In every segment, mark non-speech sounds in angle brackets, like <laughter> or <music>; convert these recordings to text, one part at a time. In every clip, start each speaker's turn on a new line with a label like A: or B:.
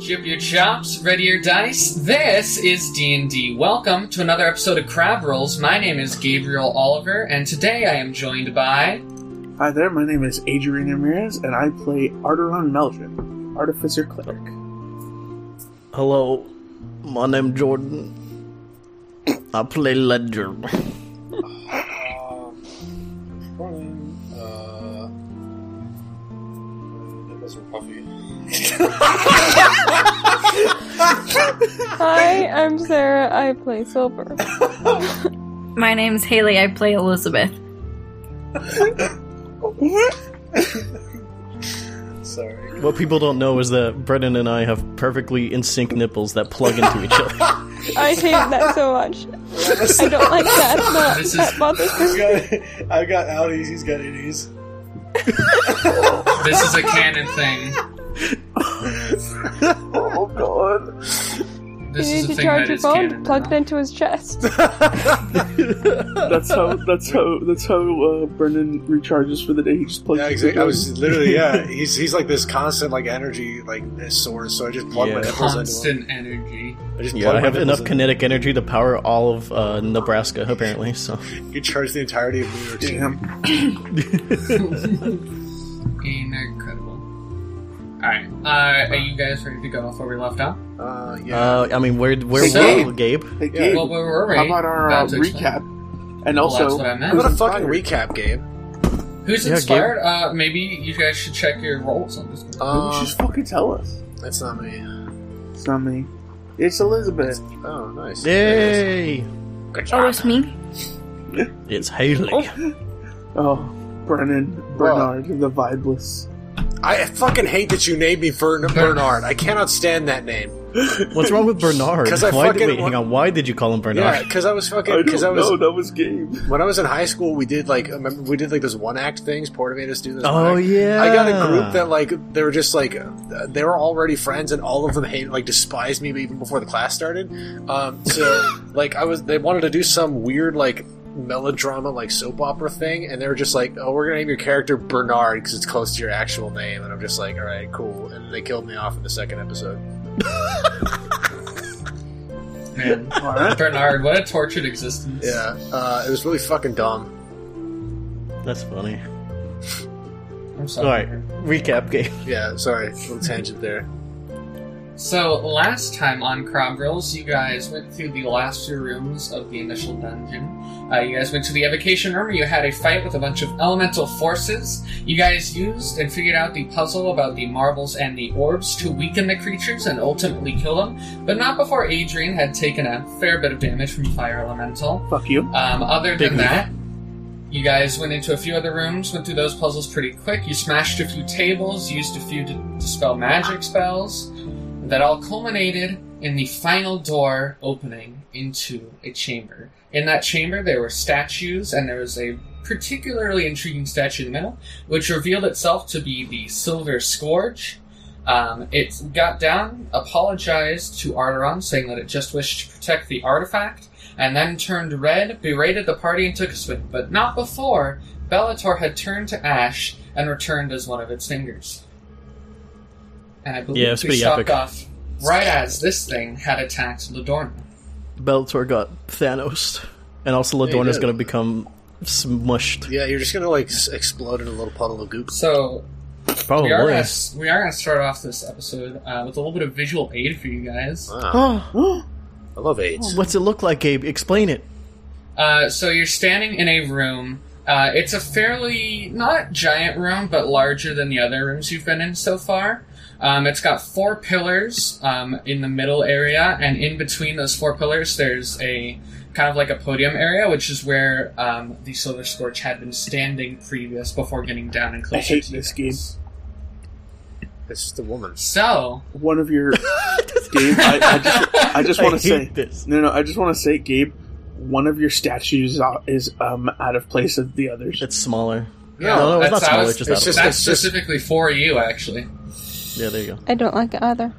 A: Keep your chops, ready your dice. This is D&D. Welcome to another episode of Crab Rolls. My name is Gabriel Oliver, and today I am joined by...
B: Hi there, my name is Adrian Ramirez, and I play Arteron Melvin, Artificer Cleric.
C: Hello, my name Jordan. I play Ledger.
D: Um, running, uh, Nipples are puffy.
E: Hi, I'm Sarah. I play Silver.
F: My name's Haley. I play Elizabeth.
D: Sorry.
C: What people don't know is that Brennan and I have perfectly in sync nipples that plug into each other.
A: <laughs>
E: I hate that so much. I don't like that.
A: This
E: This
A: is-
E: that bothers me.
D: I've got, I've got outies, he's got innies.
A: This is a canon thing.
B: Oh god.
A: This
E: you
A: is
E: need
A: a
E: to
A: thing that
E: charge your
A: is
E: phone,
A: canon.
E: plug it
A: now.
E: into
A: <laughs>
E: his chest.
B: That's
D: <laughs>
B: how that's how that's how uh Brendan recharges for the day. He just plugs
D: Yeah,
B: his
D: exactly. I
B: phone.
D: was literally, yeah, he's, he's like this constant, like, energy, like, source, so I just plug my
C: Yeah.
D: nipples into him.
A: Constant energy.
D: I just
C: Yeah, I
D: my
C: have
D: nipples
C: enough
D: in.
C: kinetic energy to power all of uh, Nebraska, apparently. So
D: You charge the entirety of New York City.
B: Damn.
A: Incredible. Alright, uh, are you guys ready to go off where we left off?
D: Uh, yeah.
C: uh, I mean, where where
A: So-
C: were you, Gabe?
B: Hey,
D: Yeah,
B: Gabe,
A: Well, where were we?
B: how about our uh,
A: About to explain.
B: recap? And
A: Well,
B: also,
A: that's what I meant.
D: How about a
B: who's
D: fucking
B: inspired?
D: recap game?
A: Who's
C: Yeah,
A: inspired? Uh, maybe you guys should check your roles on this one.
B: Maybe
D: Um,
B: just fucking tell us.
D: that's not me.
B: It's not me. It's Elizabeth.
D: Oh, nice. There it is.
C: Yay!
D: Good
F: Oh,
D: job.
F: it's me.
C: It's Haley.
B: Oh, Brennan,
D: Well-
B: Bernard, the vibeless.
D: I fucking hate that you named me Bern- Bernard. I cannot stand that name.
C: What's wrong with Bernard?
D: 'Cause I
C: Why did
D: fucking
C: wait, hang
D: want-
C: on? Why did you call him
D: Yeah,
C: Bernard?
D: because I was
B: I
D: fucking.
B: don't
D: Because I, was
B: know. That was Gabe.
D: when I was in high school, we did like remember we did like those one act things. Porter made us do this. one
C: Oh
D: act.
C: yeah.
D: I got a group that like they were just like uh, they were already friends, and all of them hated like despised me even before the class started. Um, so like I was they wanted to do some weird like melodrama like soap opera thing, and they were just like, "Oh, we're gonna name your character Bernard because it's close to your actual name." And I'm just like, "All right, cool." And they killed me off in the second episode.
A: Man.
B: <laughs> All right.
A: Bernard, what a tortured existence.
D: Yeah, uh, it was really fucking dumb.
C: That's funny.
A: I'm
C: All
A: sorry.
C: right, recap Gabe.
D: Yeah, sorry, little tangent there.
A: So last time on Crab Rolls, you guys went through the last two rooms of the initial dungeon. Uh, you guys went to the evocation room. You had a fight with a bunch of elemental forces. You guys used and figured out the puzzle about the marbles and the orbs to weaken the creatures and ultimately kill them, but not before Adrian had taken a fair bit of damage from fire elemental.
B: Fuck you.
A: Um, other
C: Big
A: than
C: move.
A: that, you guys went into a few other rooms, went through those puzzles pretty quick. You smashed a few tables, used a few to dispel magic spells. That all culminated in the final door opening into a chamber. In that chamber, there were statues, and there was a particularly intriguing statue in the middle, which revealed itself to be the Silver Scourge. Um, it got down, apologized to Arteron, saying that it just wished to protect the artifact and then turned red, berated the party, and took a swing, but not before Bellator had turned to ash and returned as one of its fingers. And I believe
C: Yeah, it's
A: we
C: pretty
A: stopped
C: epic.
A: off right as this thing had attacked Ladorna.
C: Bellator got Thanos, and also
D: he
C: Ladorna's
D: did.
C: going to become smushed.
D: Yeah, you're just gonna like s- explode in a little puddle of goop.
A: So
C: Probably.
A: we are gonna, we are gonna start off this episode uh, with a little bit of visual aid for you guys.
D: Wow.
C: Oh,
D: I love AIDS.
C: what's it look like, Gabe? Explain it.
A: Uh, so you're standing in a room. Uh, it's a fairly not giant room, but larger than the other rooms you've been in so far. Um, it's got four pillars um, in the middle area, and in between those four pillars, there's a kind of like a podium area, which is where um, the Silver Scorch had been standing previous before getting down and
D: Oh,
A: closer
B: hate
A: to you
B: this
A: guys.
D: It's just a woman.
A: So
B: One of
D: <laughs>
B: your Gabe. I, I just, <laughs> I just want to say
C: hate this.
B: No, no. I just want to say, Gabe, one of your statues is out- is um out of place of the others.
C: It's smaller.
A: yeah,
C: no, no, it's
A: that's
C: not smaller.
A: I was-
C: it's just
D: it's
C: out
D: just-
C: of
A: that's specifically for you, actually.
C: Yeah, there you go.
E: I don't like it either.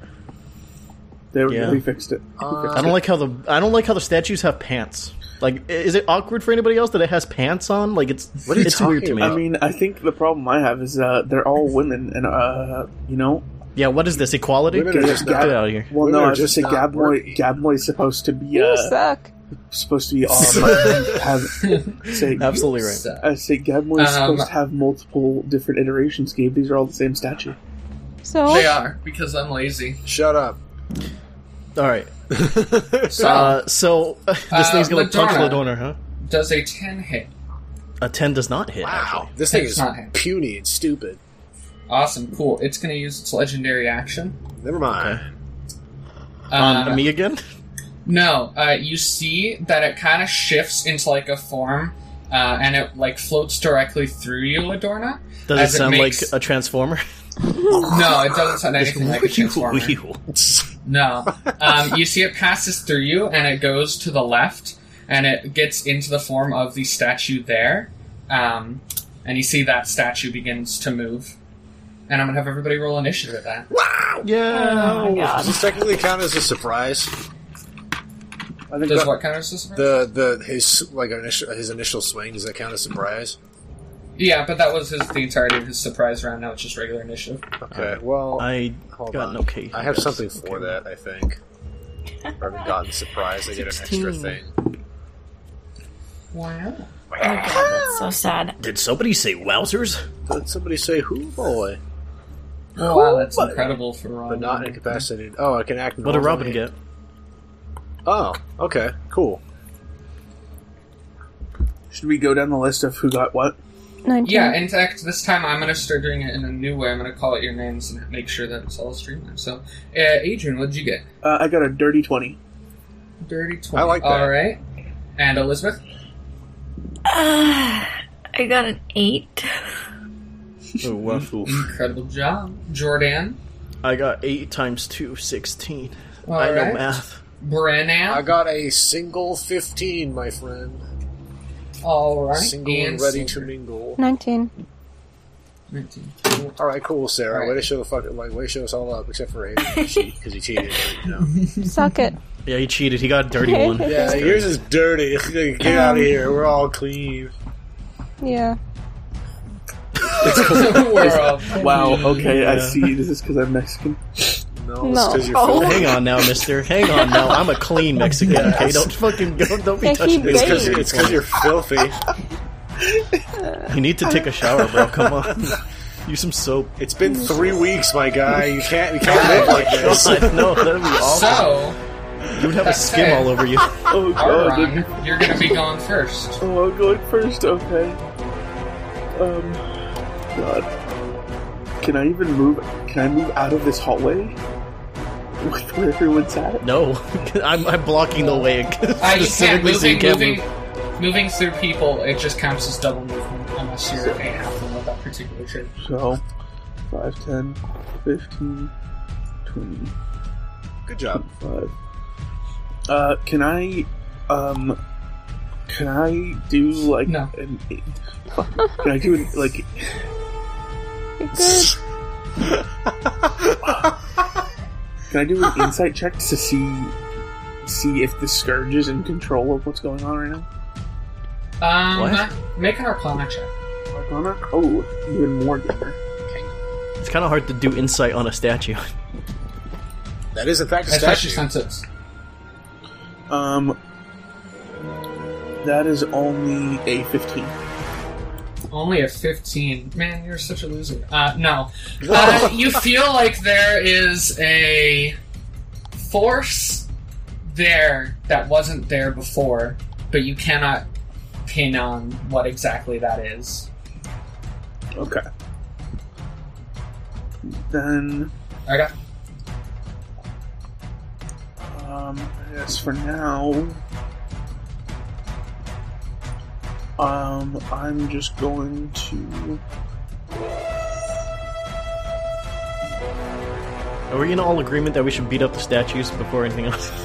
B: They were
C: yeah.
B: we fixed it. We
D: Uh,
B: fixed
C: I don't
B: it.
C: like how the I don't like how the statues have pants. Like, i- is it awkward for anybody else that it has pants on? Like, it's
D: What are you
C: it's weird to
D: talking
C: me.
B: I mean, I think the problem I have is uh, they're all women, and uh, you know,
C: Yeah, what is this? Equality?
D: Women are just
C: Get
D: not-
C: out of here.
B: Well,
D: Women
B: no,
D: are
B: I was just
D: just
B: say
D: not
B: Gabmoy.
D: working.
B: Gabmoy's supposed to be
E: You
B: uh,
E: suck.
B: supposed to <laughs> be all about- have say
C: Absolutely right.
A: So-
B: I say Gabmoy's
A: Um,
B: supposed to have multiple different iterations. Gabe, these are all the same statue.
E: So
A: They are because I'm lazy.
D: Shut up.
C: All right.
A: So
C: Uh, so <laughs> this
A: Uh,
C: thing's gonna punch
A: Ladonna.
C: Ladorna, huh?
A: does a ten hit?
C: A ten does not hit.
D: Wow,
C: Actually.
D: this thing
A: It's
D: is
A: not him.
D: puny and stupid.
A: Awesome, cool. It's going to use its legendary action.
D: Never mind.
A: Uh,
C: On me again.
A: No, uh, you see that it kind of shifts into like a form, uh, and it like floats directly through you, Ladorna.
C: Does
A: As it
C: it sound
A: makes-
C: like a transformer?
A: No, it doesn't sound anything like a transformer. No, um, you see it passes through you, and it goes to the left, and it gets into the form of the statue there, um, and you see that statue begins to move. And I'm gonna have everybody roll initiative at that.
D: <laughs> Wow.
C: Yeah.
D: Uh, Does this technically count as a surprise?
B: I think
A: Does
B: that,
A: what count as a surprise?
D: The the his like initial his initial swing does that count as surprise?
A: Yeah, but that was his, the entirety of his surprise round. Now it's just regular initiative.
D: Okay. Well,
C: I
D: hold
C: got
D: on.
C: an okay.
D: I have something for that. I think. Or I've gotten surprised. I get an extra
F: 16.
D: thing.
A: Wow.
F: Oh god, that's so sad. <sighs>
C: Did somebody say wowzers?
D: Did somebody say who boy?
A: Oh, Wow, that's incredible for Ron.
D: But not incapacitated. Oh, I can act.
C: What did
D: normally.
C: Robin get?
D: Oh, okay, cool.
B: should we go down the list of who got what?
E: 19.
A: Yeah, in fact, this time I'm going to start doing it in a new way. I'm going to call it your names and make sure that it's all streamlined. So, uh, Adrian, what'd you get?
B: Uh, I got a dirty twenty.
A: Dirty 20.
D: I like that.
A: All right. And Elizabeth?
F: Uh, I got an eight.
C: <laughs> Oh, wow.
A: Incredible job. Jordan?
C: I got eight times two, sixteen.
A: All
C: I know
A: right.
C: math.
A: Brennan?
D: I got a single fifteen, my friend.
A: all right.
D: Single and
A: and
D: ready to
A: Silver.
D: mingle.
E: 19.
A: 19.
D: All right, cool, Sarah.
A: All right.
D: Way to show the fuck, like, way to show us all up, except for
A: <laughs>
D: Aiden because he cheated. but, You know.
E: Suck it.
C: Yeah, he cheated. He got a dirty
D: <laughs>
C: one.
D: Yeah, yours is dirty. <laughs> Get
A: Um,
D: out of here. We're all clean.
E: Yeah.
A: <laughs>
D: <laughs>
A: World.
B: Wow. Okay, I
C: Yeah.
B: see. This is because I'm Mexican.
D: No, it's
E: No.
D: 'cause
A: <laughs>
D: you're
E: Oh.
D: filthy.
C: Hang on now, Mister. Hang on now. I'm a <laughs> clean Mexican. Okay, don't fucking go, don't be
E: Yeah, he
C: touching
D: It's
C: this.
E: baked.
D: because
E: Hey.
D: it's because you're filthy.
C: You need to take a shower, bro. Come on. <laughs> Use some soap.
D: It's
A: <laughs>
D: been three weeks, my guy. You can't you can't live like
C: <laughs>
D: this.
C: no, that'd be awful.
A: So,
C: You would have a skim all over you.
B: Oh god.
A: Aron, you're going to be gone first.
B: Oh, I'm going first. Okay. Um. God. Can I even move? Can I move out of this hallway? <laughs> With where everyone's at?
C: No, <laughs> I'm, I'm blocking the way.
A: Uh,
C: <laughs>
A: you can't.
C: Specifically so you
A: Moving,
C: can't
A: moving,
C: move.
A: moving through people, it just counts as double movement unless you're a half of that particular trait.
B: So, 5, 10, 15, 20,
D: <laughs> Good job.
B: Five. Uh, can I, um, can I do like
A: No.
B: an, can I do an, like
E: You're
A: <laughs>
E: good.
B: can I do an insight check to see see if the scourge is in control of what's going on right now?
A: Um,
C: What?
A: Make an Arcana check.
B: Arcana? Oh, even more dinner.
C: It's kind of hard to do insight on a statue.
D: That is in fact a
A: Especially
D: statue.
A: since it's
B: Um, that is only a fifteen.
A: only a 15. Man, you're such a loser. Uh,
C: <laughs>
A: no. Uh, you feel like there is a force there that wasn't there before, but you cannot pin on what exactly that is.
B: Okay. Then,
A: Okay.
B: um, I guess for now, um, I'm just going to.
C: Are we in all agreement that we should beat up the statues before anything else?
D: <laughs>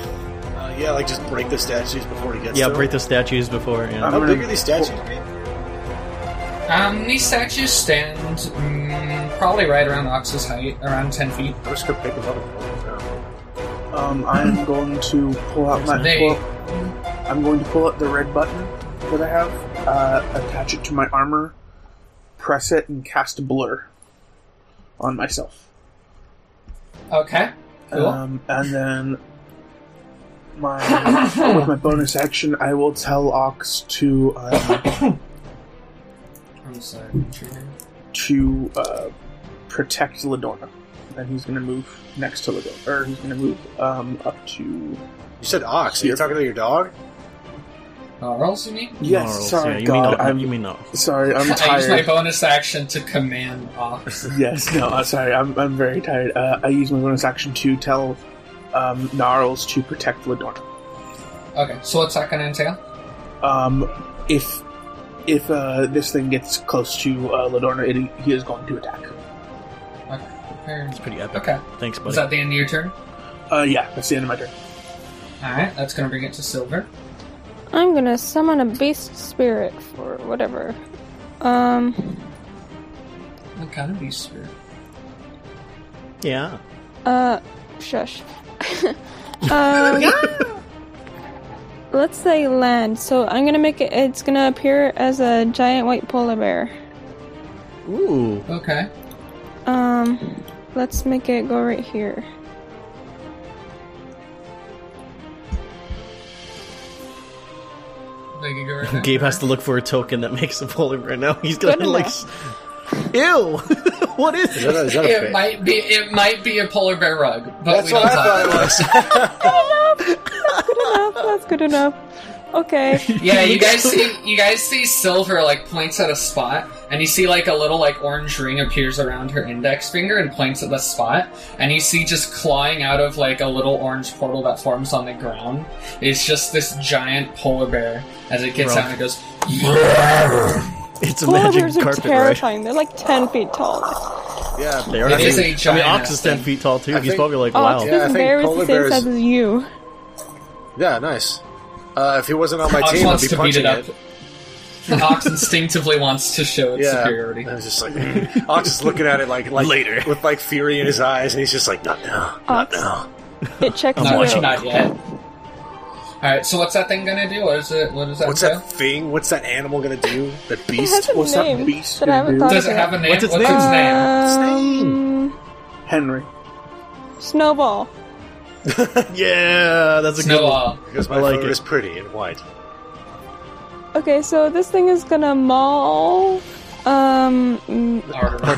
D: Uh, yeah, like just break the statues before he gets.
C: yeah,
D: to
C: break
D: them.
C: the statues before. Yeah.
B: Um,
D: How big are these statues? man?
A: Um, these statues stand mm, probably right around Ox's height, around 10 feet.
D: I'm just gonna pick them up. and roll them down.
B: Um, I'm going to pull out my.
A: They-
B: Pull, I'm going to pull out the red button that I have, uh, attach it to my armor, press it, and cast blur on myself.
A: Okay. Cool.
B: Um, and then my <coughs> with my bonus action, I will tell Ox to um,
A: I'm sorry. Trigger.
B: to uh, protect Ladorna, and he's going to move next to Ladorna, or he's going to move um, up to
D: You said ox. Are you talking to your
A: <laughs>
D: dog?
A: Gnarls, you mean?
B: yes.
C: Gnarls,
B: sorry,
C: yeah, you
B: God,
C: mean no,
B: I'm
C: you mean no.
B: sorry, I'm
A: <laughs> I use my
B: tired.
A: bonus action to command ox.
B: yes, no, uh, sorry, I'm I'm very tired. Uh, I use my bonus action to tell um, Gnarls to protect Ladorna.
A: Okay, so what's that gonna entail?
B: Um, if if uh, this thing gets close to uh, Ladorna, it, he is going to attack.
C: It's pretty epic.
A: Okay.
C: Thanks, buddy.
A: Is that the end of your turn?
B: Uh, yeah, that's the end of my turn.
A: Alright, that's gonna bring it to silver.
E: I'm gonna summon a beast spirit for whatever. Um,
A: What kind of beast spirit?
C: yeah.
E: uh, shush. <laughs> um, let's say land. So I'm gonna make it. It's gonna appear as a giant white polar bear.
C: Ooh.
A: Okay.
E: Um, let's make it go right here.
A: There you go right
D: <laughs>
A: there.
C: Gabe has to look for a token that makes a polar right now. He's gonna
E: Good
C: like, s- ew. <laughs> what is
D: Is
C: it?
D: that, is that a
A: It
D: pig?
A: might be it might be a polar bear rug, but
D: That's
A: we don't
D: what I
A: talk.
D: thought it was.
E: Good enough. That's good enough.
C: <laughs>
E: Okay.
A: Yeah, you guys see you guys see Silver like points at a spot and you see like a little like orange ring appears around her index finger and points at the spot and you see just clawing out of like a little orange portal that forms on the ground. It's just this giant polar bear as it gets
C: Bro.
A: out and it
D: <laughs>
A: goes
C: It's a
E: Polar
C: magic
E: bears are
C: carpet, right?
E: terrifying. They're like ten feet tall.
A: <laughs>
D: yeah,
C: They are.
A: It is
C: I
A: a
C: mean,
A: giant
C: Ox is ten
A: thing.
C: feet tall too.
D: I
C: He's
D: think-
C: probably like,
E: Oh,
C: wow.
E: this
D: Yeah, I think
E: bear is
D: polar
E: the same
D: bears-
E: size as you.
D: yeah, nice. Uh, if he wasn't on my
A: Ox
D: team, I'd
A: wants
D: be
A: to beat
D: punching
A: it up.
D: it.
A: <laughs> Ox instinctively wants to show its
D: Yeah,
A: superiority.
D: I was just like, <laughs> Ox is looking at it like, like
C: Later.
D: with like fury in his eyes, and he's just like, not now, not
E: Ox.
D: now.
E: It checks you
A: Not,
E: out.
A: not yet. Alright, so what's that thing gonna do? What is it what does that
D: What's
A: do?
D: that thing? What's that animal gonna do?
E: <laughs>
D: That
E: It has
D: beast?
E: a
B: What's that
E: name
B: beast
E: that I haven't
B: dude?
E: thought
A: Does
E: of
A: it
E: yet.
A: have a name?
C: What's its
A: What's
C: name?
A: its name?
E: Um,
B: Henry.
E: snowball.
C: <laughs> Yeah, that's a good one.
A: Snowball.
D: Because my
C: I like
D: photo
C: it.
D: is pretty and white.
E: Okay, so this thing is gonna maul. Um, mm,
A: Artemis.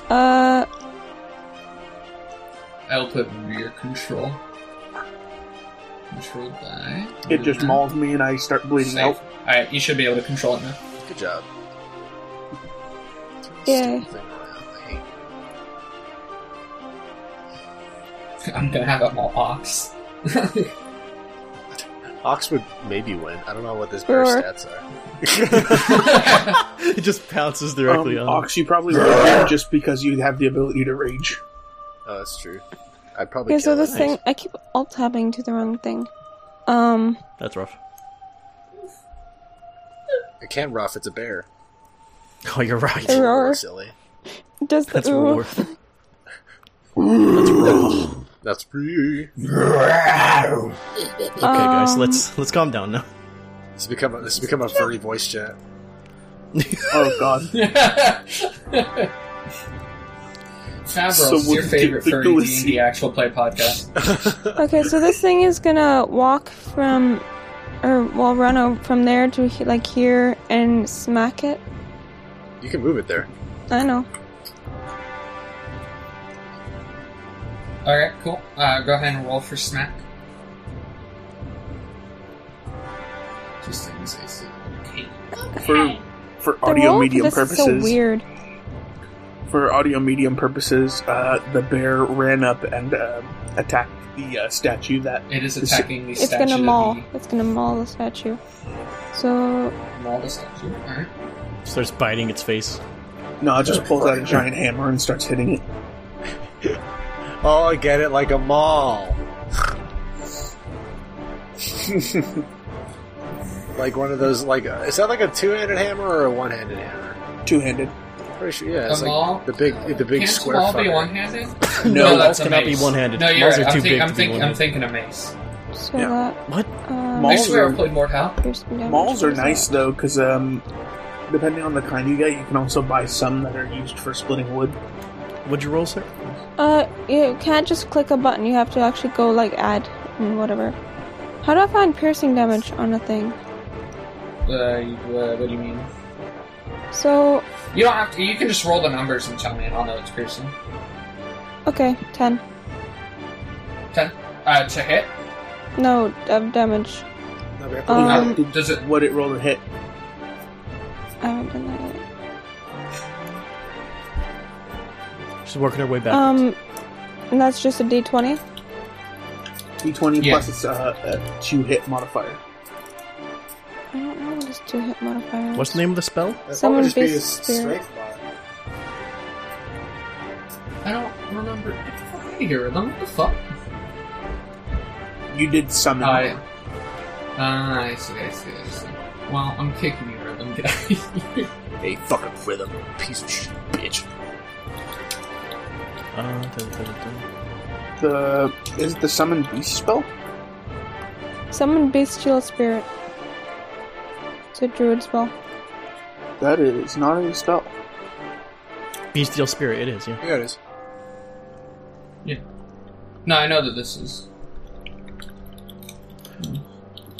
B: <laughs>
E: no. uh,
A: <laughs> I'll put rear control. Controlled by.
B: It just mauls me and I start bleeding
A: Safe.
B: out.
A: Alright, you should be able to control it now. <laughs>
D: Good job.
E: Yay.
D: Stupid thing around. I hate-
A: I'm gonna have it more <laughs> ox.
D: Ox would maybe win. I don't know what this bear's
E: Sure.
D: stats are.
C: <laughs> It just pounces
B: Um,
C: directly on. him.
B: Ox, you
C: <laughs>
B: probably would win just because you have the ability to rage.
D: Oh, that's true. I'd probably.
E: okay, so
D: kill
E: this
D: it.
E: thing. I keep alt tabbing to the wrong thing. Um,
C: That's rough.
D: It can rough. It's a bear.
C: Oh, you're right.
E: Roar.
D: Silly.
E: does the
C: That's
E: ooh.
B: <laughs>
C: war.
D: That's pretty.
C: Okay, guys,
E: Um,
C: let's let's calm down now.
D: This has become a, this has become a furry voice chat.
B: Oh god.
A: Fabros,
B: So
A: your
B: what
A: favorite
B: did the
A: furry
B: goose
A: D&D actual play podcast.
B: uh,
E: Okay, so this thing is gonna walk from, or well, run over from there to he- like here and smack it.
D: You can move it there.
E: I know.
A: Alright, cool. Uh, go ahead and roll for smack. Just didn't say so.
B: For for
E: The
B: audio
E: roll for
B: medium
E: this
B: purposes.
E: Is so weird.
B: For audio medium purposes, uh, the bear ran up and uh, attacked the uh, statue that
A: It is
B: It's-
A: attacking the
E: It's
A: statue.
E: gonna
A: of
E: maul.
A: the-
E: It's gonna maul the statue. So
A: Maul the statue. Alright.
C: Starts biting its face.
B: no, it just pulls out a giant hammer and starts hitting it.
D: Oh, I get it. Like a mall. like one of those. Like uh, is that like a two-handed hammer or a one-handed hammer?
B: Two handed.
D: Pretty sure. Yeah, it's
A: A
D: like
A: maul?
D: the big the big
A: Can't
D: square.
A: maul be
D: fucker.
A: one-handed?
C: <laughs>
B: No,
A: that's
C: mauls
A: a
C: cannot be
A: mace.
C: one-handed.
A: No, you're
C: Mauls
A: right.
C: are
A: I'm,
C: too
A: think-
C: big
A: I'm,
C: to be
A: think- I'm
C: one-handed.
A: thinking a mace.
E: so
B: Yeah.
E: that
C: What?
E: uh,
B: Maul-
A: Next
B: Also-
A: round, played Mortal.
E: piercing damage
B: Mauls are
E: was
B: nice
E: that.
B: though because um, Depending on the kind you get, you can also buy some that are used for splitting wood.
C: Would you roll, sir?
E: Uh, you can't just click a button. You have to actually go like add and whatever. How do I find piercing damage on a thing?
A: Uh, you- uh, what do you mean?
E: So,
A: You don't have to. You can just roll the numbers and tell me, and I'll know it's piercing.
E: okay, ten.
A: Ten. Uh, to hit.
E: No of damage.
D: Okay.
E: Um,
B: Did-
A: Does it?
B: what it rolled and hit.
E: I haven't done that yet.
C: She's working her way back.
E: Um, and that's just a D twenty.
B: D20
A: Yeah.
B: plus its uh, a two hit modifier.
E: I don't know what this two hit modifier.
C: What's the name of the spell?
E: Someone
D: just be
E: beats
D: a
E: spirit.
D: strength mod.
A: I don't remember. Get the fuck out of here, Rhythm. What the fuck?
B: You did summon.
A: I. Ah, I see. I see. I see. Well, I'm kicking you, Rhythm. Get out of <laughs> here.
D: Hey, fucking rhythm, piece of shit, bitch.
C: Uh, dun, dun, dun.
B: the is it the summon beast spell?
E: Summon bestial spirit. It's a druid spell.
B: That is not a spell.
C: Bestial spirit, it is, yeah.
D: Yeah, it is.
A: no, I know that this is.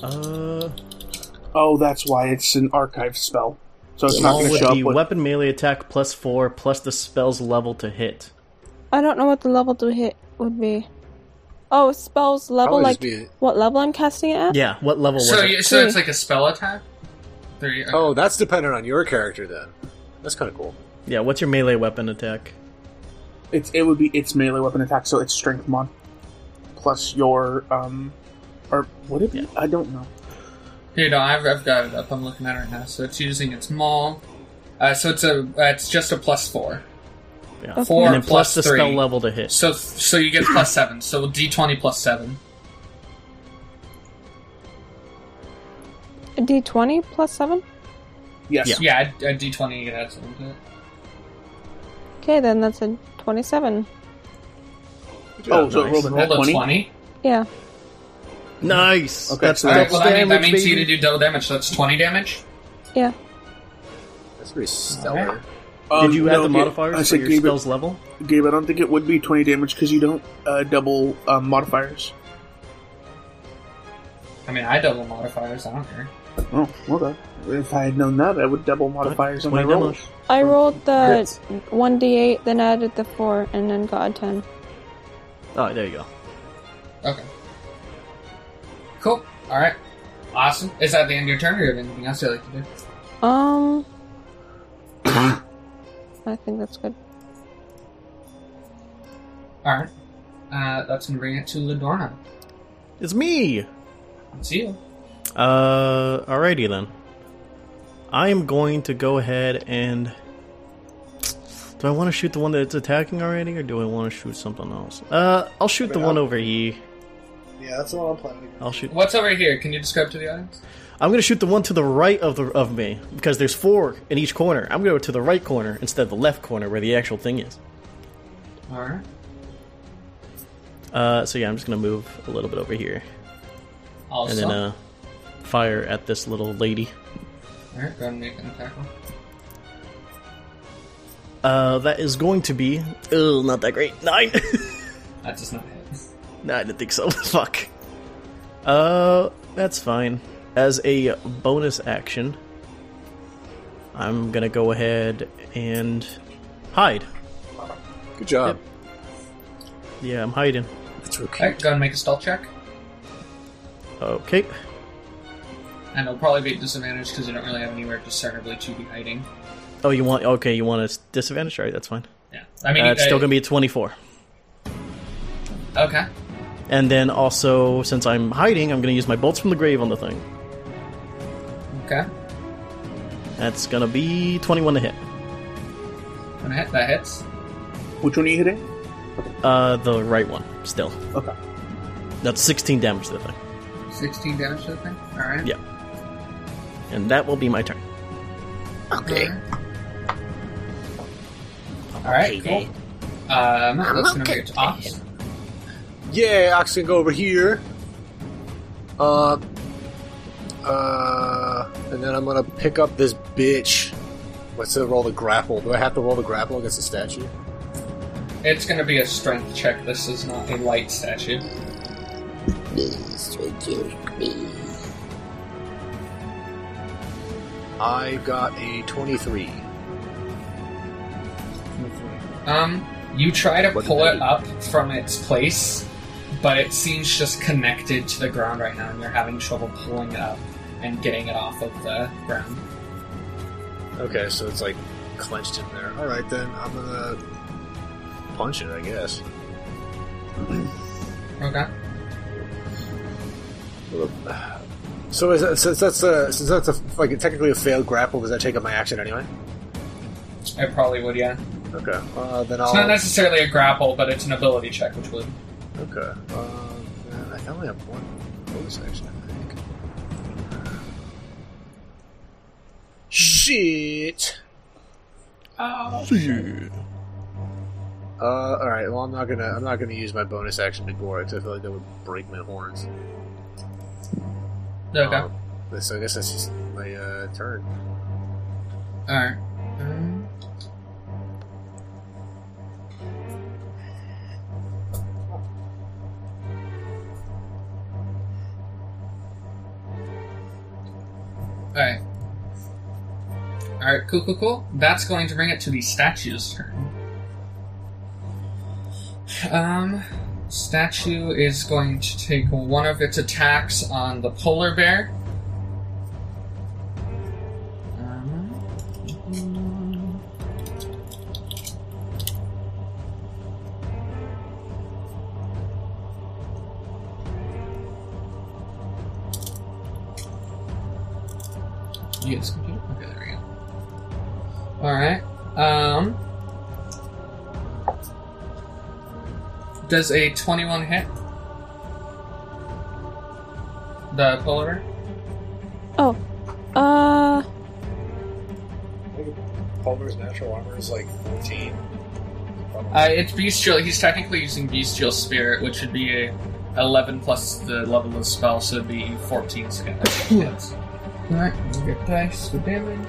C: Uh,
B: Oh, that's why it's an archive spell. So it's not
C: all
B: going to
C: would
B: show up.
C: be
B: with-
C: weapon melee attack plus four plus the spell's level to hit.
E: I don't know what the level to hit would be. Oh, spells level
D: Probably
E: like
D: just be a-
E: what level I'm casting it at?
C: Yeah, what level was
A: So,
C: it?
A: you, so it's like a spell attack. There you
D: Oh, that's dependent on your character then. That's kind of cool.
C: Yeah, what's your melee weapon attack?
B: It's it would be its melee weapon attack, so it's strength mod plus your um, or would it be? I don't know.
A: Here, no, I've, I've got it up. I'm looking at it right now. So it's using its maul. Uh, so it's a. Uh, it's just a plus four.
C: Yeah.
A: Four
C: and then plus,
A: plus
C: the
A: three.
C: spell level to hit.
A: So so you get plus seven. So d20 plus seven.
E: A D twenty plus seven.
B: Yes.
C: Yeah.
A: Yeah, a, a d20 you get add seven to it.
E: Okay, then that's a twenty-seven.
B: Oh, so it
C: Nice.
B: rolled a
A: Roll
B: nat
A: a
B: 20?
A: 20.
E: Yeah.
C: Nice.
B: Okay,
C: That's
B: so
A: All right,
C: double
A: well, that, mean, that
C: damage,
A: means you
C: baby.
A: need to do double damage. So that's 20 damage.
E: Yeah.
D: That's pretty stellar.
A: Alright.
B: Um,
C: Did you add
B: no,
C: the
B: Gabe- I
C: modifiers for
B: said,
C: your
B: Gabe,
C: spell's level?
B: Gabe, I don't think it would be twenty damage because you don't uh, double um, modifiers.
A: I mean, I double modifiers. I don't care.
B: Oh, okay. If I had known that, I would double modifiers on my
C: 20
B: rolls.
C: damage.
E: I rolled the
B: Hurts.
E: one D eight, then added the four, and then got a ten.
C: Oh, there you go.
A: Okay. Cool. All right. Awesome. Is that the end of your turn, or do you have anything else you'd like to do? <coughs>
E: Um. I think that's good.
A: All right. Uh, that's gonna bring it to Ludorna.
C: It's me.
A: It's you.
C: Uh, alrighty then. I am going to go ahead and. Do I want to shoot the one that's attacking already, or do I want to shoot something else? Uh, I'll shoot the
D: Yeah.
C: one over here.
D: Yeah, that's the one I'm playing.
C: I'll shoot.
A: What's over here? Can you describe to the audience?
C: I'm gonna shoot the one to the right of the of me because there's four in each corner. I'm gonna go to the right corner instead of the left corner where the actual thing is.
A: All right.
C: Uh, so yeah, I'm just gonna move a little bit over here
A: Also.
C: and then uh, fire at this little lady.
A: All right. Go ahead and make an attack. roll.
C: Uh, that is going to be oh, not that great. Nine. <laughs>
A: That does not hit.
C: No, I didn't think so. <laughs> Fuck. Uh, that's fine. As a bonus action, I'm gonna go ahead and hide.
D: Good job.
C: Yeah, I'm hiding.
D: That's
A: All
D: okay.
A: right. Go ahead and make a stealth check,
C: Okay.
A: and it'll probably be at disadvantage because you don't really have anywhere discernibly to be hiding.
C: Oh, you want? Okay, you want a s- disadvantage? All right, that's fine.
A: Yeah. I mean,
C: Uh, it's
A: uh,
C: still gonna be a 24.
A: Okay.
C: And then also, since I'm hiding, I'm gonna use my bolts from the grave on the thing.
A: Okay.
C: That's gonna be 21 to hit.
A: Gonna hit. That hits.
B: Which one are you hitting?
C: Uh, the right one. Still,
B: Okay.
C: that's 16 damage to the thing.
A: 16 damage to the thing. All right.
C: Yeah. And that will be my turn.
A: Okay. All right. Cool. Um, that's gonna be it. Ox.
D: Yeah, Ox can go over here. Uh, uh, and then I'm gonna pick up this bitch Let's uh, roll the grapple. Do I have to roll the grapple against the statue?
A: It's going to be a strength check. This is not a light statue.
D: I got a 23.
A: Um, you try to
D: What did
A: pull
D: that
A: it
D: do?
A: up from its place, but it seems just connected to the ground right now, and you're having trouble pulling it up and getting it off of the ground.
D: Okay, so it's like clenched in there. All right, then I'm gonna punch it, I guess.
A: Okay.
D: So is that, since that's a since that's a, like technically a failed grapple, does that take up my action anyway?
A: It probably would, yeah.
D: Okay, uh, then
A: It's not
D: I'll.
A: necessarily a grapple, but it's an ability check, which would.
D: Okay, uh, man, I only have one bonus action. I think. Shit.
B: Oh.
D: Uh, all right. Well, I'm not gonna. I'm not gonna use my bonus action to gore it. 'cause I feel like that would break my horns.
A: Okay.
D: Um, so I guess that's just my uh, turn.
A: Alright. Um, Alright. Alright, cool, cool, cool. That's going to bring it to the statue's turn. Um, statue is going to take one of its attacks on the polar bear. Um, Yes, computer. Okay, there we go. All right. Um, does a twenty-one hit the polar?
E: Oh. Uh.
D: Palmer's natural armor is like 14.
A: Uh, it's bestial. He's technically using bestial spirit, which would be a eleven plus the level of the spell, so it'd be fourteen. So All right, we'll get dice for damage.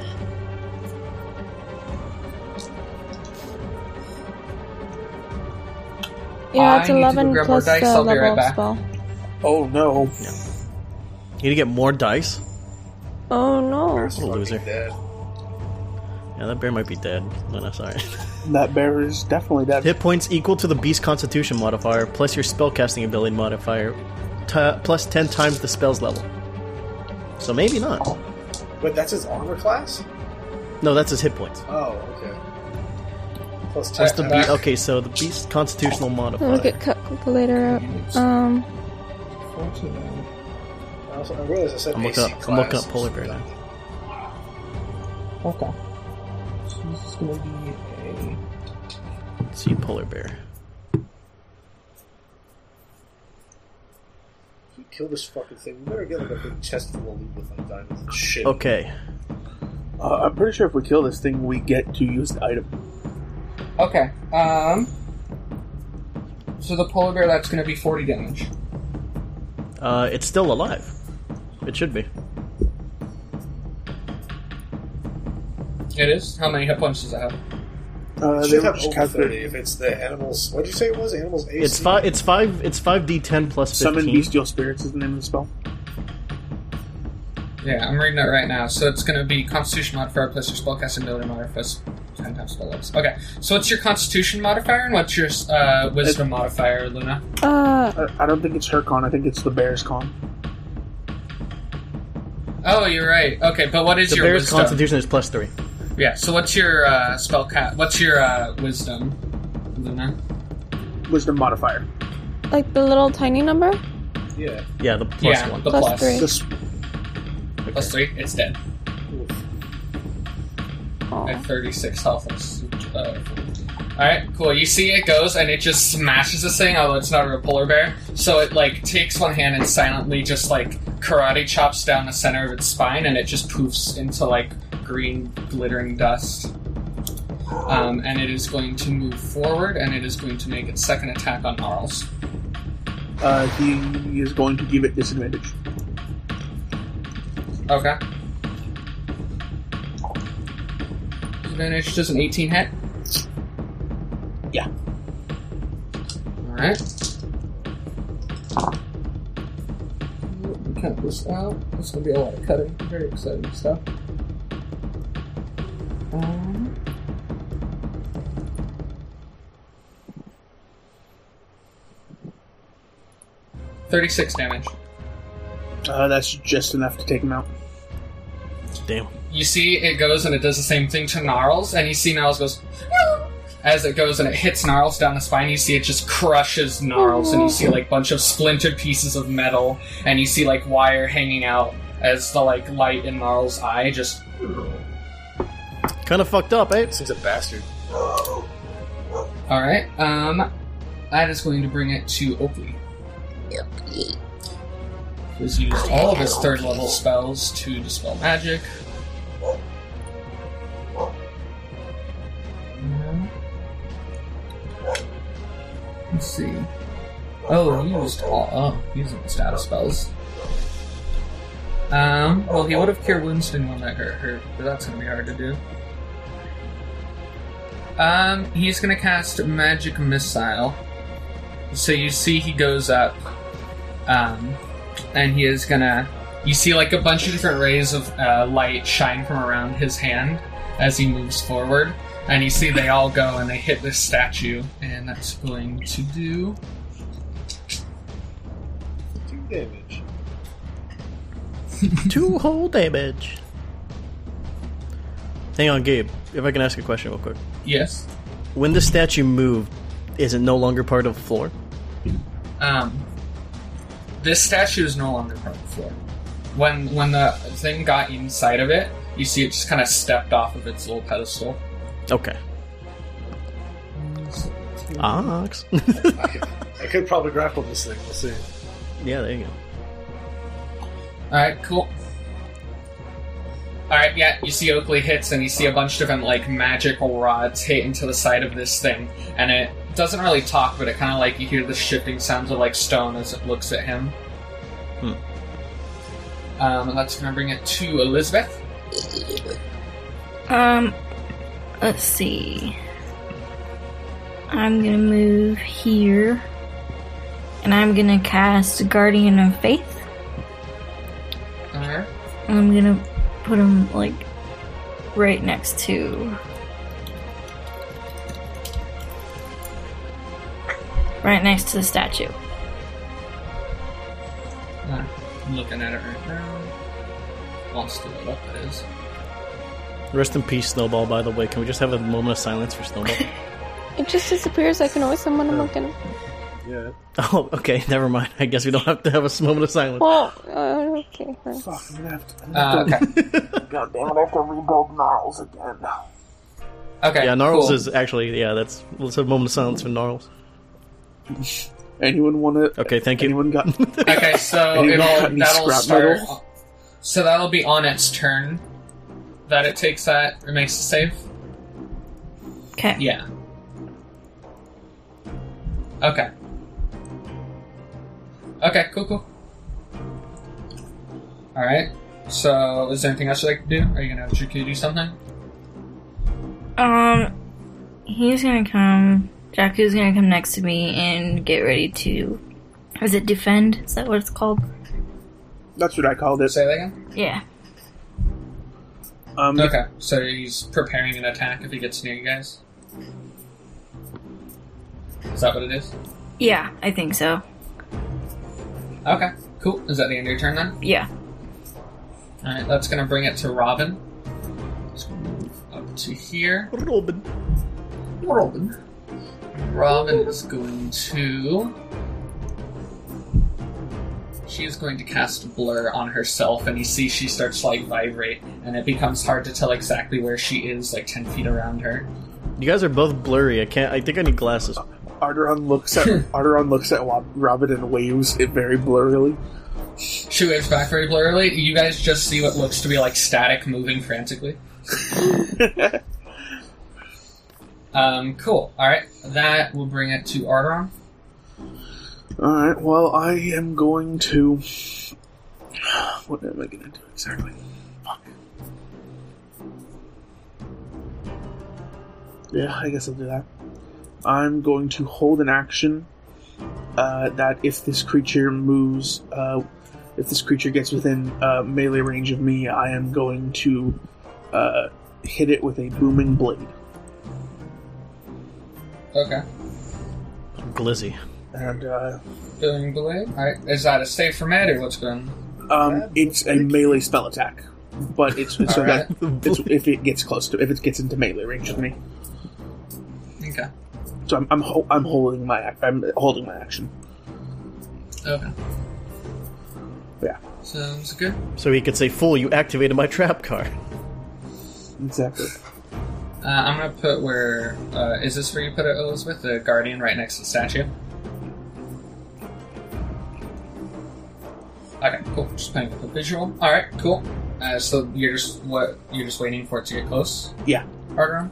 E: Yeah,
A: Oh, I
E: it's
A: need to go
E: 11
A: grab more
E: plus
A: dice,
E: the
A: I'll be
E: level
A: right
E: of
A: back.
E: spell.
B: Oh no.
C: You need to get more dice.
E: Oh no.
C: What a loser. Yeah, that bear might be dead. Oh, No, no, sorry. <laughs>
B: That bear is definitely dead.
C: Hit points equal to the beast constitution modifier plus your spellcasting ability modifier t- plus 10 times the spell's level. So maybe not.
D: But that's his armor class?
C: No, that's his hit points.
D: Oh, okay. Plus
A: That's
C: The
A: the
C: be- okay, so the beast constitutional
E: I'll
C: modifier.
E: get calculator up. Um.
D: I, also, I realize I said
C: I'm looking
D: AC
C: up, I'm
D: class.
C: looking up polar bear now.
A: Okay. So this is gonna be
C: Let's see polar bear.
D: You Kill this fucking thing. We better get like a big chest full of loot with like diamonds and shit.
C: Okay,
B: Uh, I'm pretty sure if we kill this thing, we get to use the item.
A: a. Okay. Um. So the polar bear, that's gonna be forty damage.
C: uh, it's still alive. It should be.
A: It is. How many hit points does it have?
B: Uh,
D: It
B: they
D: should
B: were
D: have
B: just
D: over 30
B: calculating
D: if it's the animals. What did you say it was? Animals AC?
C: It's five. It's five. It's five d10 plus
B: Summon
C: 15.
B: Bestial Spirits is the name of the spell.
A: Yeah, I'm reading it right now. So it's going to be Constitution modifier plus your spellcasting ability modifier plus ten times spell levels. Okay. So what's your Constitution modifier and what's your uh, Wisdom modifier, Luna?
E: Uh.
B: I, I don't think it's her con. I think it's the bear's con.
A: Oh, you're right. Okay, but what is
C: The
A: your
C: bear's
A: Wisdom?
C: constitution is plus three.
A: yeah. So what's your uh, spell ca- What's your uh, Wisdom, Luna?
B: Wisdom modifier.
E: Like the little tiny number?
D: Yeah.
C: Yeah, the plus
A: yeah,
C: one.
A: the
E: Plus
A: plus.
E: three.
B: This
A: Plus three. It's dead.
E: Oh.
A: At 36 health. That's, uh, Alright, cool. You see it goes and it just smashes this thing, although it's not a real polar bear. So it like takes one hand and silently just like karate chops down the center of its spine and it just poofs into like green glittering dust. Um, and it is going to move forward and it is going to make its second attack on Arles.
B: uh, he is going to give it disadvantage.
A: Okay. advantage. Does an 18 hit?
B: Yeah.
A: Alright. Cut this out. It's gonna be a lot of cutting. Very exciting stuff. Um, Thirty-six damage.
B: Uh, that's just enough to take him out.
C: Damn.
A: You see it goes and it does the same thing to Gnarls, and you see Gnarls goes "Meow," as it goes and it hits Gnarls down the spine. You see it just crushes Gnarls, and you see like bunch of splintered pieces of metal, and you see like wire hanging out as the like light in Gnarls' eye just.
C: Kind of fucked up, eh?
D: Seems a bastard.
A: All right, um, that is going to bring it to Oakley. Who's used all of his third level spells to dispel magic. Let's see. Oh, he used all. Oh, he used the status spells. Um. Well, he would have cured wounds didn't want that hurt her, but that's gonna be hard to do. Um. He's gonna cast magic missile. So you see, he goes up. Um. And he is gonna. You see, like a bunch of different rays of uh, light shine from around his hand as he moves forward. And you see they all go and they hit this statue, and that's going to do
D: Two damage.
C: Two whole damage. Hang on, Gabe. If I can ask a question real quick.
A: yes.
C: When the statue moved, is it no longer part of the floor?
A: Um, this statue is no longer part of the floor. When when the thing got inside of it, you see it just kind of stepped off of its little pedestal.
C: Okay. Ox. <laughs>
D: I could, I could probably grapple this thing. We'll see.
C: yeah, there you go.
A: All right, cool. All right, yeah, you see Oakley hits, and you see a bunch of different like magical rods hit into the side of this thing, and it doesn't really talk, but it kind of like you hear the shifting sounds of like stone as it looks at him.
C: Hmm.
A: Um, and that's gonna bring it to Elizabeth.
F: Um, let's see. I'm gonna move here, and I'm gonna cast Guardian of Faith.
A: All right.
F: And I'm gonna put him like right next to. Right next to the statue.
A: Uh, I'm looking at it right now. Lost it up, it is.
C: Rest in peace, Snowball, by the way. Can we just have a moment of silence for Snowball?
E: It just disappears. I can always summon him again.
D: Yeah.
C: oh, okay. Never mind. I guess we don't have to have a moment of silence.
E: Well, uh, okay. fine.
B: Fuck, I'm gonna have to. I'm
A: Uh,
B: <laughs> gonna
A: okay.
B: have to God damn it, I have to rebuild Gnarls again.
A: Okay.
C: Yeah, Gnarls
A: cool.
C: is actually, yeah, that's, let's have a moment of silence for Gnarls.
B: Anyone wanna.
C: Okay, thank you.
B: Anyone
C: <laughs>
B: got.
A: Okay,
B: <laughs>
A: so
B: Anyone
A: it'll
B: got any
A: that'll
B: scrap
A: start.
B: metal?
A: So that'll be on its turn. That it takes that it makes a save.
F: Okay.
A: Yeah. Okay. Okay. Cool. Cool. All right. So, is there anything else you like to do? Are you gonna have Juku do something?
F: Um, he's gonna come. Jaku's gonna come next to me and get ready to. Is it defend? Is that what it's called?
B: That's what I called it.
A: Say that again.
F: Yeah.
B: Um,
A: Okay, so he's preparing an attack if he gets near you guys. Is that what it is?
F: Yeah, I think so.
A: Okay, cool. Is that the end of your turn then?
F: Yeah.
A: Alright, that's gonna bring it to Robin. Let's move up to here.
C: Robin.
A: Robin. Robin is going to. She is going to cast Blur on herself, and you see she starts to like vibrate, and it becomes hard to tell exactly where she is, like 10 feet around her.
C: You guys are both blurry. I can't, I think I need glasses.
B: Arderon looks at Arderon looks at Wa- Robin and waves it very blurrily.
A: She waves back very blurrily. You guys just see what looks to be like static moving frantically. um, cool. All right, that will bring it to Arderon.
B: All right. Well, I am going to. <sighs> What am I going to do exactly? Fuck. Yeah, I guess I'll do that. I'm going to hold an action uh, that if this creature moves, uh, if this creature gets within uh, melee range of me, I am going to uh, hit it with a booming blade.
A: Okay.
C: Glizzy.
B: And uh,
A: Boom blade. Alright. Is that a save from it or what's going on?
B: um, it's a melee spell attack, but it's, it's so
A: Alright.
B: that it's, if it gets close to if it gets into melee range with me.
A: Okay.
B: So I'm I'm, ho- I'm holding my ac- I'm holding my action.
A: Okay.
B: Yeah.
A: Sounds good.
C: So he could say, Fool, you activated my trap card. <laughs>
B: Exactly.
A: Uh, I'm gonna put where uh, is this where you put it, Elizabeth? The guardian right next to the statue. Okay, cool. Just playing with the visual. All right, cool. Uh, so you're just what you're just waiting for it to get close,
B: Yeah,
A: Arderon?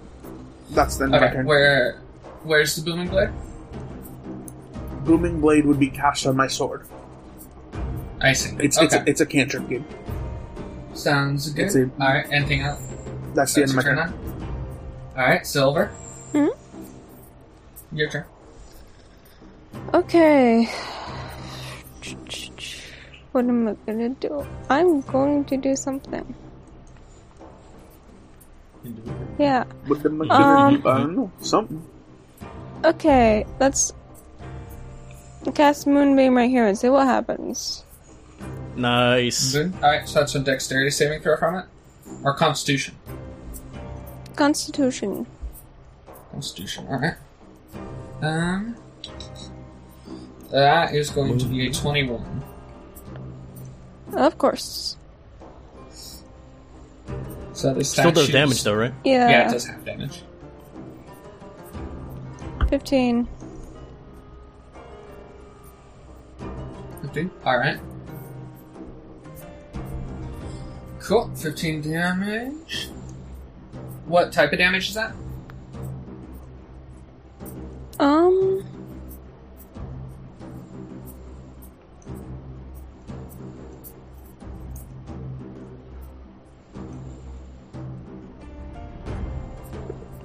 B: that's the end of my
A: Okay,
B: turn.
A: where where's the booming blade?
B: Booming blade would be cast on my sword.
A: I see.
B: It's it's
A: okay.
B: a, it's a cantrip game.
A: Sounds good.
B: it's a-
A: All right, anything else?
B: That's the end
A: That's
B: of my
A: your
B: turn.
A: turn now? All right, silver.
E: Mhm.
A: Your turn.
E: Okay. What am I gonna do? I'm going to do something. Yeah.
B: What the monkey
E: Um,
B: I don't know something.
E: Okay. Let's cast Moonbeam right here and see what happens.
C: Nice.
A: All right, so that's a dexterity saving throw from it, or Constitution.
E: Constitution.
A: Constitution. All right. Um, that is going to be a twenty-one.
E: Of course.
A: So the
C: Still
A: statue's-
C: does damage, though, right?
E: Yeah.
A: Yeah, it does have damage.
E: 15.
A: Fifteen. All right. Cool. Fifteen damage. What type of damage is that?
E: Um.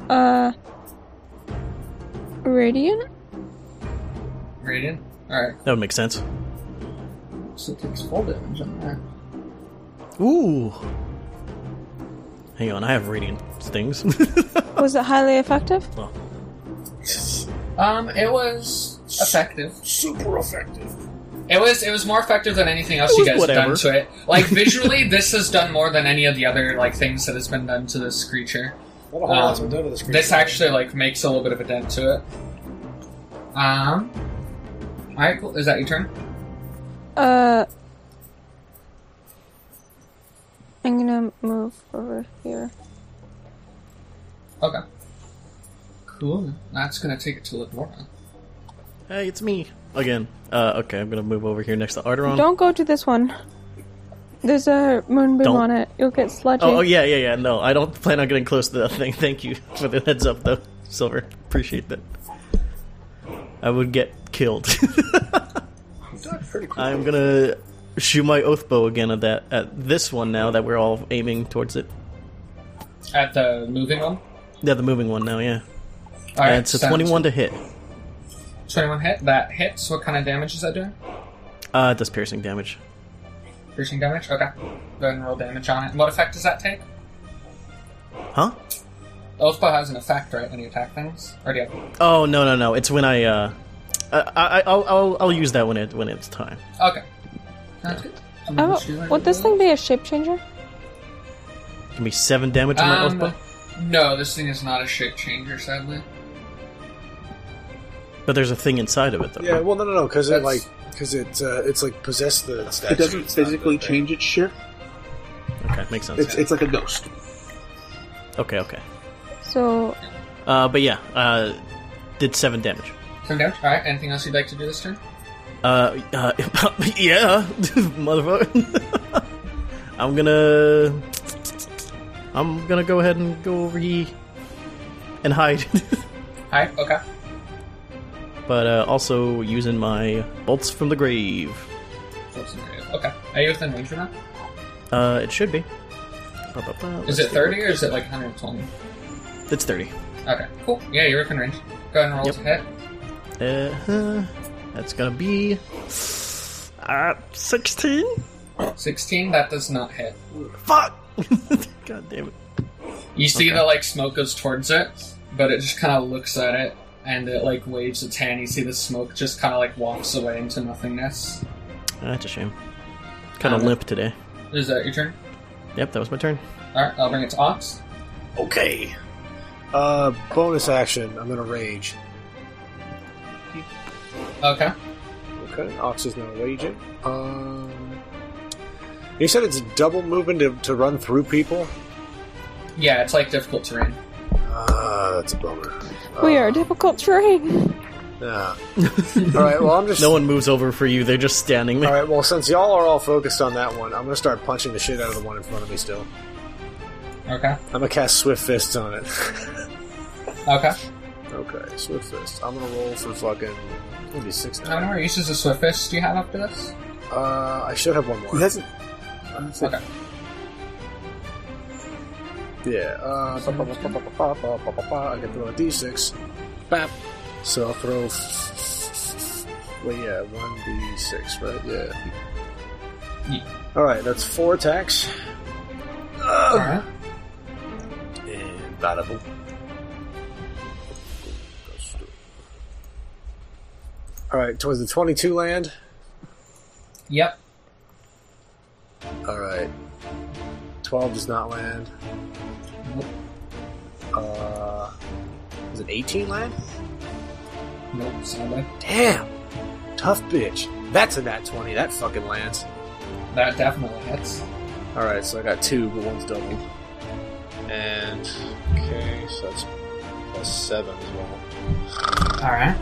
E: Uh. Radiant?
A: Radiant. All right.
C: That would make sense.
A: So it takes full damage on that.
C: Ooh. Hang on, I have radiant things. <laughs>
E: Was it highly effective?
A: Um, it was effective.
D: Super effective.
A: It was it was more effective than anything else
C: It
A: you
C: was
A: guys have
C: whatever.
A: done to it.
C: <laughs>
A: Like visually, this has done more than any of the other like things that has been done to this creature.
D: What a whole lot's
A: Um,
D: been done to this creature.
A: This actually like makes a little bit of a dent to it. Um. All right, cool. Is that your turn?
E: Uh. I'm gonna move over here.
A: Okay. Cool. That's gonna take it to Livora.
C: hey, it's me. Again. Uh, okay, I'm gonna move over here next to Arteron.
E: Don't go to this one. There's a moonbeam
C: Don't-
E: on it. You'll get sludgy.
C: Oh, oh, yeah, yeah, yeah. No, I don't plan on getting close to that thing. <laughs> Thank you for the heads up, though, Silver. Appreciate that. I would get killed. <laughs>
D: That's pretty cool.
C: I'm gonna shoot my oath bow again at that at this one now that we're all aiming towards it.
A: At the moving one.
C: Yeah, the moving one now. Yeah,
A: All right.
C: and it's a
A: sounds-
C: 21 to hit.
A: Twenty-one hit. That hits. What kind of damage is that doing?
C: Uh, it does piercing damage.
A: Piercing damage. Okay. Go ahead and roll damage on it. What effect does that take?
C: Huh?
A: Oathbow has an effect, right, when you attack things? Or do you have
C: Oh no no no! It's when I uh, I, I I'll, I'll I'll use that when it when it's time.
A: Okay. Sounds good.
E: Oh, would this thing be a shape changer?
C: Give me seven damage on my
A: Um,
C: oath bow.
A: no, this thing is not a shape changer, sadly.
C: But there's a thing inside of it though.
D: Yeah,
C: right?
D: well, no, no, no, because it
A: That's-
D: like because it uh, it's like possessed the statue.
B: It doesn't
D: It's not
B: physically
D: the thing.
B: change its shape.
C: Okay, makes sense.
B: It's it's like a ghost.
C: Okay okay.
E: So,
C: Uh, but yeah, uh, did seven damage.
A: Some damage. All right. Anything else you'd like to do this turn?
C: Uh, uh <laughs> yeah, <laughs> motherfucker. <laughs> I'm gonna, I'm gonna go ahead and go over here and hide, <laughs>
A: Hi. Okay.
C: but uh, also using my bolts from the grave.
A: Close and grave. Okay. Are you within range or not?
C: Uh, it should be. Ba, ba, ba,
A: Is
C: let's
A: it
C: see.
A: thirty or is it like one hundred twenty?
C: It's thirty.
A: Okay, cool. Yeah, you're within range. Go ahead and roll
C: Yep.
A: to hit.
C: Uh-huh. That's gonna be uh, sixteen.
A: 16, that does not hit.
C: Fuck! <laughs> God damn it!
A: You see
C: Okay.
A: the like smoke goes towards it, but it just kind of looks at it and it like waves its hand. You see the smoke just kind of like walks away into nothingness.
C: That's a shame. Kind of
A: Um,
C: limp today.
A: Is that your turn?
C: Yep, that was my turn.
A: All right, I'll bring it to Ox.
D: Okay. Uh, bonus action. I'm gonna rage.
A: Okay.
D: Okay. Ox is now raging. Um, you said it's double movement to, to run through people.
A: Yeah, it's like difficult terrain.
D: Uh, that's a bummer.
E: We
D: Uh,
E: are a difficult terrain.
D: Yeah. all
C: <laughs>
D: right. Well, I'm just.
C: No one moves over for you. They're just standing
D: All
C: there.
D: right. Well, since y'all are all focused on that one, I'm gonna start punching the shit out of the one in front of me. Still,
A: Okay.
D: I'm gonna cast swift fists on it. <laughs>
A: Okay.
D: okay, swift fist. I'm gonna roll for fucking. It's gonna be six
A: How many
D: now.
A: more uses of Swift Fist do you have after this?
D: Uh, I should have one more.
B: That's, that's
A: Okay.
D: Yeah. Uh, ba- ba- ba- ba- ba- ba- ba- ba- ba- ba- I can throw a d6. Bap. So I'll throw. F- f- f- well, yeah, one d6, right? Yeah. All right, that's four attacks.
A: All right.
D: And bada boom. All right, towards the twenty-two land.
A: Yep.
D: All right, twelve does not land.
A: Nope.
D: Uh, is it eighteen land?
A: Nope. Sadly,
D: Damn! Tough bitch. That's a nat 20. That fucking lands.
A: that definitely hits.
D: Alright, so I got two, but one's doubled. And. Okay, so that's plus seven as well.
A: All right.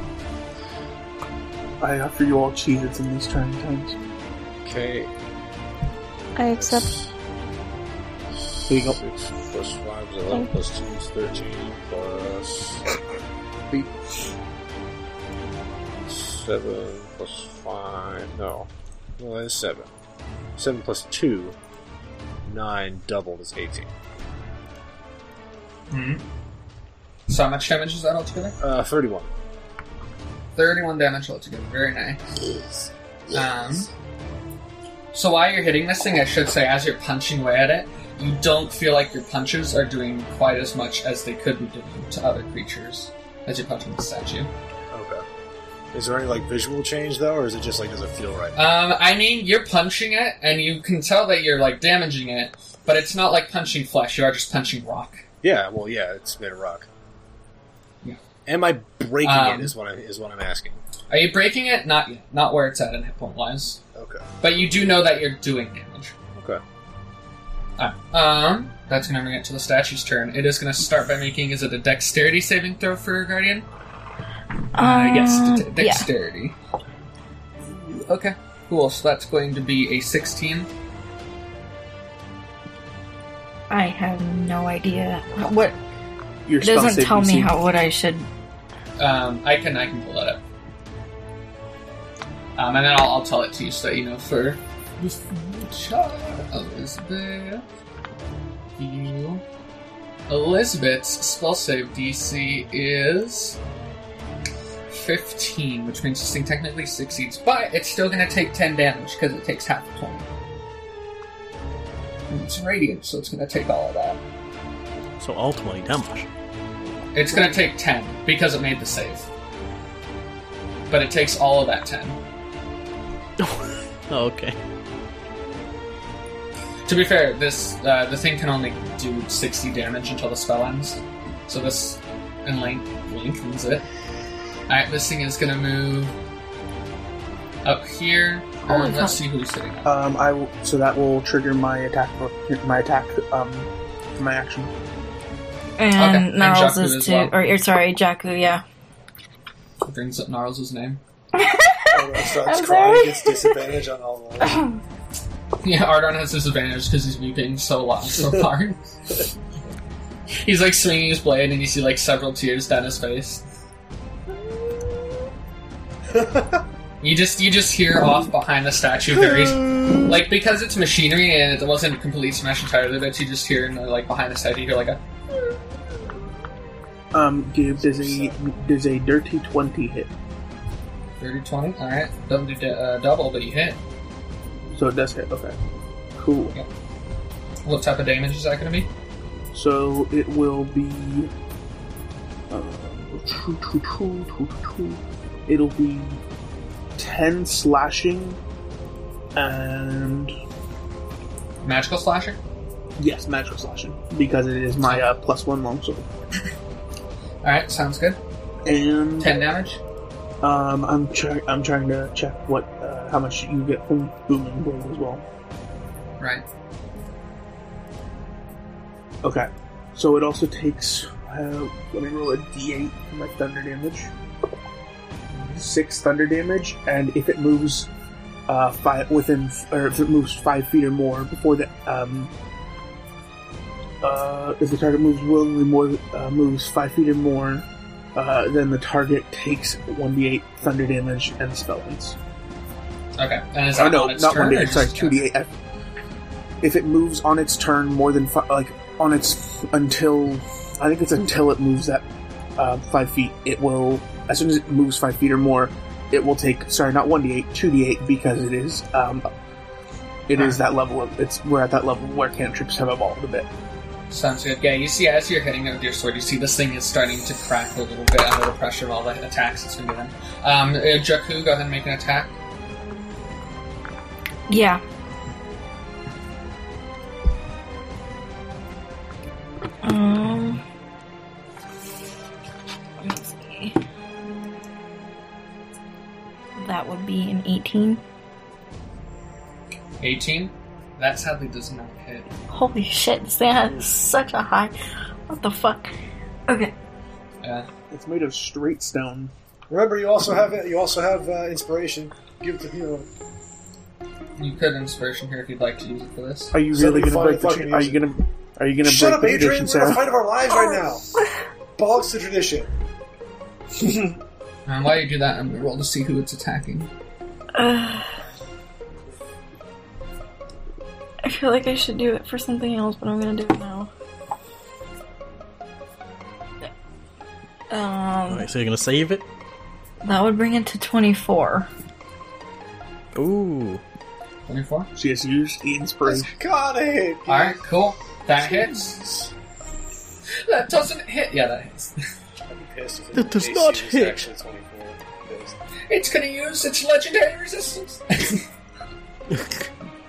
B: I offer you all cheez in these trying times.
D: Okay.
E: I accept.
B: Here you go.
D: Six plus five is 11, plus two is 13, plus. Beep. Seven plus five. No. No, that is seven. Seven plus two. Nine doubled is 18.
A: hmm So how much damage is that altogether?
D: Uh, 31.
A: Thirty-one damage altogether. Very nice. Um, so while you're hitting this thing, I should say, as you're punching away at it, you don't feel like your punches are doing quite as much as they could be doing to other creatures as you're punching the statue.
D: Okay. Is there any like visual change though, or is it just like does it feel right?
A: Um, I mean, you're punching it, and you can tell that you're like damaging it, but it's not like punching flesh. You are just punching rock.
D: Yeah. Well, yeah, it's made of rock.
A: Yeah.
D: Am I breaking
A: Um,
D: it? Is what I, is what I'm asking.
A: Are you breaking it? Not yet. Not where it's at in hit point wise.
D: Okay.
A: But you do know that you're doing damage.
D: Okay.
A: Alright. Um, that's gonna bring it to the statue's turn. It is gonna start by making is it a dexterity saving throw for your guardian? uh, yes, de-
F: Um, yeah.
A: dexterity. Okay, cool. So that's going to be a sixteen.
F: I have no idea. What
B: Your
F: it
B: spell
F: doesn't
B: saving
F: tell me
B: save.
F: how what I should.
A: Um, I can I can pull that up. Um, and then I'll, I'll tell it to you so that you know for the future. Elizabeth, you. Elizabeth's spell save DC is 15, which means this thing technically succeeds, but it's still going to take 10 damage because it takes half of 20. And it's radiant, so it's going to take all of that.
C: So all twenty damage.
A: It's going to take 10 because it made the save. But it takes all of that 10.
C: Oh, okay.
A: To be fair, this uh, the thing can only do 60 damage until the spell ends. So this and length lengthens it. Alright, this thing is going to move up here.
F: Holy
A: Um,
F: fuck.
A: let's see who's sitting up.
B: Um, I will, so that will trigger my attack, my attack, um, my
F: <laughs>
B: action.
A: Okay,
F: And
A: and
F: Gnarls
A: Jakku
F: is
A: as
F: too.
A: well.
F: Or, or sorry, Jakku. Yeah.
A: It brings up Gnarls' name.
D: starts
F: I'm sorry.
D: Gets disadvantage on all
F: <laughs>
D: rolls.
A: Yeah, Ardon has disadvantage because he's weeping so loud, so hard. he's like swinging his blade, and you see like several tears down his face. you just you just hear off behind the statue very like because it's machinery and it wasn't a complete smash entirely, but you just hear in the, like behind the statue you hear like a
B: Um, Gabe does a does a dirty twenty hit,
A: 30, 20? Alright. Doesn't do da- uh, double, but you hit.
B: so it does hit. Okay, cool.
A: What type of damage is that going to be?
B: So it will be. Uh, it'll be 10 slashing and.
A: Magical slasher?
B: Yes, magical slashing. Because it is my uh, plus one longsword.
A: Alright, sounds good.
B: And
A: 10 damage?
B: um, I'm, try- I'm trying to check what uh, how much you get from Booming Blade as well.
A: Right.
B: Okay. So it also takes. Uh, let me roll a d8 for my thunder damage. Six thunder damage, and if it moves uh, five within, or if it moves five feet or more before the, um, uh, if the target moves willingly more, uh, moves five feet or more, uh, then the target takes one d8 thunder damage and the spell ends.
A: Okay. And is that
B: Oh no,
A: on its
B: not
A: turn,
B: one
A: or
B: d8. Sorry,
A: just-
B: two d8. If it moves on its turn more than fi- like on its until I think it's until it moves that uh, five feet, it will as soon as it moves five feet or more, it will take sorry not one d8, two d8 because it is um it is that level of it's we're at that level where cantrips have evolved a bit.
A: Sounds good. Yeah, you see, as you're hitting it with your sword, you see this thing is starting to crack a little bit under the pressure of all the attacks it's been given. Um, uh, Jakku, go ahead and make an attack.
F: Yeah. Um. Let's see. That would be an 18.
A: 18. That sadly does not hit.
F: Holy shit, this thing has such a high. What the fuck? Okay.
A: Uh,
B: It's made of straight stone.
D: Remember, you also have you also have uh, inspiration. Give it to hero.
A: you could inspiration here if you'd like to use it for this.
B: Are you
D: So
B: really
D: you
B: going to break the?
D: fucking
B: Tra- are
D: use
B: you going to? Are you going to
D: Shut
B: break
D: up,
B: the
D: Adrian.
B: tradition,
D: We're in the
B: Sarah?
D: fight of our lives right now. Bollocks to tradition.
A: And Um, while you do that, I'm going to roll to see who it's attacking.
F: Uh, I feel like I should do it for something else, but I'm gonna do it now. Um,
C: Alright, so you're gonna save it?
F: that would bring it to 24.
C: Ooh.
A: 24.
B: She has used the inspiration.
D: God, I hate you.
A: Alright, cool. That hits. That doesn't hit. Yeah, that hits. <laughs>
D: I'd be pissed if
C: That
D: it-
C: does
D: AC
C: not
D: was
C: hit.
D: actually 24. Pissed.
A: It's going to use its legendary resistance. <laughs>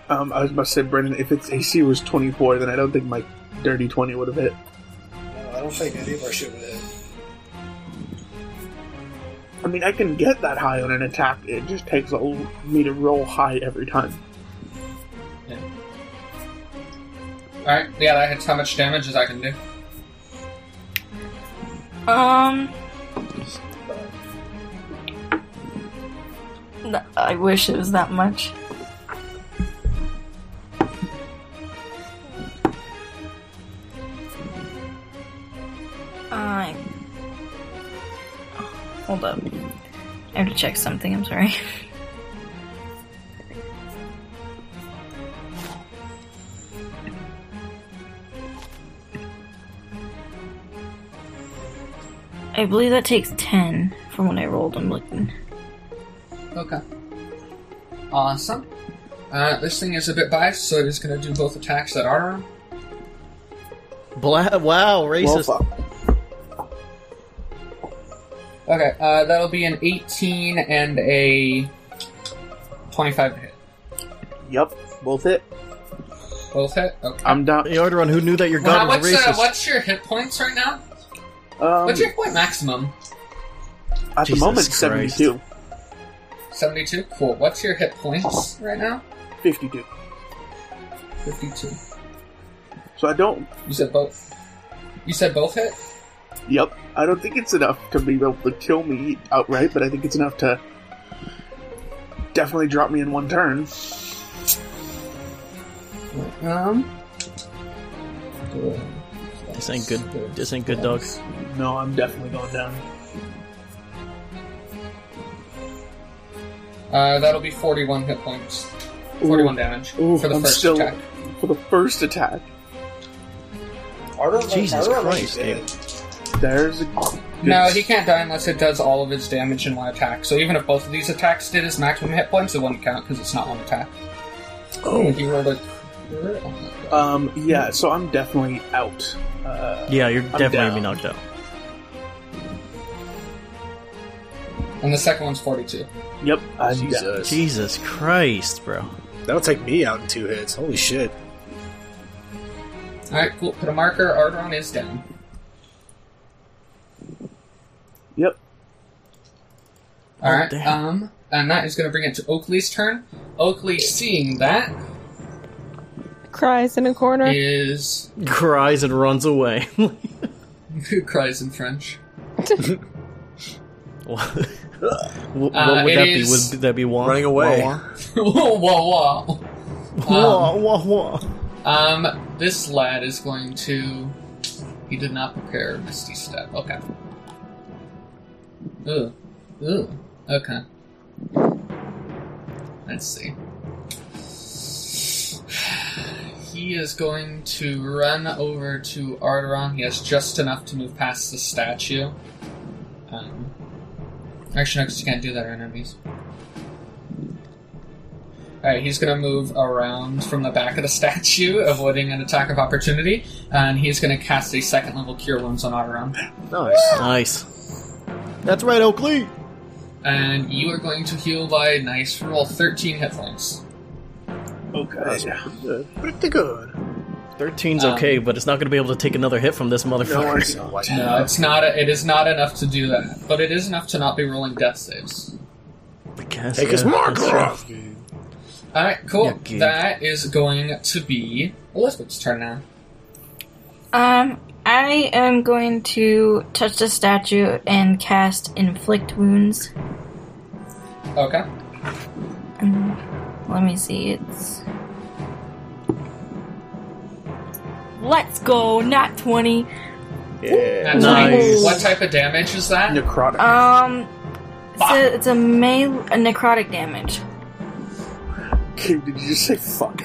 B: Um, I was about to say, Brendan, if its AC was 24, then I don't think my dirty 20 would have hit.
D: No, I don't think any of our shit would hit.
B: I mean, I can get that high on an attack. It just takes a l- me to roll high every time.
A: Alright, yeah, that hits how much damage as I can do.
F: Um. th- I wish it was that much. I. Hold up. I have to check something, I'm sorry. <laughs> I believe that takes 10 from when I rolled. I'm looking.
A: Okay. Awesome. Uh, this thing is a bit biased, so it is going to do both attacks that are on.
C: Bla- wow,
B: Well,
C: racist.
B: fuck.
A: Okay, uh, that'll be an 18 and a 25 to hit.
B: Yep, both hit.
A: Both hit? Okay.
B: I'm down.
C: the order on who knew that your
A: Wow,
C: god was
A: what's, uh,
C: racist.
A: what's your hit points right now?
B: Um,
A: what's your hit point maximum?
B: at the
C: Jesus
B: moment,
C: Christ.
B: 72.
A: 72? Cool. What's your hit points right now?
B: 52.
A: 52.
B: So I don't.
A: You said both. You said both hit?
B: Yep. I don't think it's enough to be able to kill me outright, but I think it's enough to definitely drop me in one turn.
A: Um.
C: This ain't good. This ain't good, dog.
B: No, I'm definitely going down.
A: Uh, that'll be 41 hit points. 41 damage
B: Ooh,
A: for the
B: I'm
A: first
B: still
A: attack.
B: for the first attack.
D: Ardo,
C: Jesus
D: Ardo,
C: Christ,
D: dead.
C: David.
B: There's a good
A: No, he can't die unless it does all of its damage in one attack. So even if both of these attacks did his maximum hit points, it wouldn't count because it's not one attack.
D: Oh,
A: He rolled a.
B: Um, yeah, so I'm definitely out. Uh,
C: Yeah, you're definitely gonna be
B: down.
C: knocked out.
A: And the second one's 42.
B: yep, uh, I'm down.
D: Jesus.
C: Jesus Christ, bro.
D: That'll take me out in two hits. Holy shit.
A: Alright, cool. Put a marker. Ardron is down.
B: Yep.
A: All right.
C: damn.
A: um, and that is going to bring it to Oakley's turn. Oakley, seeing that,
E: Cries in a corner.
A: is <laughs>
C: Cries and runs away. <laughs>
A: who cries in French? <laughs>
C: what, what
A: Uh,
C: would
A: it
C: that
A: is-
C: be? Would that be Wah?
D: Running away.
C: Wah,
A: whoa, whoa, whoa!
C: wah, wah, wah.
A: Um, um, this lad is going to. He did not prepare Misty Step. Okay. Ooh, ooh. Okay. Let's see. <sighs> He is going to run over to Arderon. He has just enough to move past the statue. Um, actually, no, because you can't do that on enemies. Alright, he's going to move around from the back of the <laughs> statue, avoiding an attack of opportunity, and he's going to cast a second level Cure Wounds on Arderon.
D: Nice.
C: Nice. That's right, Oakley.
A: And you are going to heal by, nice roll, 13 hit points.
B: Okay.
D: Pretty good.
C: 13's
A: Um,
C: okay, but it's not gonna be able to take another hit from this <laughs>
D: No,
C: motherfucker.
D: it's not like
A: No, it's not. A, it is not enough to do that, but it is enough to not be rolling death saves.
C: I guess,
D: Take his
C: yeah,
D: marker
C: that's true.
D: off.
A: All right, cool.
C: Yeah, good.
A: That is going to be Elizabeth's turn now.
F: Um, I am going to touch the statue and cast inflict wounds.
A: Okay.
F: Um, let me see. It's let's go. Not twenty.
D: Yeah.
A: That's
C: Nice.
A: What type of damage is that?
B: Necrotic.
F: Um, it's a, it's a male a necrotic damage.
B: Okay, did you just say fuck?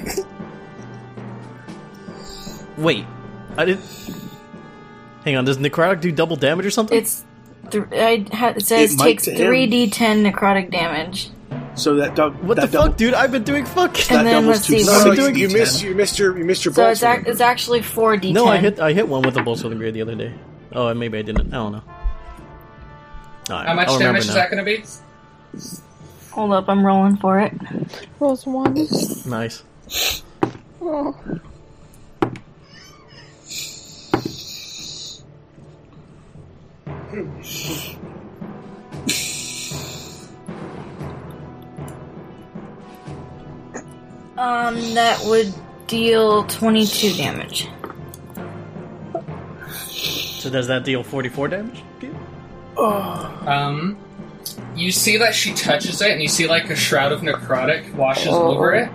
C: Wait, I did. Hang on, does necrotic do double damage or something?
F: It's th- I ha- it says
B: It might
F: takes
B: to him.
F: three d10 necrotic damage.
B: so that dog.
C: what the
B: that double,
C: fuck, dude? I've been doing fuck.
F: And
B: that
F: then
B: doubles
F: let's
B: to
F: see,
D: No, no,
C: What
B: six
C: am I
D: you,
C: doing?
D: you
B: D10.
D: missed you missed your you missed your
F: So
D: bolts.
F: it's, ac- it's actually four
C: <laughs>
F: d10.
C: No, I hit I hit one with a bolts of the grid the other day. Oh, and maybe I didn't. I don't know. All right,
A: How much
C: I'll remember
A: damage is
C: now.
A: that going to be?
F: Hold up, I'm rolling for it.
E: Rolls one.
C: Nice.
E: Oh.
F: Um, that would deal 22 damage.
C: So does that deal 44 damage?
A: Um, you see that she touches it, and you see like a shroud of necrotic washes
D: Oh.
A: over it.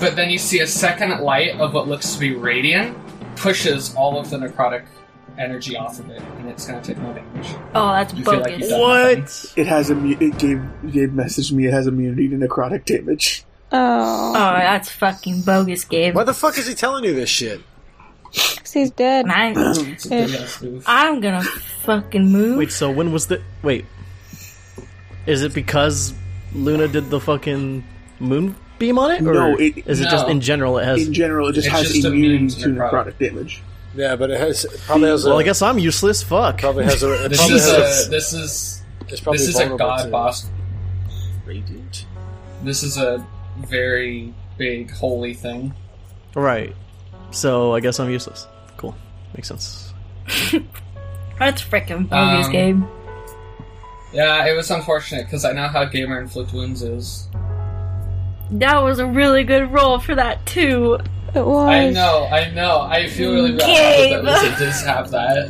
A: But then you see a second light of what looks to be radiant pushes all of the necrotic energy off of it, and it's going to take no damage.
F: Oh, that's
A: You feel like you
F: bogus.
A: died.
C: What?
B: It has immu- it gave gave messaged me. It has immunity to necrotic damage.
F: oh,
E: Oh,
F: that's fucking bogus, Gabe.
D: Why the fuck is he telling you this shit?
E: 'cause he's dead. <clears throat>
F: And I,
E: Ish.
F: I'm gonna fucking move.
C: Wait, so when was the Wait. Is it because Luna did the fucking moonbeam on it or
B: No, it-
C: is it just
A: No.
C: in general it has
B: In general, it just
A: It's
B: has
A: just
B: immunity
A: immune to
B: to
A: necrotic.
B: necrotic damage.
D: Yeah, but it has probably has.
C: Well,
D: a,
C: I guess I'm useless. Fuck.
D: probably has a. It
A: This
D: probably
A: is
D: has
A: a this is
D: it's probably
A: this is a
D: vulnerable
A: god
D: to
A: boss.
D: Radiant.
A: This is a very big holy thing.
C: Right. So I guess I'm useless. Cool. Makes sense.
F: That's freaking bogus,
A: Um,
F: Gabe.
A: Yeah, it was unfortunate because I know how gamer inflict wounds is.
F: That was a really good roll for that, too.
E: It was.
A: I know, I know. I feel really bad about that Lisa does have that.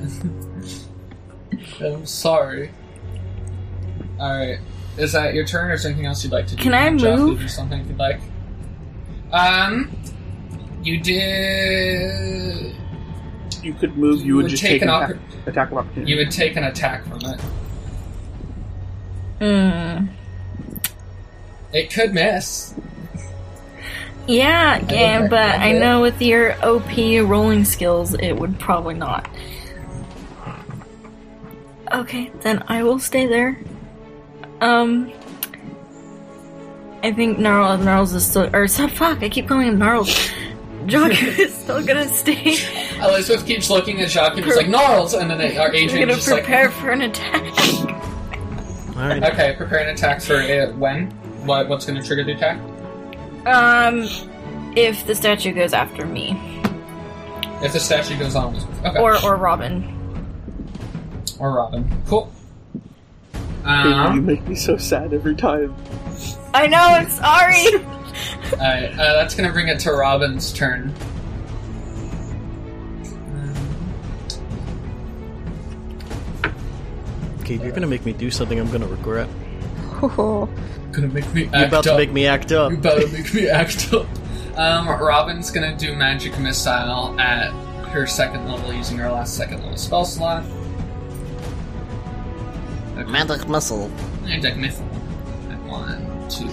F: <laughs>
A: I'm sorry. Alright. Is that your turn or is there anything else you'd like to do?
F: Can I
A: Jeff,
F: move?
A: Do something if you'd like. Um you did
B: You could move. You would,
A: Would
B: just
A: take
B: take,
A: an
B: an
A: oppor-
B: attack, attack of opportunity.
A: you would take an attack from it.
F: Hmm.
A: It could miss.
F: Yeah, Gabe,
A: recommend
F: but I
A: it.
F: know with your OP rolling skills, it would probably not. Okay, then I will stay there. Um, I think Gnarl Gnarls is still or <laughs> so fuck. I keep calling him Gnarls. Joku <laughs> is still gonna stay.
A: Elizabeth keeps looking at Jacques and is like, Gnarls! And then our
F: We're
A: Adrian
F: gonna
A: just like,
F: prepare for an attack.
C: All right.
A: okay, prepare an attack for uh, when? What, what's going to trigger the attack?
F: Um, if the statue goes after me
A: If the statue goes on. Okay.
F: or or Robin,
A: Or Robin. Cool.
B: Baby, you
A: Um,
B: make me so sad every time.
F: I know. I'm <laughs> sorry.
A: alright, uh, that's going to bring it to Robin's turn.
C: Okay, you're gonna make me do something I'm gonna regret.
E: Oh,
A: Gonna make me
C: You're about to make me act up.
A: You better make me act up. Um, Robin's gonna do magic missile at her second level using her last second level spell slot.
C: Magic muscle.
A: Magic missile. And One, two.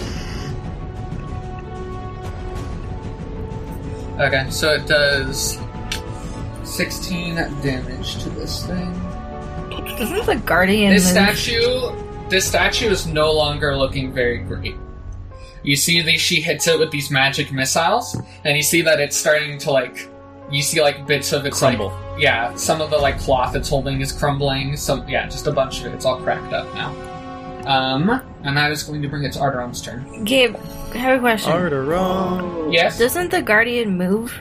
A: Okay, so it does 16 damage to this thing.
F: Isn't the guardian?
A: This
F: move-
A: statue, this statue is no longer looking very great. You see that she hits it with these magic missiles, and you see that it's starting to like. You see like bits of its like-
C: Crumble.
A: yeah, some of the like cloth it's holding is crumbling. Some yeah, just a bunch of it. It's all cracked up now. Um, and I was going to bring it to Arderon's turn.
F: Gabe, I have a question.
C: Art or wrong.
A: Yes,
F: Doesn't the guardian move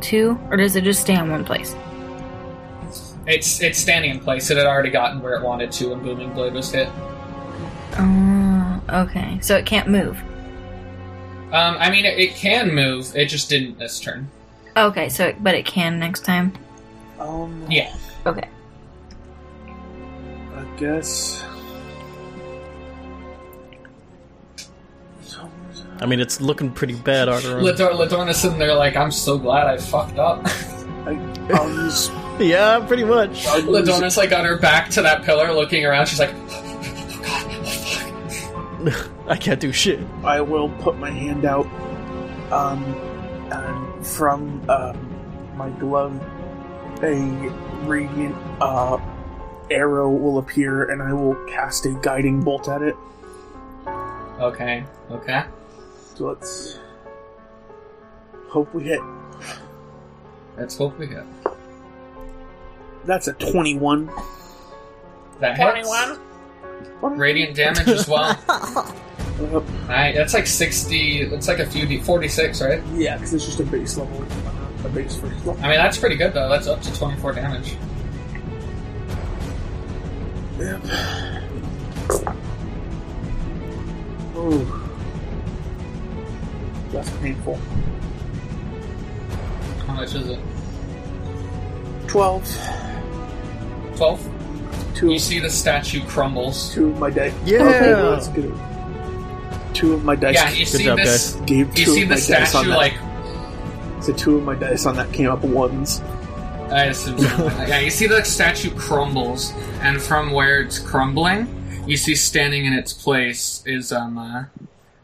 F: too, or does it just stay on one place?
A: it's it's standing in place. It had already gotten where it wanted to when Booming Blade was hit.
F: Oh, okay. So it can't move.
A: Um, I mean, it, it can move. It just didn't this turn.
F: Okay, so it, but it can next time.
B: Um,
A: Yeah.
F: Okay.
B: I <laughs> guess.
C: I mean, it's looking pretty bad, Arteron.
A: Lador- Ladorna's sitting there like, I'm so glad I fucked up. <laughs>
B: I, I'll use.
C: yeah, pretty much.
B: I'll use-
A: Ladorna's like on her back to that pillar, looking around. She's like,
C: I can't do shit.
B: I will put my hand out, um, and from um, my glove, a radiant uh, arrow will appear, and I will cast a guiding bolt at it.
A: okay, okay.
B: So let's hope we hit.
A: Let's hope we hit.
B: That's a twenty-one.
A: That hits. Radiant damage as well.
B: Uh,
A: Alright, that's like 60, that's like a few, D- 46, right?
B: yeah, because it's just a base level, uh, a base first level.
A: I mean, that's pretty good though. That's up to 24 damage.
B: Yep. Oh, that's painful.
A: How much is it?
B: Twelve.
A: 12?
B: Two.
A: You see the statue crumbles.
B: Two of my dice.
C: Yeah.
B: Okay, well, that's good. Two of my dice.
A: Yeah, you
C: Good
A: see
C: job,
A: this.
B: gave two
A: You see
B: of
A: the
B: my dice on
A: statue
B: that.
A: like
B: so two of my dice on that came up ones.
A: I assume.
C: <laughs>
A: so. yeah, you see the statue crumbles, and from where it's crumbling, you see standing in its place is um uh,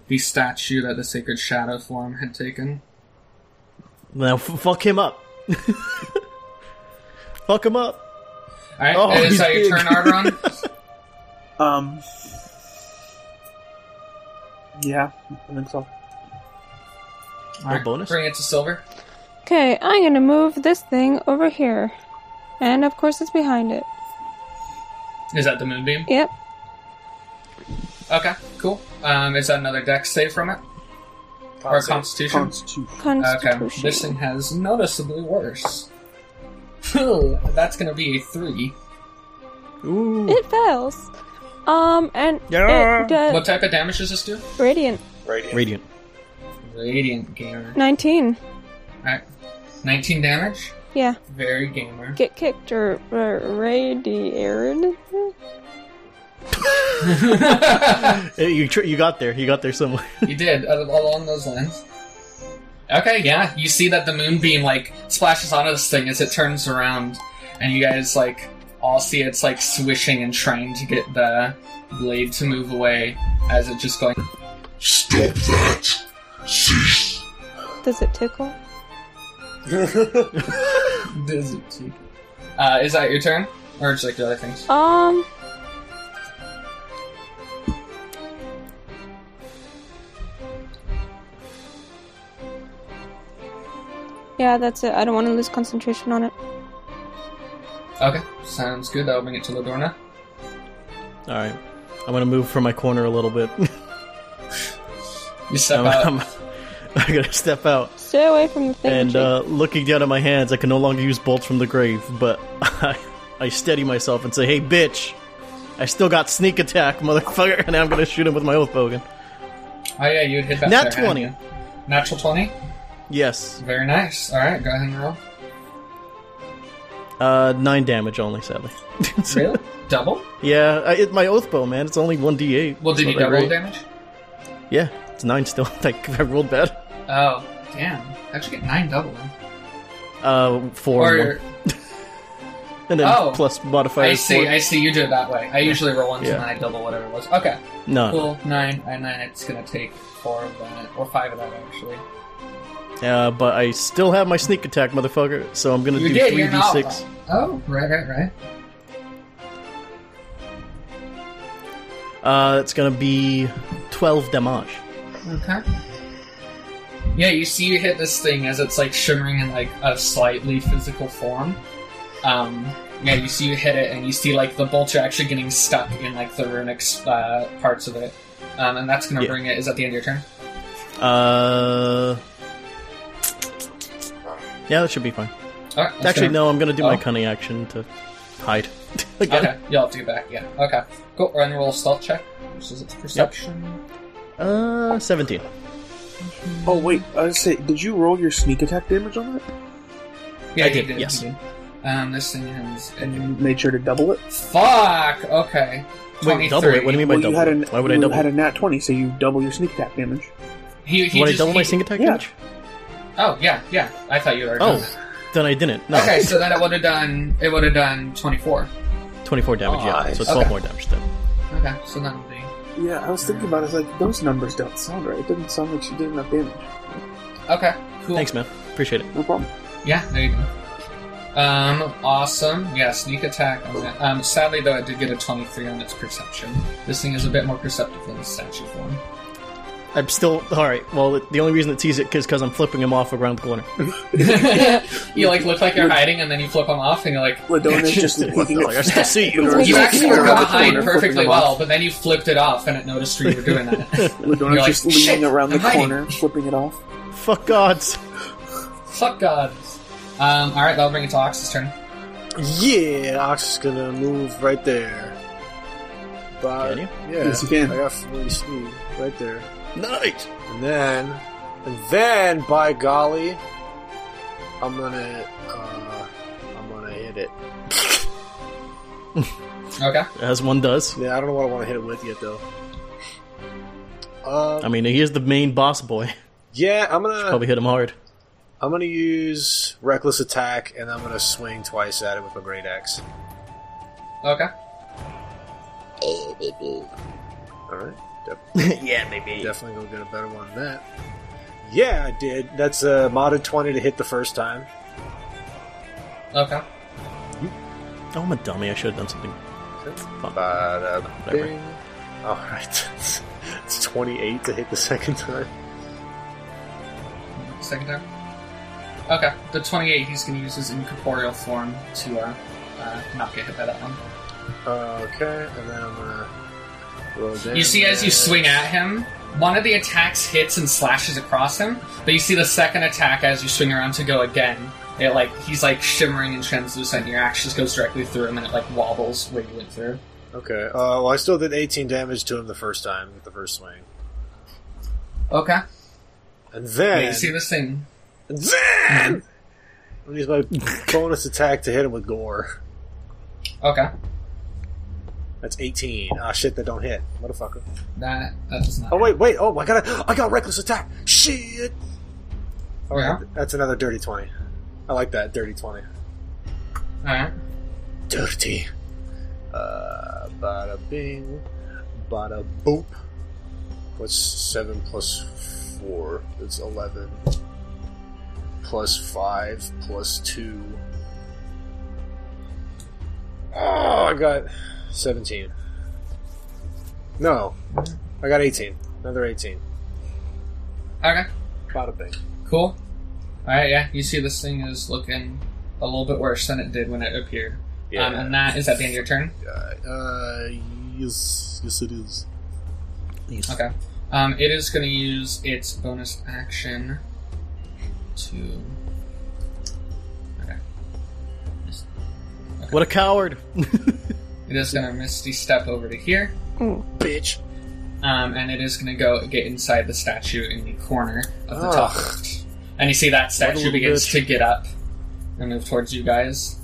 A: the statue that the sacred shadow form had taken.
C: Now f- fuck him up. <laughs> fuck him up.
A: All right,
C: Oh,
A: is that
C: he's
A: your turn,
C: big. <laughs>
A: Arderon?
B: Um. Yeah, I think so.
A: All right,
C: bonus?
A: Bring it to silver.
E: Okay, I'm gonna move this thing over here. And of course, it's behind it.
A: Is that the moonbeam?
E: Yep.
A: Okay, cool. Um, is that another dex save from it or Constitution?
B: Constitution.
A: Okay,
E: Constitution.
A: this thing has noticeably worse. <laughs> That's gonna be a three.
C: Ooh.
E: It fails. Um, and
C: Yeah.
E: it does
A: What type of damage does this do?
E: radiant.
D: Radiant.
C: Radiant.
A: Radiant gamer.
E: Nineteen.
A: Alright. 19 damage.
E: Yeah.
A: Very gamer.
E: Get kicked or, or radiated.
C: Eh, You tr- you got there. You got there somewhere.
A: <laughs>
C: <laughs>
A: you did, uh, along those lines. Okay, yeah. You see that the moonbeam, like, splashes onto this thing as it turns around, and you guys, like, all see it's, like, swishing and trying to get the blade to move away as it just going.
G: Stop that! Cease!
E: Does it tickle?
D: <laughs>
A: Uh, is that your turn? Or just like the other things?
E: Um. Yeah, that's it. I don't want to lose concentration on it.
A: Okay, sounds good. I'll bring it to Ladorna.
C: All right. I'm gonna move from my corner a little bit.
A: You step
C: <laughs> I'm,
A: out.
C: I'm, <laughs> I'm gonna step out
E: Stay away from the thing.
C: and
E: Jake.
C: uh, looking down at my hands. I can no longer use bolts from the grave, but <laughs> I, I steady myself and say, "Hey, bitch! I still got sneak attack, motherfucker!" <laughs> And I'm gonna shoot him with my oath bogan.
A: Oh yeah, you would hit that.
C: Nat
A: with your hand,
C: 20.
A: yeah. Natural twenty.
C: Yes,
A: Very nice. All right, go ahead and roll.
C: uh, nine damage only, sadly. <laughs>
A: Really? <laughs> double?
C: yeah, I, it, my oath bow, man. It's only one d8.
A: Well, did
C: It's
A: you
C: not that
A: double
C: great.
A: damage?
C: Yeah, it's nine still. <laughs> like I rolled bad.
A: Oh, damn! How'd you get nine double? Then?
C: Uh, four, and,
A: Or
C: one. and then
A: Oh.
C: plus modifier.
A: I
C: is
A: see,
C: four.
A: I see. You do it that way. I usually roll once
C: Yeah. Uh-huh.
A: and then I double whatever it was. Okay,
C: no,
A: cool. Nine, I nine. It's gonna take four of that or five of that actually.
C: Uh, but I still have my sneak attack, motherfucker. So I'm gonna
A: You
C: do
A: did.
C: three
A: You're
C: d
A: not.
C: six.
A: Oh, right, right, right.
C: Uh, it's gonna be twelve damage.
A: Okay. Yeah, you see, you hit this thing as it's like shimmering in like a slightly physical form. Um, yeah, you see, you hit it, and you see like the bolts are actually getting stuck in like the runic uh, parts of it, um, and that's gonna
C: Yeah.
A: bring it. Is that the end of your turn?
C: Uh, yeah, that should be fine.
A: All right, that's
C: Actually,
A: gonna-
C: no, I'm gonna do
A: Oh.
C: my cunning action to hide. <laughs> Again.
A: Okay, you'll have to get back. Yeah. Okay. Cool. Run your roll stealth check. Which is its perception.
C: Uh, seventeen.
B: Oh wait, I was say, did you roll your sneak attack damage on that?
A: Yeah,
C: I
A: you
C: did,
A: you
C: yes.
A: did. Um, this thing has.
B: And you made sure to double it.
A: Fuck. Okay.
C: Wait, double it. What do you mean by
B: well, you
C: double?
B: had
C: it?
B: an,
C: Why would I
B: you
C: double?
B: had
C: it?
B: a nat twenty, so you double your sneak attack damage.
A: He, he
C: Would I
A: just-
C: double my
A: he-
C: sneak attack
B: yeah.
C: damage?
A: Oh yeah, yeah. I thought you were.
C: Oh, then I didn't. No,
A: Okay, so then it would have done. It would have done twenty-four.
C: twenty-four damage. yeah,
D: Nice.
C: so twelve
A: Okay.
C: more damage then.
A: Okay, so that would be.
B: Yeah, I was thinking about it. Like those numbers don't sound right. It doesn't sound like she did enough damage.
A: Okay. Cool.
C: Thanks, man. Appreciate it.
B: No problem.
A: Yeah, there you go. Um, awesome. Yeah, sneak attack on that. Um, sadly though, it did get a twenty-three on its perception. This thing is a bit more perceptive than the statue form.
C: I'm still all right. Well, the only reason it sees it is because I'm flipping him off around the corner. <laughs>
A: you like look like you're hiding, and then you flip them off, and you're like,
B: <laughs>
A: <laughs>
B: Ladona's just peeking
C: I still
B: at <laughs>
C: see you.
A: you
B: You're
A: actually
B: looking
A: were
B: around the
A: behind
B: corner, flipping
A: perfectly
B: them off.
A: well, but then you flipped it off, and it noticed you were doing that.
B: <laughs> Ladona's
A: You're
B: just
A: like,
B: leaning
A: "Shit,
B: around the
A: I'm hiding."
B: corner, flipping it off.
C: Fuck gods.
A: Fuck God. Um, all right, that'll bring it to Ox's turn.
D: Yeah, Ox is gonna move right there. But,
C: Can you?
D: Yeah,
B: Yes, you can.
D: I got 40 speed right there.
C: Night.
D: And then, and then, by golly, I'm gonna, uh, I'm gonna hit it.
A: Okay.
C: As one does.
D: Yeah, I don't know what I want to hit it with yet, though. Um,
C: I mean, he is the main boss boy.
D: yeah, I'm gonna,
C: Probably hit him hard.
D: I'm gonna use reckless attack, and I'm gonna swing twice at it with my great axe.
A: Okay.
D: All right,
C: <laughs> yeah, maybe.
D: definitely gonna get a better one than that. Yeah, I did. That's a modded 20 to hit the first time.
A: Okay.
C: Oh, I'm a dummy. I should have done something. Whatever.
D: Ba-da-bing. All <laughs> right, it's 28 to hit the second time.
A: Second time. Okay. The 28, he's going to use his incorporeal form to uh, uh, not get hit by that one.
D: Uh, Okay, and then I'm gonna roll down.
A: You see, as you swing at him, one of the attacks hits and slashes across him, but you see the second attack as you swing around to go again. It like he's like shimmering and translucent. and Your axe just goes directly through him, and it like wobbles where you went through.
D: Okay, uh, well, I still did 18 damage to him the first time with the first swing,
A: Okay.
D: and
A: Yeah,
D: then
A: you see this thing.
D: and then I'm gonna use my bonus attack to hit him with gore.
A: Okay.
D: That's 18. Ah, shit, that don't hit, motherfucker.
A: That that does not.
D: Oh wait, wait. Oh, I got a, I got reckless attack. Shit.
A: Oh,
D: All right, that's another dirty 20. I like that dirty 20.
A: All right.
D: dirty. Uh, bada bing, bada boop. What's seven plus four? That's eleven. Plus five, plus two. Oh, I got 17. No, I got 18. Another 18.
A: Okay.
D: Bada bing.
A: Cool. Alright, yeah, you see this thing is looking a little bit worse than it did when it appeared. Um, and that is at the end of your turn.
D: Uh, yes, yes, it is.
A: Okay. Um, it is going to use its bonus action to. Okay.
C: What a coward!
A: It is going to misty step over to here.
E: Ooh.
D: Bitch.
A: um, and it is going to go get inside the statue in the corner of the top. left. And you see that statue
C: little
A: begins
C: bitch.
A: to get up and move towards you guys.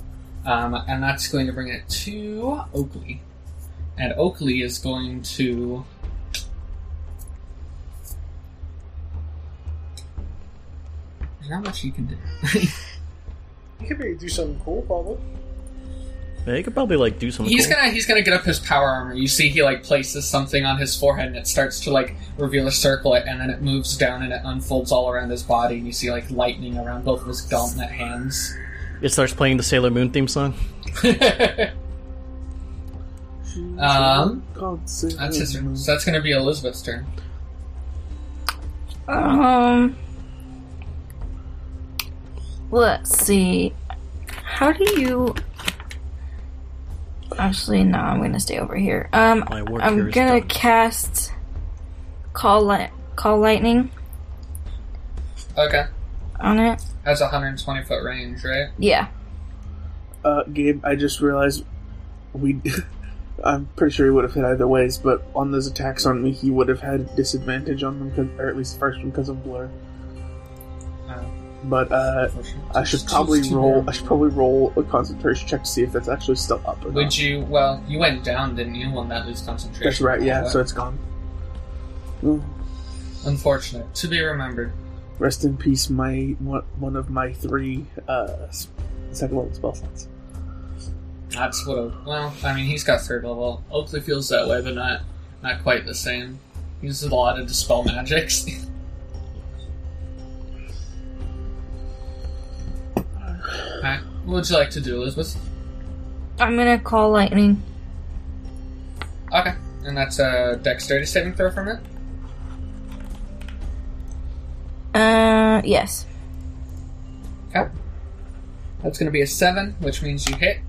A: Um, and that's going to bring it to Oakley. And Oakley is going to. There's not much you can do. <laughs>
D: You could be, do something cool, probably.
C: Yeah, he could probably like do something.
A: He's
C: cool.
A: gonna he's gonna get up his power armor. You see, he like places something on his forehead, and it starts to like reveal a circle, and then it moves down and it unfolds all around his body, and you see like lightning around both of his gauntlet hands. <laughs>
C: It starts playing the Sailor Moon theme song.
A: um,
B: God save
A: that's his turn.
B: me.
A: So that's gonna be Elizabeth's turn.
F: Um. Let's see. How do you? Actually, no. I'm gonna stay over here. Um,
C: My work here
F: I'm
C: is
F: gonna
C: done.
F: cast call light, call lightning
A: Okay,
F: on it.
A: that's a 120 foot range, right?
F: Yeah.
B: Uh, Gabe, I just realized we. <laughs> I'm pretty sure he would have hit either ways, but on those attacks on me, he would have had disadvantage on them, 'cause- or at least the first one because of blur.
A: Uh,
B: But uh, I should probably roll. I should probably roll a concentration check to see if that's actually still up. Or not.
A: Would you? Well, you went down, didn't you? On that lose concentration.
B: That's right. Yeah.
A: Uh,
B: So it's gone. Mm.
A: unfortunate to be remembered.
B: Rest in peace, my one, one of my three uh, s- second level spell slots.
A: That's what. Oak- Well, I mean, he's got third level. Oakley feels that way, but not not quite the same. He uses a lot of dispel magics. <laughs> Alright, What would you like to do, Elizabeth?
F: I'm gonna call lightning.
A: Okay, and that's a dexterity saving throw from it.
F: Uh, yes.
A: Okay, that's going to be a seven, which means you hit.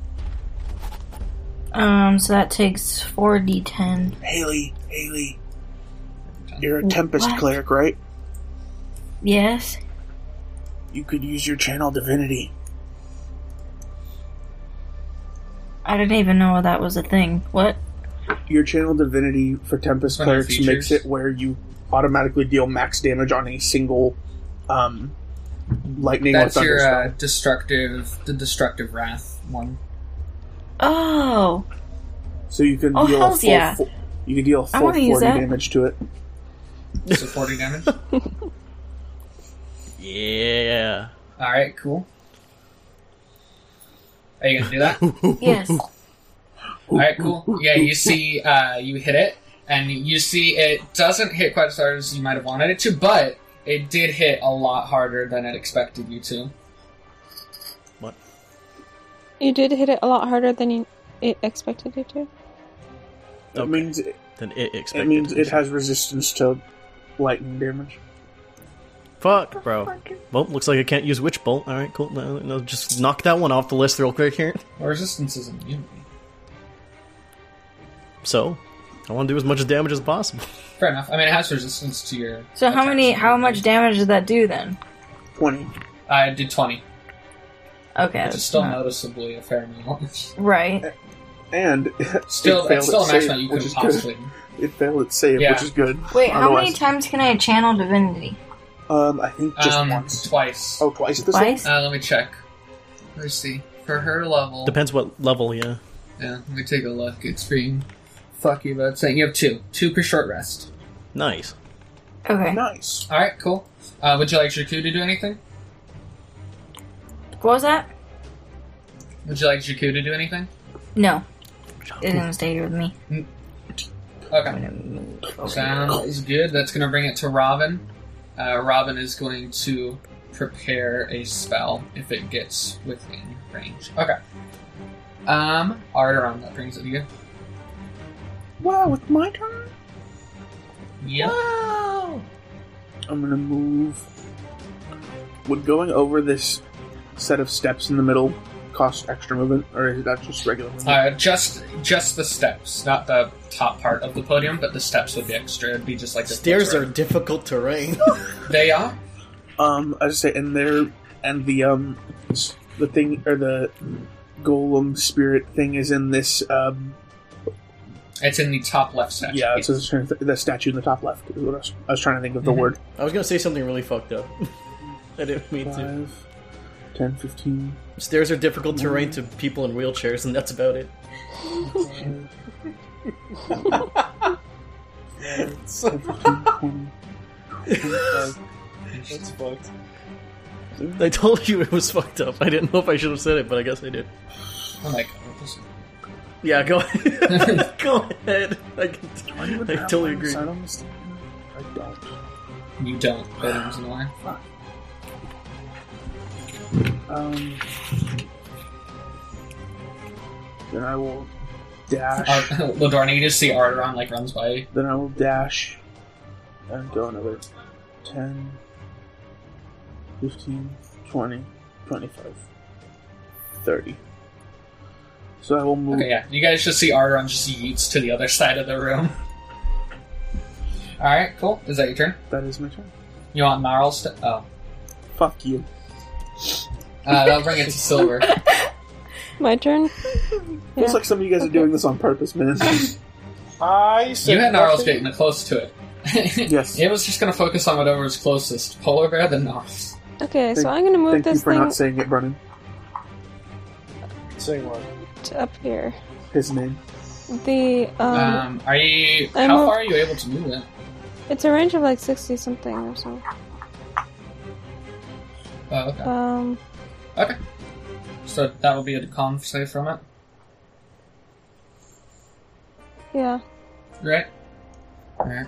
F: Um, so that takes four d10.
B: Haley, Haley, you're a tempest
F: What?
B: cleric, right?
F: Yes.
B: You could use your channel divinity.
F: I didn't even know that was a thing. What?
B: Your channel divinity for tempest
A: One of the
B: clerics makes
A: features.
B: it where you automatically deal max damage on a single um, lightning
A: That's
B: or thunder
A: your uh,
B: spell.
A: destructive, the destructive wrath one.
F: Oh,
B: So you can
F: Oh,
B: deal a
F: hells
B: full,
F: yeah.
B: fo- you can deal a
F: I
B: full
F: wanna
B: forty
F: use that.
B: damage to it.
A: So forty damage.
C: Yeah.
A: All right, cool. Are you gonna do that?
C: <laughs>
F: yes.
A: All right, cool. Yeah, you see, uh, you hit it, and you see it doesn't hit quite as hard as you might have wanted it to, but it did hit a lot harder than it expected you to.
C: What?
E: You did hit it a lot harder than you it expected you to.
B: It
C: Okay.
B: means it,
C: Then
B: it
C: it expected.
B: means it has resistance to lightning damage.
C: Fuck, bro. Well, looks like I can't use Witch Bolt. All right, cool. No, no, just knock that one off the list real quick here.
A: Well, resistance is immunity.
C: So, I want to do as much damage as possible.
A: Fair enough. I mean, it has resistance to your.
F: So how many? How much damage did that do then?
B: Twenty.
A: I Uh, did twenty,
F: Okay.
A: which
F: that's
A: is still
F: not-
A: noticeably a fair amount. <laughs>
F: Right.
B: And <laughs>
A: Still,
B: it failed
A: it's still a max
B: its save,
A: amount you
B: which
A: could
B: is good.
A: possibly.
B: It failed its save,
A: Yeah.
B: which is good.
F: Wait, how many
B: Otherwise-
F: times can I channel divinity?
B: Um, I think <laughs> just
A: Um,
B: once.
A: twice.
B: Oh, twice this one?
F: Twice.
A: Uh, let me check. Let me see. For her level,
C: Depends what level, yeah.
A: yeah. Let me take a look. It's being fucky about saying you have two, two per short rest.
C: Nice.
F: Okay.
B: Nice.
A: All right, cool. Uh, would you like Jakku to do anything?
F: What was that?
A: Would you like Jakku to do anything?
F: No, it didn't stay here with me. I'm
A: Okay,
F: gonna move over here.
A: sounds good. That's going to bring it to Robin. Uh, Robin is going to prepare a spell if it gets within range. Okay. Um, Arderon, that brings it to you.
B: Wow, it's my turn.
A: Yep.
B: I'm gonna move. Would going over this set of steps in the middle cost extra movement, or is that just regular movement?
A: Uh, just just the steps, not the top part of the podium, but the steps would be extra. It'd be just like the
C: Stairs are
A: floor.
C: difficult terrain. <laughs>
A: They are.
B: Um, I just say, and there, and the um, s- the thing or the golem spirit thing is in this. Um,
A: It's in the top left section.
B: yeah, it's the, the statue in the top left. Is what I was, I was trying to think of the
A: Mhm.
B: word.
C: I was gonna say something really fucked up. <laughs> I didn't mean to.
B: Five, 10,
C: <laughs>
B: 15,
C: Stairs are difficult terrain to people in wheelchairs, and that's about <laughs> it.
H: That's
B: 20.
H: fucked.
C: I told you it was fucked up. I didn't know if I should have said it, but I guess I did.
A: Oh my god. this is-
C: Yeah, go <laughs> ahead. go ahead. I can
B: Why do you
C: I
B: have
C: totally
B: line of
C: agree.
B: sight on this thing? I don't.
A: You don't. Podium's in the way.
B: Um, then I will dash.
A: Ar-
C: Uh,
A: <laughs> Ladorna, you just see Arderon like runs by.
B: Then I will dash and go another 10, 15, 20, 25, 30. So I will move.
A: Okay, yeah. You guys just see Arderon just yeets to the other <laughs> side of the room. All right, cool. Is that your turn?
B: That is my turn.
A: You want Gnarls to? Oh,
B: Fuck you.
A: uh, that'll bring it to
E: <laughs>
A: silver.
E: My turn.
B: Looks like some of you guys are doing this on purpose,
E: <laughs>
B: man.
H: I said
A: You had Gnarls
H: nothing.
A: getting close to it. <laughs>
B: Yes.
A: It was just gonna focus on whatever was closest, polar bear, then Gnarls.
E: Okay,
B: Thank-
E: so I'm gonna move
B: Thank you
E: this
B: for
E: thing
B: not saying it, Brennan.
H: Saying what?
E: t- up here.
B: His name.
E: The um,
A: Um, are you?
E: I'm
A: how
E: o-
A: far are you able to move it?
E: it's a range of like sixty something or so.
A: Oh, okay.
E: Um,
A: Okay. So that'll be a con save from it,
E: yeah,
A: right? Alright.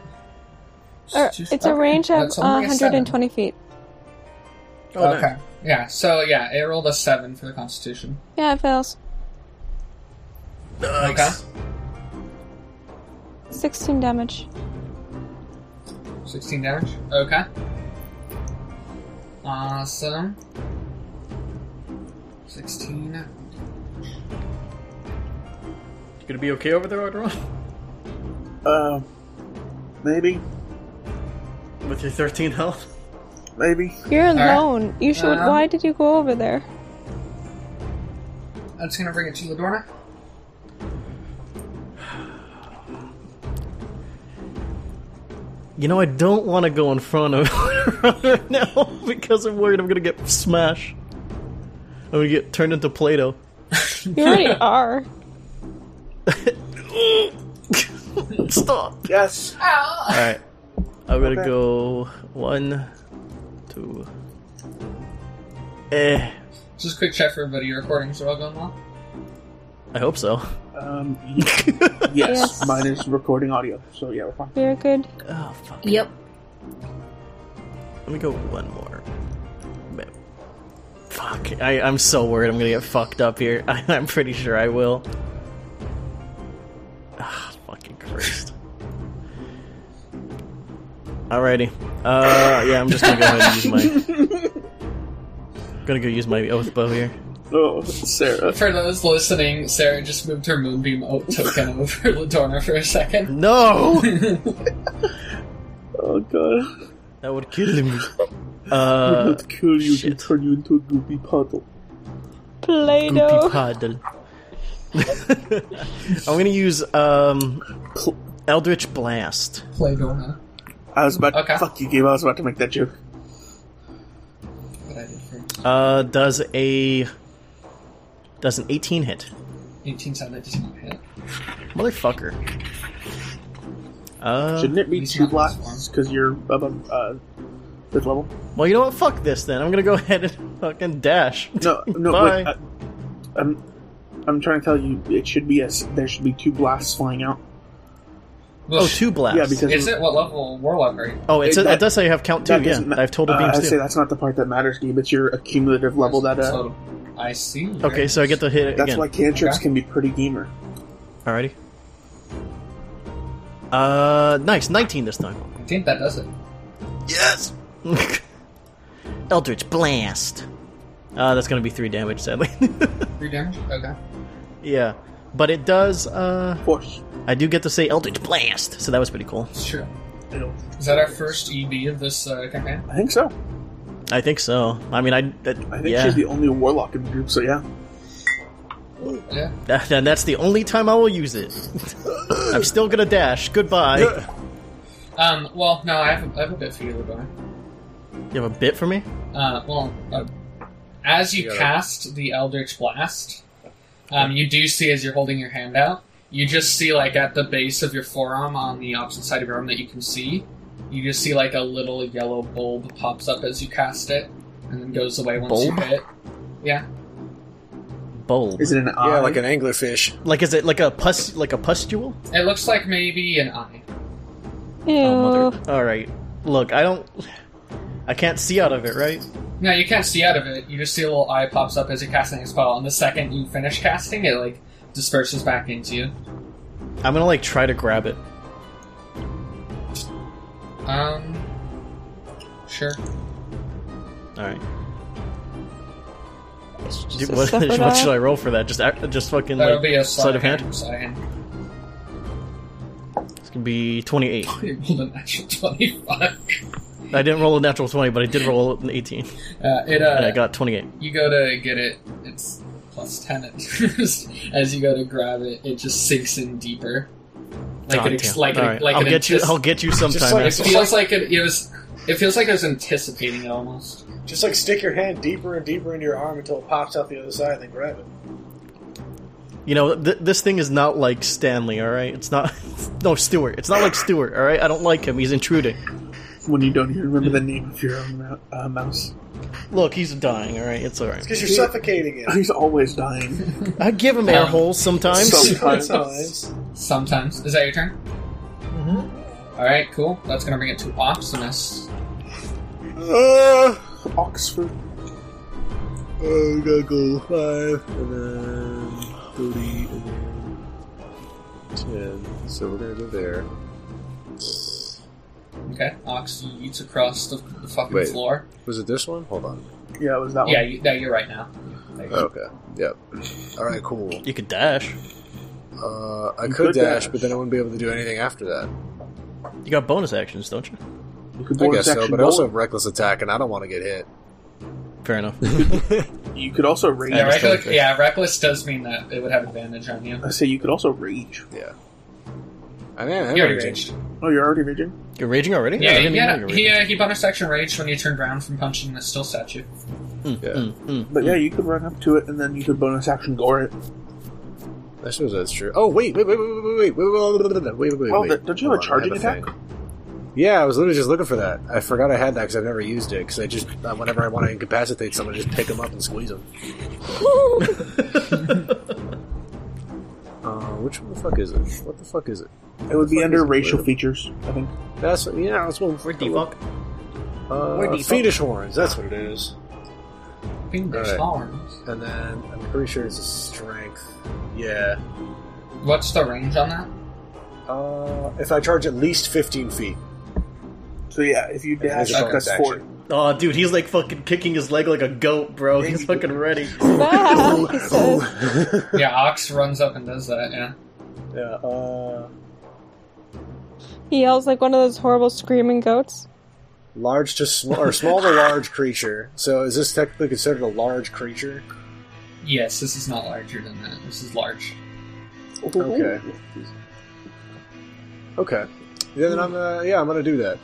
E: or,
A: Just-
E: Er, Uh, it's a
A: okay.
E: range of
A: That's
E: uh,
A: only a
E: hundred
A: seven.
E: and twenty feet.
C: Oh,
A: okay. Yeah. So yeah, it rolled a seven for the Constitution.
E: Yeah, it fails. Sixteen damage.
A: Okay. Sixteen damage. Okay. Awesome. Sixteen.
C: You gonna be okay over there, Arderon?
B: Uh, maybe.
C: With your 13 health?
B: Maybe.
E: You're
A: right.
E: alone. You should.
A: Um,
E: why did you go over there?
A: That's gonna bring it to Ladorna.
C: You know, I don't want to go in front of <laughs> her now because I'm worried I'm gonna get smashed. I'm gonna get turned into Play-Doh. <laughs>
E: You
A: <laughs>
E: already are.
C: Stop.
B: Yes.
C: All right, I'm gonna
B: Okay.
C: go one, two. Eh,
A: Just a quick check for everybody. Your recordings are all going well.
C: I hope so.
B: Um, y- yes.
E: Yes.
B: Mine is recording audio, so yeah, we're fine.
E: You're good.
C: Oh fuck.
F: Yep.
C: Let me go one more. Bam. Fuck. I, I'm so worried I'm gonna get fucked up here. <laughs> I, I'm pretty sure I will. Ah, fucking Christ. Alrighty. Uh, yeah, I'm just gonna go ahead and use my. gonna go use my oath bow here.
B: Oh, Sarah.
A: For those listening, Sarah just moved her moonbeam oat token <laughs> over Ladorna for a second. <laughs>
C: No!
B: Oh,
C: Uh,
B: God.
C: that would kill me. Uh,
B: <laughs> Not kill you to
C: shit.
B: turn you into a goopy puddle.
C: goopy
E: Play-Doh.
C: paddle. <laughs> I'm gonna use um, Eldritch Blast.
A: Play Dorna.
B: I was about
A: Okay.
B: fuck you, Gabe. I was about to make that joke.
A: What I did for
C: Uh, does a does an 18 hit?
A: 18 sound that does not hit.
C: Motherfucker. Uh,
B: Shouldn't it be
A: he's
B: two
A: not this
B: blocks because you're above uh, fifth level?
C: well, you know what? Fuck this then. I'm gonna go <laughs> ahead and fucking dash.
B: No, no.
C: Bye.
B: Wait, I, I'm I'm trying to tell you, it should be a s There should be two blasts flying out.
A: Well,
C: Oh, two blasts.
B: Yeah, because
A: Is it what level warlock are you?
C: oh, it's
B: it-
C: it,
B: that-
C: does say you have count two.
B: that
C: Yeah,
B: doesn't ma-
C: I have total
B: uh, I
C: beams
B: say
C: too.
B: that's not the part that matters, Gabe. It's your accumulative level that uh,
A: Total. I see.
C: Okay, so I get to hit it
B: That's
C: again.
B: why cantrips
A: Okay.
B: can be pretty gamer.
C: Alrighty. Uh, nice. 19 this time. <laughs>
A: I think that does it.
C: Yes! Eldritch Blast. Uh, that's gonna be 3 damage, sadly. <laughs>
A: Three damage. Okay.
C: yeah. But it does, uh,
B: Of course.
C: I do get to say Eldritch Blast, so that was pretty cool.
A: Sure. Is that our first EB of this uh, campaign?
B: I think so.
C: I think so. I mean, I, that,
B: I think
C: yeah,
B: she's the only warlock in the group, so yeah.
A: Yeah.
C: That- then that's the only time I will
A: <laughs>
C: use it. I'm still gonna dash. Goodbye. You
A: Um. Well, no, I have a, I have a bit for you, LeBron.
C: have a bit for me?
A: Uh, well, uh, as you
D: Yeah.
A: cast the Eldritch Blast, um, you do see as you're holding your hand out, you just see like at the base of your forearm on the opposite side of your arm that you can see, you just see like a little yellow bulb pops up as you cast it, and then goes away once
C: Bulb?
A: you hit. Yeah,
C: Bulb.
B: Is it an eye?
D: Yeah, like an anglerfish.
C: like, is it like a pus, like a pustule?
A: it looks like maybe an eye.
E: Ew.
C: Oh, mother. All right. Look, I don't. I can't see out of it, right?
A: No, you can't see out of it. You just see a little eye pops up as you're casting a spell, and the second you finish casting, it like disperses back into you.
C: I'm gonna like try to grab it.
A: Um, sure.
C: All right.
E: It's just
C: Dude,
E: a
A: <laughs>
C: what, <laughs>
E: separate
C: what
E: eye.
C: should I roll for that? Just act- just fucking
A: That'll
C: like
A: be a sleight,
C: sleight of hand.
A: Sleight of hand.
C: It's gonna be 28.
A: You <laughs> rolled a natural 25.
C: I didn't roll a natural 20, but I did roll an 18,
A: Uh, it,
C: and I
A: uh,
C: got 28.
A: you go to get it, it's plus 10 at <laughs> first. As you go to grab it, it just sinks in deeper. Like
C: God
A: it, ex-
C: damn.
A: like, it,
C: All right,
A: like
C: I'll
A: it
C: get you.
A: antici-
C: I'll get you sometime.
D: like-
A: it
C: Ash.
D: It's
A: feels like it, it was, it feels like it was anticipating it almost.
D: Just like stick your hand deeper and deeper into your arm until it pops out the other side, and then grab it.
C: You know, th- this thing is not like Stanley. All right, it's not. <laughs> No, Stewart. It's not like Stewart. All right, I don't like him. He's intruding.
B: when you don't even remember the name of your own mou- uh, mouse. <laughs>
C: Look, he's dying. All right, it's all right.
D: Because you're suffocating it.
B: He's always dying.
C: I give him air
A: Um,
C: holes
B: <laughs>
C: sometimes.
B: so-
D: Sometimes.
A: Sometimes. Is that your turn? Mm-hmm. Alright, cool. That's gonna bring it to Optimus.
D: Uh,
B: Oxford.
D: I'm gonna go five and then thirty and then ten. So we're gonna go there.
A: Okay. Ox yeets across the, the fucking
D: Wait.
A: floor.
D: Was it this one? Hold on. Oh,
B: Yeah, it was
C: Oh.
B: that
A: Yeah,
B: one.
A: you, no, you're right now. There you go.
D: Okay. Yep. All right. Cool.
C: You could dash.
D: Uh, I
B: You
D: could
B: could
D: dash,
B: dash.
D: but then I wouldn't be able to do anything after that.
C: You got bonus actions, don't you?
B: You could
D: I
B: bonus
D: guess so.
B: action
D: But I also
B: roll
D: have reckless attack, and I don't want to get hit.
C: Fair
D: <laughs>
C: enough.
B: it. you could also rage.
A: Yeah,
C: Yeah, just
A: reckless,
C: don't-
A: yeah, reckless does mean that it would have advantage on you.
B: I say you could also rage.
D: Yeah. I mean, I'm
A: You already
D: raging.
A: raged.
B: Oh, you're already raging.
C: You're raging already? I
A: Yeah,
C: didn't even know
A: yeah,
C: you were
A: he,
C: raging.
A: uh, he bonus action raged when you turned around from punching the still statue.
D: Yeah.
C: Mm, mm.
B: But yeah, you could run up to it and then you could bonus action gore it.
D: I suppose that's true. Oh wait, wait, wait, wait, wait, wait, wait, wait, wait, wait, wait, wait.
B: Oh,
D: wait.
B: that- don't you have
D: Hold
B: a
D: on, I
B: charging
D: thing.
B: attack?
D: Yeah, I was literally just looking for that. I forgot I had that because I've never used it. Because I just uh, whenever I want to incapacitate someone, I just pick them up and squeeze them. <laughs> Uh, which one the fuck is it? What the fuck is it?
B: It would be
D: Fuck
B: under
D: is it?
B: racial features, I think.
D: That's yeah, that's one.
C: We're debunked.
D: Uh,
C: Where'd he fuck?
D: fetish horns. That's what it is.
A: Fingers,
D: Alright.
A: arms.
D: And then I'm pretty sure it's a strength. Yeah.
A: What's the range on that?
D: Uh, if I charge at least 15
B: <laughs>
D: feet.
B: So yeah, if you dash,
D: it's a bonus
B: that's four.
D: action.
C: Oh, dude, he's like fucking kicking his leg like a goat, bro. He's fucking ready.
E: Bah, he
A: Oh.
E: says.
A: yeah, Ox runs up and does that, yeah.
D: Yeah. Uh,
E: He yells like one of those horrible screaming goats.
D: large to small or small to large creature. So is this technically considered a large creature?
A: Yes, this is not larger than that. This is large.
D: Okay. Okay. Yeah, then I'm uh, yeah I'm gonna do that.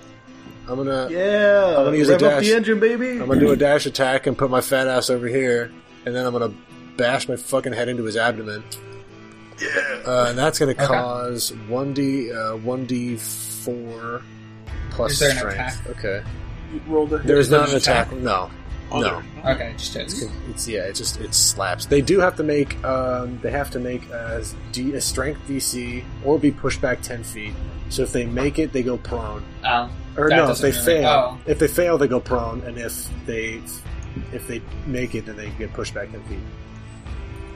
D: I'm gonna
C: Yeah.
D: I'm gonna use a
C: rev up
D: dash.
C: the engine, baby.
D: I'm gonna do a dash attack and put my fat ass over here, and then I'm gonna bash my fucking head into his abdomen. Yeah. Uh, and that's gonna
A: Okay.
D: cause one d uh, one d four plus
A: Is there an
D: strength. Okay.
B: You rolled a hit.
D: There's not an
B: There's
D: attack. No.
B: Oh,
D: No.
B: there.
A: Okay, just hits.
D: It's yeah. It just it slaps. They do have to make um they have to make a, D, a strength DC or be pushed back ten feet. So if they make it, they go prone.
A: Um,
D: Or
A: That
D: no, if
A: doesn't
D: they
A: really- oh.
D: fail, if they fail, they go prone, and if they If they make it, then they get pushed back 10 feet.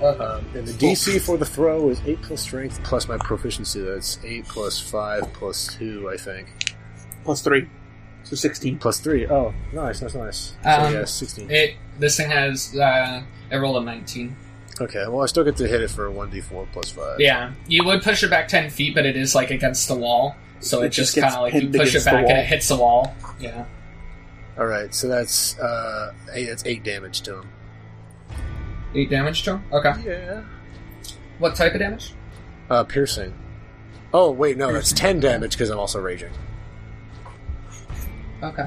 A: Okay.
D: Um, and the DC for the throw is 8 plus strength plus my proficiency. That's 8 plus 5 plus 2, I think.
B: Plus three. So 16.
D: Plus 3. Oh, nice, nice, nice.
A: Um,
D: so, yeah, 16.
A: It this thing has uh, I rolled a nineteen.
D: Okay, well, I still get to hit it for 1d4 plus 5.
A: Yeah, you would push it back ten feet, but it is like against the wall, so it,
B: It
A: just,
B: just
A: kind
B: gets
A: of like you
B: pinned
A: push it
B: against the
A: back and
B: wall.
A: it hits the wall. Yeah.
D: Alright, so that's, uh, eight, that's 8 damage to him.
A: Eight damage to him. Okay.
D: Yeah.
A: What type of damage?
D: Uh, piercing. Oh, wait, no, that's 10 damage because I'm also raging.
A: Okay.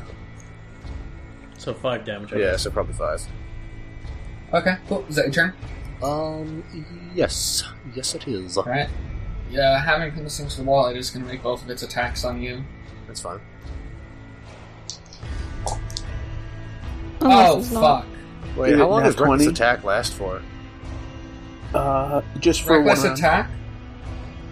C: So five damage.
D: Yeah, so probably 5.
A: Okay. Cool. Is that your turn?
D: Um, yes. Yes, it is.
A: All right. Yeah, having pinned this thing to the wall, it is going to make both of its attacks on you.
D: That's fine.
E: Unless
A: oh
E: it's not.
A: fuck!
D: Wait,
B: Did
D: how
B: it
D: long
B: nat
D: does reckless
B: 20?
D: attack last for?
B: Uh, just for
A: Reckless
B: one round.
A: attack.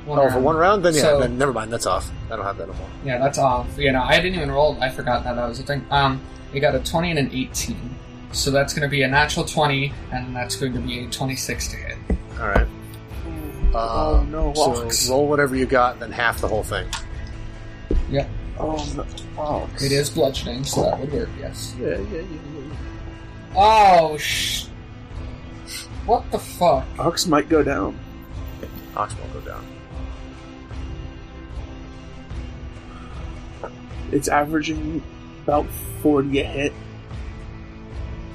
A: One
D: oh, for
A: round.
D: one round? Then yeah,
A: So-
D: then never mind, that's off. I don't have that anymore.
A: Yeah, that's off. You know, I didn't even roll. I forgot that that was a thing. Um, you got a twenty and an eighteen, so that's going to be a natural twenty, and that's going to be a twenty-six to hit.
D: Alright. Uh,
B: Oh, no, walks.
D: Um, so roll whatever you got, then half the whole thing.
B: Oh, no. Wow.
A: It is bludgeoning, so that would work. Yes.
D: Yeah, yeah, yeah.
A: Oh sh! What the fuck?
B: Ox might go down.
D: Ox won't go down.
B: It's averaging about 40 a hit.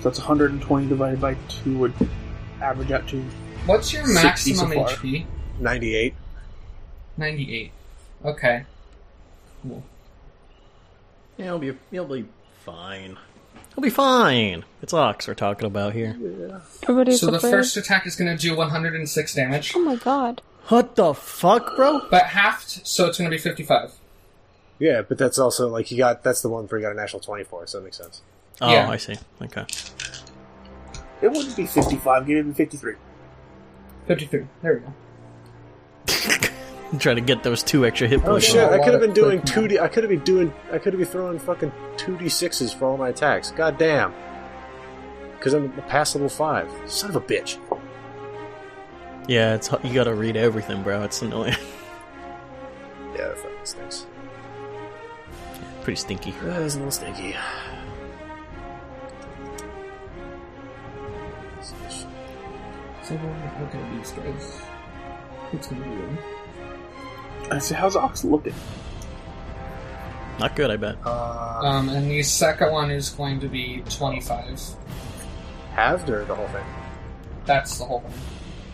B: So that's 120 divided by 2 would average out to.
A: What's your
B: 60 so
A: maximum
B: far.
A: HP?
D: 98.
A: Ninety-eight. Okay. Cool.
C: Yeah, he'll be he'll be fine. He'll be fine. It's Ox we're talking about here.
E: Everybody's
A: So the
E: afraid.
A: first attack is going to do 106 damage,
E: Oh my god.
C: What the fuck, bro?
A: but halved, so it's going to be 55.
D: Yeah, but that's also like he got that's the one where he got a national 24, so that makes sense.
C: Oh,
A: Yeah.
C: I see. Okay. <laughs>
B: It wouldn't be 55, give him 53.
A: 53. There we go.
C: Try to get those two extra hit
D: Oh
C: points.
D: shit, I could have been doing
A: Click
D: two D I could have been doing I could have been throwing fucking two D sixes for all my attacks. God damn. Cause I'm past level five. Son of a bitch.
C: Yeah, it's you gotta read everything, bro. It's annoying. <laughs>
D: Yeah, that fucking stinks.
C: Pretty stinky.
D: That is a little stinky.
A: So we'll look at these guys. It's going to be good.
B: I say, how's Ox looking?
C: Not good, I bet.
D: Uh,
A: Um, and the second one is going to be 25.
D: halved or the whole thing?
A: That's the whole one.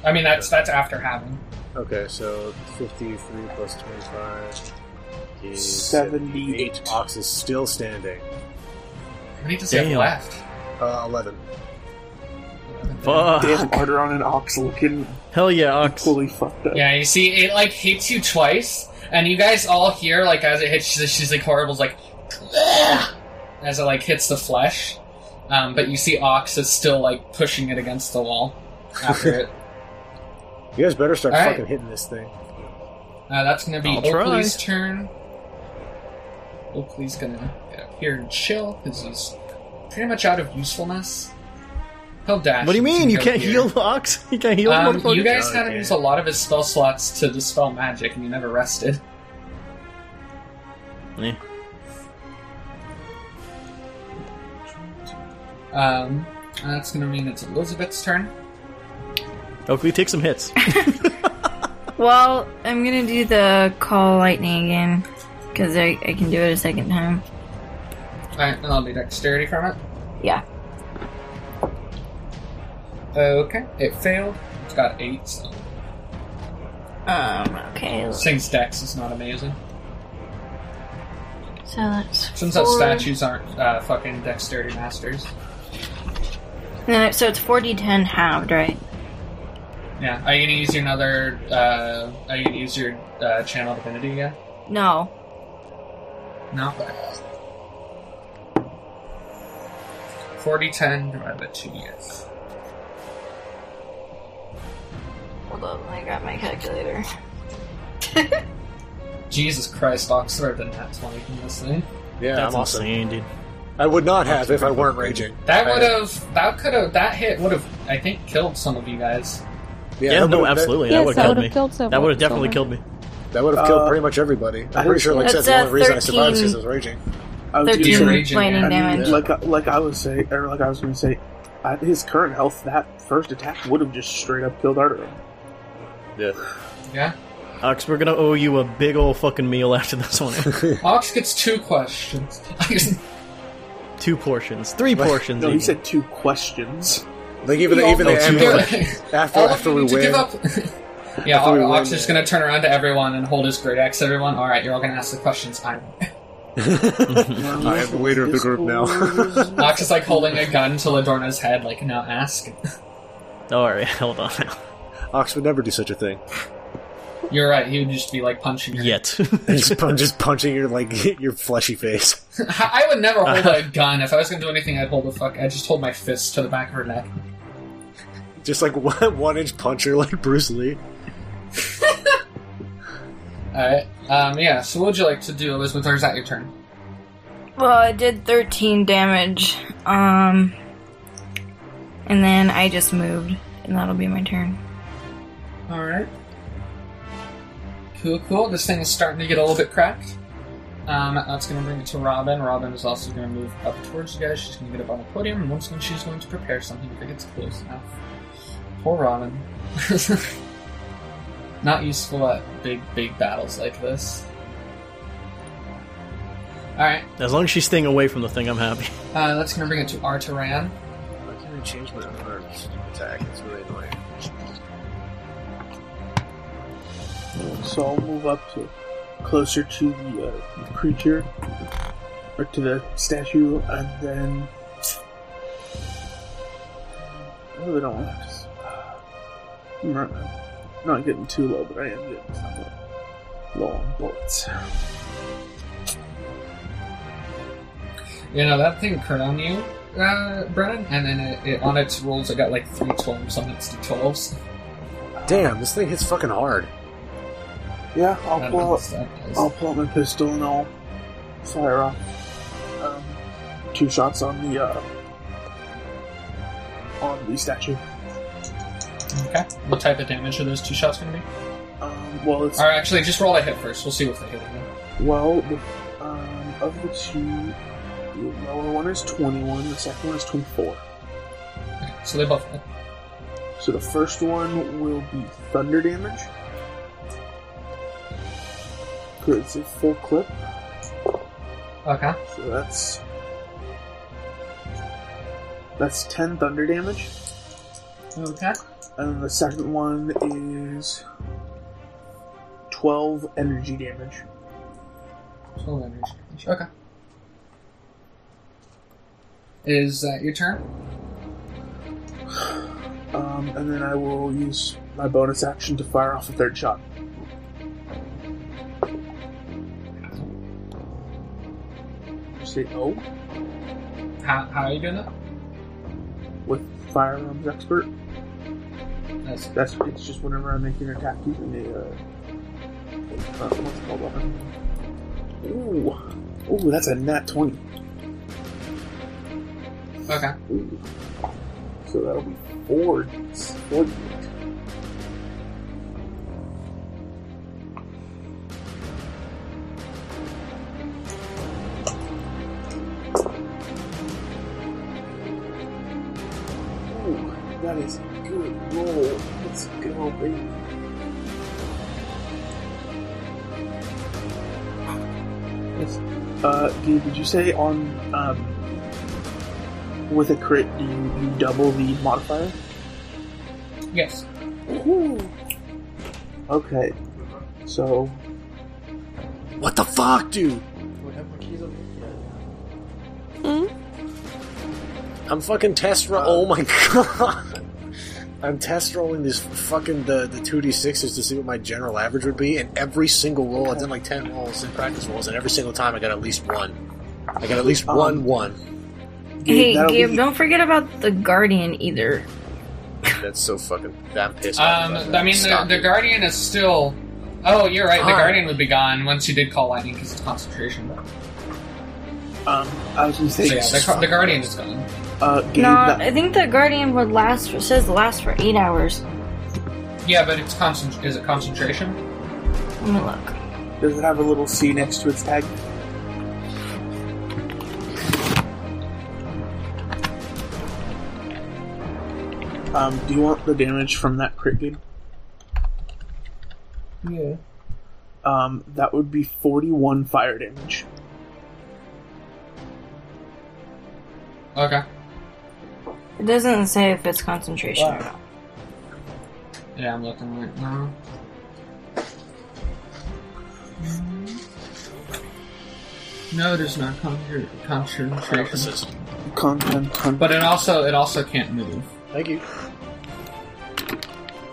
A: I mean, that's that's after halving.
D: Okay, so 53 plus 25 is
B: 78.
D: Ox is still standing.
A: How many does he have
C: Damn.
A: left?
D: Uh, 11.
C: Fuck.
B: Damn, Arteron and Ox looking
C: Hell yeah, Ox.
B: fully fucked up.
A: Yeah, you see, it like hits you twice, and you guys all hear like as it hits, she's, she's like horrible, it's like "Ugh," as it like hits the flesh. Um, but you see, Ox is still like pushing it against the wall after it.
D: You guys better start
A: All right.
D: fucking hitting this thing.
A: Uh, that's gonna be
C: I'll try.
A: Oakley's turn. Oakley's gonna get up here and chill because he's pretty much out of usefulness. He'll dash.
C: What do you
A: and
C: mean? You
A: go
C: can't
A: here.
C: heal Ox? <laughs> You can't heal
A: Um,
C: motherfucker?
A: you guys
D: Oh,
A: had to
D: okay.
A: use a lot of his spell slots to dispel magic, and you never rested.
C: Eh.
A: Um, and that's gonna mean it's Elizabeth's turn.
C: Oakley, take some hits.
F: Well, I'm gonna do the call lightning again because I, I can do it a second time.
A: Alright, and I'll do dexterity from it.
F: Yeah.
A: Okay, it failed. It's got eight. So.
F: Um. Okay.
A: Sings dex is not amazing.
F: So that's
A: Since
F: four.
A: those statues aren't uh, fucking dexterity masters.
F: No, so it's four d ten halved, right?
A: Yeah, are you gonna use your another? Uh, are you gonna use your uh, channel divinity again?
F: No.
A: No. Forty ten divided by two. Yes.
F: Hold up. I got my calculator.
A: Jesus Christ, Oxford than that twenty from this thing.
D: Yeah,
C: That's
D: I'm also.
C: insane, dude.
D: I would not have if I weren't raging.
A: That
D: I-
A: would have. That could have. That hit would have. I think killed some of you guys.
D: Yeah,
C: Yeah,
D: that
C: no,
D: would've-
C: absolutely.
E: Yes,
C: that would
E: that
C: have
E: would've
C: killed me.
E: killed someone-
C: that would have definitely
E: someone.
C: killed me.
D: That, that would have killed
B: Uh,
D: pretty much everybody. I'm pretty sure, like I said,
F: That's
D: the
F: a
D: only reason I survived
F: 13.
D: is because I was raging.
B: I was gonna
A: You're
F: 13
B: say,
A: Oh, raging,
F: lightning
A: yeah.
B: I mean,
F: damage.
B: like I- like I was say, or like I was going to say, at his current health, that first attack would have just straight up killed Arturo.
D: <laughs>
A: Yeah.
C: Ox, we're gonna owe you a big old fucking meal after this one.
A: <laughs> Ox gets two questions. <laughs>
C: Two portions, three portions.
B: No, he
C: even.
B: said two
D: <laughs>
B: questions.
A: <laughs>
D: Like even
A: You
D: the, even
A: all
D: the
A: know
D: ambulance
A: two questions.
D: Oh,
A: <laughs>
D: after
A: All of
D: after
A: you
D: we
A: need to
D: win.
A: give up. <laughs> yeah,
D: After we
A: Ox
D: win,
A: is
D: yeah.
A: going to turn around to everyone and hold his great axe. to Everyone, all right, you're all going to ask the questions. I know.
D: I am the leader of the group now. <laughs>
A: Ox is like holding a gun to Ladorna's head, like now ask.
C: Oh, All right, <laughs> hold on.
D: Ox would never do such a thing. <laughs>
A: You're right. He would just be like punching. Her.
B: <laughs>
C: Yet,
D: He's pun- just punching your like <laughs> your fleshy face.
A: <laughs> I would never hold a gun. If I was going to do anything, I'd hold a fuck. I'd just hold my fist to the back of her neck.
D: Just like <laughs> one, one inch puncher like Bruce Lee.
A: All right. Um, yeah. So, what would you like to do, Elizabeth? Or is that your turn?
F: Well, I did 13 damage. Um. And then I just moved, and that'll be my turn.
A: All right. Cool, cool. This thing is starting to get a little bit cracked. Um, that's going to bring it to Robin. Robin is also going to move up towards you guys. She's going to get up on the podium, and once again, she's going to prepare something if it gets close enough. Poor Robin. <laughs> Not useful at big, big battles like this. All right.
C: <laughs> as long as she's staying away from the thing, I'm happy.
A: Uh, that's going to bring it to Artaran.
D: Why can't I change my unarmed attack? It's really annoying.
B: So I'll move up to closer to the uh, creature or to the statue, and then I really don't want to. Just, I'm not, I'm not getting too low, but I am getting somewhat low on bullets.
A: You know, that thing crit on you, uh, Brennan, and then it, it, on its rolls, it got like three 12s on its d12s.
D: Damn, this thing hits fucking hard.
B: Yeah, I'll
A: That
B: pull. Out,
A: does- that does.
B: I'll pull out my pistol and I'll fire off um, two shots on the uh, on the statue.
A: Okay. What type of damage are those two shots going to be?
B: Um, well, it's
A: Or actually, just roll a hit first. We'll see what they hit.
B: Well, the, um, of the two, the lower one is 21, the second one is 24.
A: Okay, so they both hit.
B: So the first one will be thunder damage. Good, it's a full clip,
A: Okay.
B: so that's. That's 10 thunder damage.
A: Okay.
B: And Uh, the second one is 12 energy damage.
A: 12 energy damage. Okay. Is that your turn?
B: Um, and then I will use my bonus action to fire off a third shot. Say oh
A: How, how are you doing that?
B: with firearms expert.
A: That's,
B: That's it's just whenever I make an attack using a uh, uh, what's it called weapon. Ooh, ooh, that's a nat twenty.
A: okay.
B: Ooh. So that'll be four. four d8. Ooh, that is a good roll. Let's go, baby. Yes. Uh, dude, did you say on um, with a crit, you, you double the modifier.
A: Yes. Um,
B: Okay, so
D: What the fuck, dude? I'm fucking test roll. Oh my god. I'm test rolling these fucking the the two d sixes to see what my general average would be, and every single roll I've done like ten rolls in practice rolls, and every single time I got at least one. I got at least
B: Um,
D: one one.
F: Hey,
B: that'll
F: Gabe,
B: be-
F: don't forget about the Guardian either.
D: That's so fucking. I'm pissed. off
A: Um,
D: about
A: I
D: that.
A: mean, the,
D: Stop
A: the
D: it.
A: Guardian is still. Oh, you're right. The
D: Fine.
A: Guardian would be gone once you did call lightning because it's concentration.
B: Um, I was gonna
A: So
B: say,
A: yeah, the, gu- the guardian is gone.
B: uh, Gabe,
F: No,
B: that-
F: I think the guardian would last. It says last for eight hours.
A: Yeah, but it's concent- is it concentration?
F: I'm gonna look.
B: does it have a little C next to its tag? Um, do you want the damage from that crit game?
A: Yeah.
B: Um, that would be 41 fire damage.
A: Okay.
F: It doesn't say if it's concentration or not.
A: Yeah, I'm looking right now. No, it is not con-
D: I don't know what this
A: concentration.
D: is.
B: Con, con, con.
A: But it also it also can't move.
D: Thank you.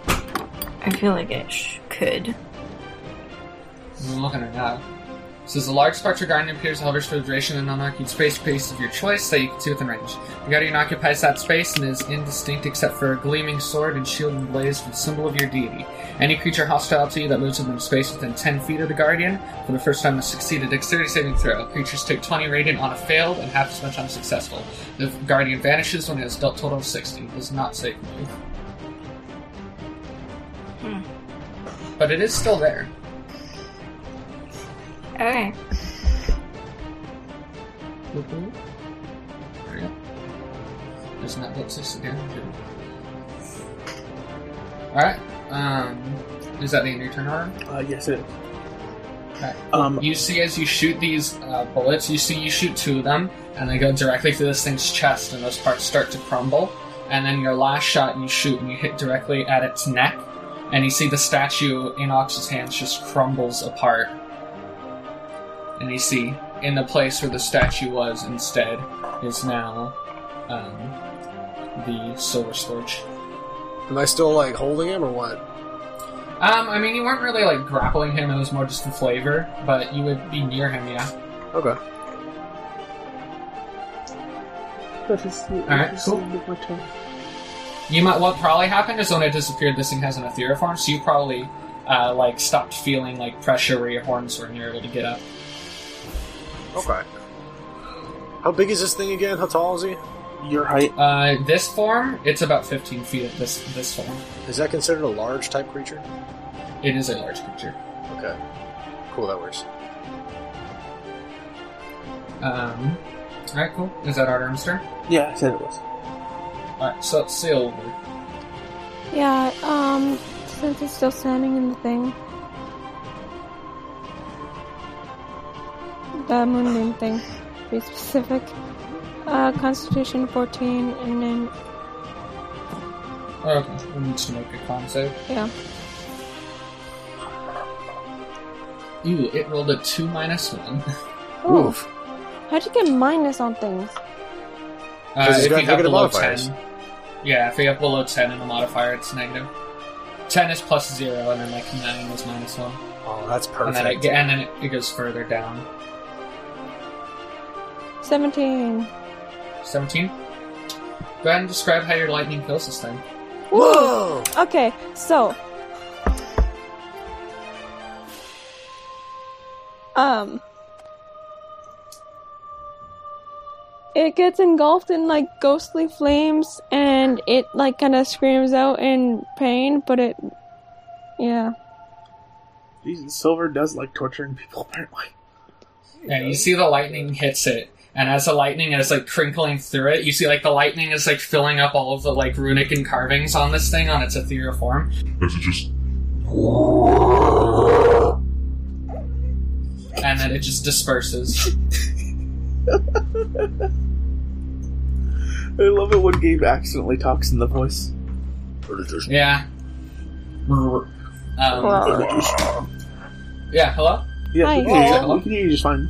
F: I feel like it sh- could.
A: I'm looking at that. It says a large spectral guardian appears to hover for the duration in an unoccupied space space of your choice that you can see within range. The guardian occupies that space and is indistinct except for a gleaming sword and shield emblazoned with the symbol of your deity. Any creature hostile to you that moves within space within 10 feet of the guardian for the first time must succeed a dexterity saving throw. Creatures take 20 radiant on a failed and half as much on a successful. The guardian vanishes when it has dealt total of 60. Does not save move. But it is still there.
F: Okay.
A: Doesn't that look six again? Alright. Um is that the end of your turn order?
B: uh, yes, it is.
A: Okay.
B: Um,
A: You see as you shoot these uh, bullets, you see you shoot two of them, and they go directly through this thing's chest and those parts start to crumble. And then your last shot you shoot and you hit directly at its neck, and you see the statue in Ox's hands just crumbles apart. And you see in the place where the statue was instead is now um, the Silver Scourge.
D: Am I still like holding him or what?
A: Um, I mean, you weren't really like grappling him; it was more just the flavor. But you would be near him, yeah.
D: Okay.
B: That is the,
A: Alright,
B: that is
A: cool.
B: the end of my turn.
A: You might. What probably happened is when it disappeared, this thing has an etheriform, so you probably uh, like stopped feeling like pressure where your horns were, and you're able to get up.
D: Okay. How big is this thing again? How tall is he?
B: Your height.
A: Uh, this form, it's about 15 feet. Of this this form,
D: Is that considered a large type creature?
A: it is a large creature.
D: Okay. Cool, that works.
A: Um, all right, cool. Is that Artemis' turn?
B: Yeah, I said it was.
A: All right, so it's silver.
E: Yeah, um, since it's still standing in the thing. The moonbeam thing, to be specific. Uh, Constitution 14, and then,
A: Oh, Okay, we need to make a con save.
E: yeah.
A: Ooh, it rolled a two minus one. <laughs>
E: Oh, how'd you get minus on things?
A: Uh,
D: Because it's
A: if
D: got
A: you have
D: negative
A: below
D: modifiers.
A: 10. Yeah, if you have below 10 in the modifier, it's negative. 10 is plus 0, and then like 9 is minus 1.
D: Oh, that's
A: And then, it,
D: perfect.
A: ge- and then it, it goes further down.
E: 17.
A: 17? Go ahead and describe how your lightning kills this thing.
D: Whoa!
E: Okay, so. Um. It gets engulfed in like ghostly flames and it like kind of screams out in pain, but it. Yeah.
B: Jeez, Silver does like torturing people, <laughs> apparently.
A: And you see the lightning hits it. And as the lightning is like crinkling through it, you see like the lightning is like filling up all of the like runic and carvings on this thing on its ethereal form.
G: As it just
A: And then it just disperses.
B: I love it when Gabe accidentally talks in the voice.
G: and it just
A: Yeah. Um,
G: and it just
A: yeah, hello?
B: Yeah,
E: Hi.
B: we can hear you-
A: Hello?
B: we can hear you just fine.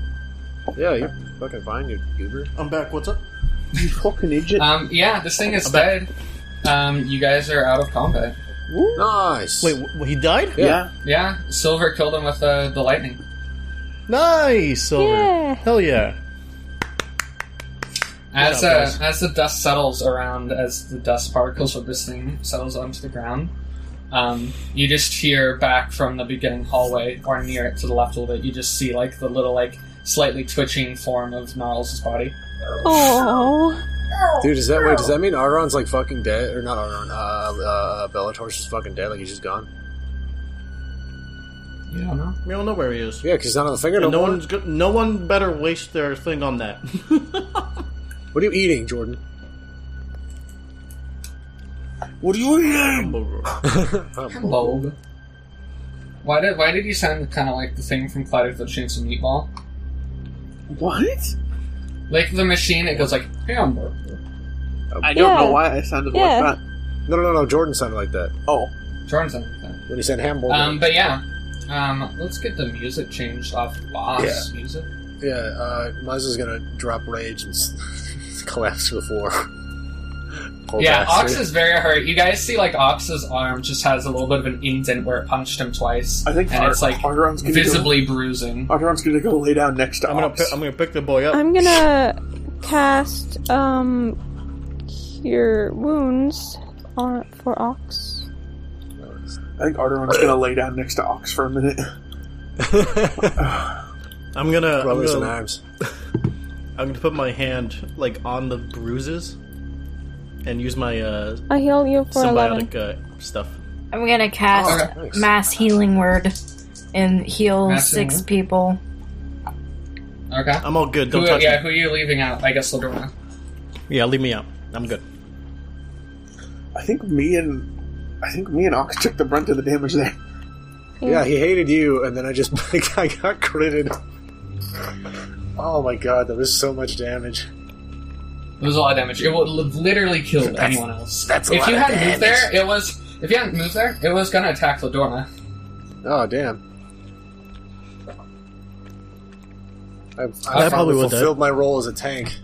D: Yeah, you're fucking fine, you goober.
C: I'm back. What's up?
B: You fucking idiot.
A: Um, yeah, this thing is dead. Um, you guys are out of combat.
B: Woo.
D: Nice!
C: Wait, wh- he died?
B: yeah.
A: Yeah, Silver killed him with uh, the lightning.
C: Nice, Silver.
E: Yeah.
C: Hell yeah.
A: As
C: Good job,
A: uh,
C: guys.
A: as the dust settles around, as the dust particles of this thing settles onto the ground, um, you just hear back from the beginning hallway or near it to the left a little bit. You just see like the little like slightly twitching form of Gnarls' body.
E: Oh,
D: Dude, does that wait? Does that mean Aron's like fucking dead, or not Aron? Uh, uh, Bellator's is fucking dead. Like he's just gone.
A: You don't know.
C: We don't know where he is.
D: Yeah, because he's not on the finger.
C: And
D: No,
C: no
D: more.
C: one's go- no one better waste their thing
B: <laughs>
C: on that.
D: What are you eating, Jordan? <laughs>
B: What are you eating?
D: Oh,
A: Lobe. Why did why did you sound kind of like the thing from Clouded the Chainsaw Meatball?
B: What?
A: Like the machine, it goes like hamburger.
B: I don't
E: Yeah.
B: know why I sounded
E: Yeah.
B: like that.
D: No, no, no. Jordan sounded like that
B: Oh,
A: Jordan's on that.
D: when he said hamburger.
A: Um, but yeah, um, let's get the music changed off boss
D: Yeah.
A: music.
D: yeah, uh, Miza's gonna drop rage and s- <laughs> collapse before.
A: yeah, Ox is very hurt. You guys see, like Ox's arm just has a little bit of an indent where it punched him twice,
B: I think
A: and
B: Ar-
A: it's like
B: Argon's gonna
A: visibly bruising.
B: Go, Argon's gonna go lay down next to
C: I'm gonna
B: Ox.
C: pick, I'm gonna pick the boy up.
E: I'm gonna cast um cure wounds on for Ox.
B: I think Argon's gonna lay down next to Ox for a minute.
C: I'm gonna I'm
D: Brothers in
C: gonna,
D: arms.
C: I'm gonna put my hand like on the bruises and use my uh,
E: I heal you for eleven.
C: symbiotic uh, stuff.
F: I'm gonna cast
A: Okay.
D: Nice.
F: mass healing word and heal
A: Mass healing
F: six
A: word?
F: people.
A: Okay.
C: I'm all good. Don't
A: Who,
C: touch
A: yeah,
C: me.
A: who are you leaving out? I guess Ladorna.
C: Yeah, leave me out. I'm good.
B: I think me and I think me and Ox took the brunt of the damage there.
D: Yeah, he hated you, and then I just <laughs> I got critted. Oh my god, that was so much damage.
A: It was a lot of damage. It would have literally killed anyone else.
D: that's a
A: if
D: lot
A: you
D: of
A: hadn't moved
D: damage.
A: there, it was. If you hadn't moved there, it was gonna attack Ladorna.
D: Oh damn. I, I,
C: I probably
D: probably
C: would
D: fulfilled my role as a tank.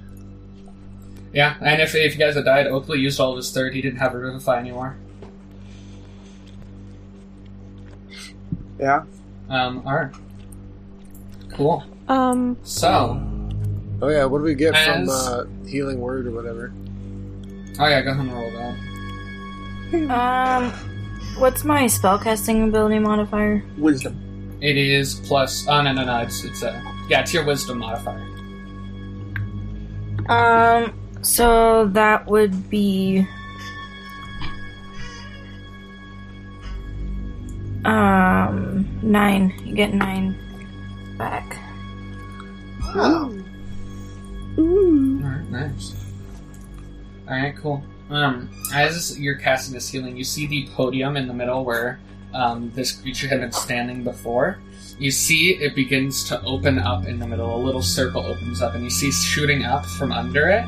A: Yeah, and if, if you guys had died, Oakley used all of his third. He didn't have Revivify anymore.
B: Yeah.
A: Um, alright. Cool.
E: Um,
A: So,
D: Oh yeah, what do we get from
A: As-
D: uh, healing word or whatever?
A: oh yeah, go ahead and roll that.
F: Um, what's my spellcasting ability modifier?
B: Wisdom.
A: It is plus. Oh no no no! It's it's a yeah. It's your wisdom modifier.
F: Um, so that would be. Um, nine. You get nine back.
A: All right, nice. All right, cool. Um, as you're casting this healing, you see the podium in the middle where um, this creature had been standing before. You see it begins to open up in the middle. A little circle opens up, and you see shooting up from under it.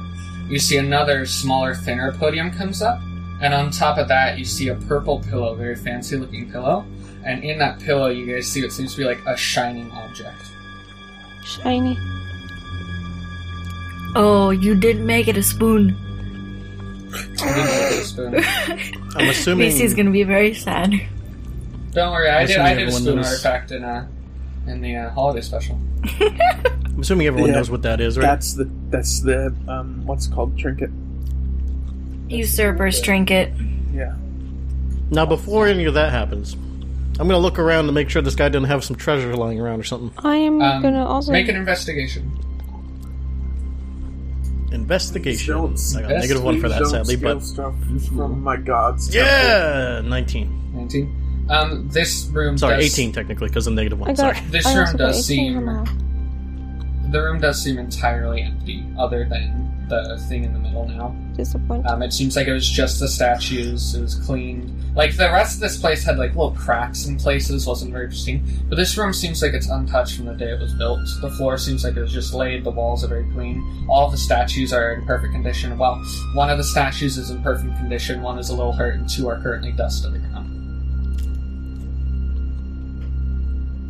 A: You see another smaller, thinner podium comes up, and on top of that, you see a purple pillow, very fancy looking pillow. And in that pillow, you guys see what seems to be like a shining object.
E: shiny.
F: Oh, you did make it a spoon.
A: Spoon.
E: <laughs>
C: I'm assuming
F: Macy's gonna be very sad.
A: Don't worry, I
C: I'm
A: did. I did
C: assuming
A: a
C: everyone
A: spoon
C: knows.
A: artifact in uh in the uh, holiday special.
C: I'm assuming everyone
B: Yeah.
C: knows what that is, right?
B: That's the that's the um what's it called trinket.
F: Usurper's trinket.
B: Yeah.
C: Now, before any of that happens, I'm gonna look around to make sure this guy doesn't have some treasure lying around or something.
E: I am
A: Um,
E: gonna also
A: Make an investigation.
C: Investigation.
B: Don't
C: I got a negative one for that,
B: don't
C: sadly,
B: steal
C: but
B: stuff from my gods.
C: yeah, 19.
A: Nineteen. Um, this room.
C: Sorry,
A: does,
C: 18 technically because I'm negative one.
E: I got
C: Sorry.
A: This
E: I
A: room
E: also got uh,
A: does
E: 18
A: seem-
E: ammo.
A: The room does seem entirely empty, other than the thing in the middle now.
E: disappointed.
A: Um, it seems like it was just the statues. It was cleaned. Like the rest of this place had like little cracks in places, wasn't very pristine. But this room seems like it's untouched from the day it was built. The floor seems like it was just laid. The walls are very clean. All the statues are in perfect condition. Well, one of the statues is in perfect condition. One is a little hurt, and two are currently dust to the ground.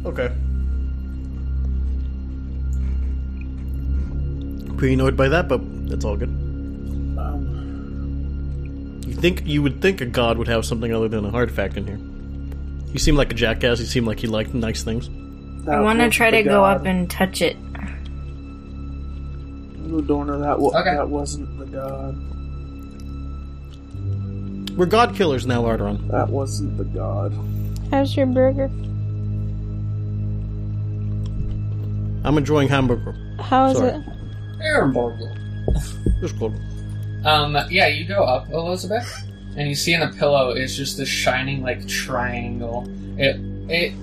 C: Okay. Pretty annoyed by that, but it's all good.
B: Um,
C: You think you would think a god would have something other than a hard fact in here? You seem like a jackass. You seem like you like nice things.
B: that
F: I wanna
B: was
F: try
B: the
F: to go
B: god.
F: up and touch it.
B: Ludorna, that wa-
A: Okay.
B: that wasn't the god.
C: We're god killers now, Arderon.
B: That wasn't the god.
E: How's your burger?
C: I'm enjoying hamburger.
E: How is
C: Sorry.
E: it?
A: Hamburger.
C: Just called.
A: Um, yeah, you go up, Elizabeth, and you see in the pillow is just this shining like triangle. It it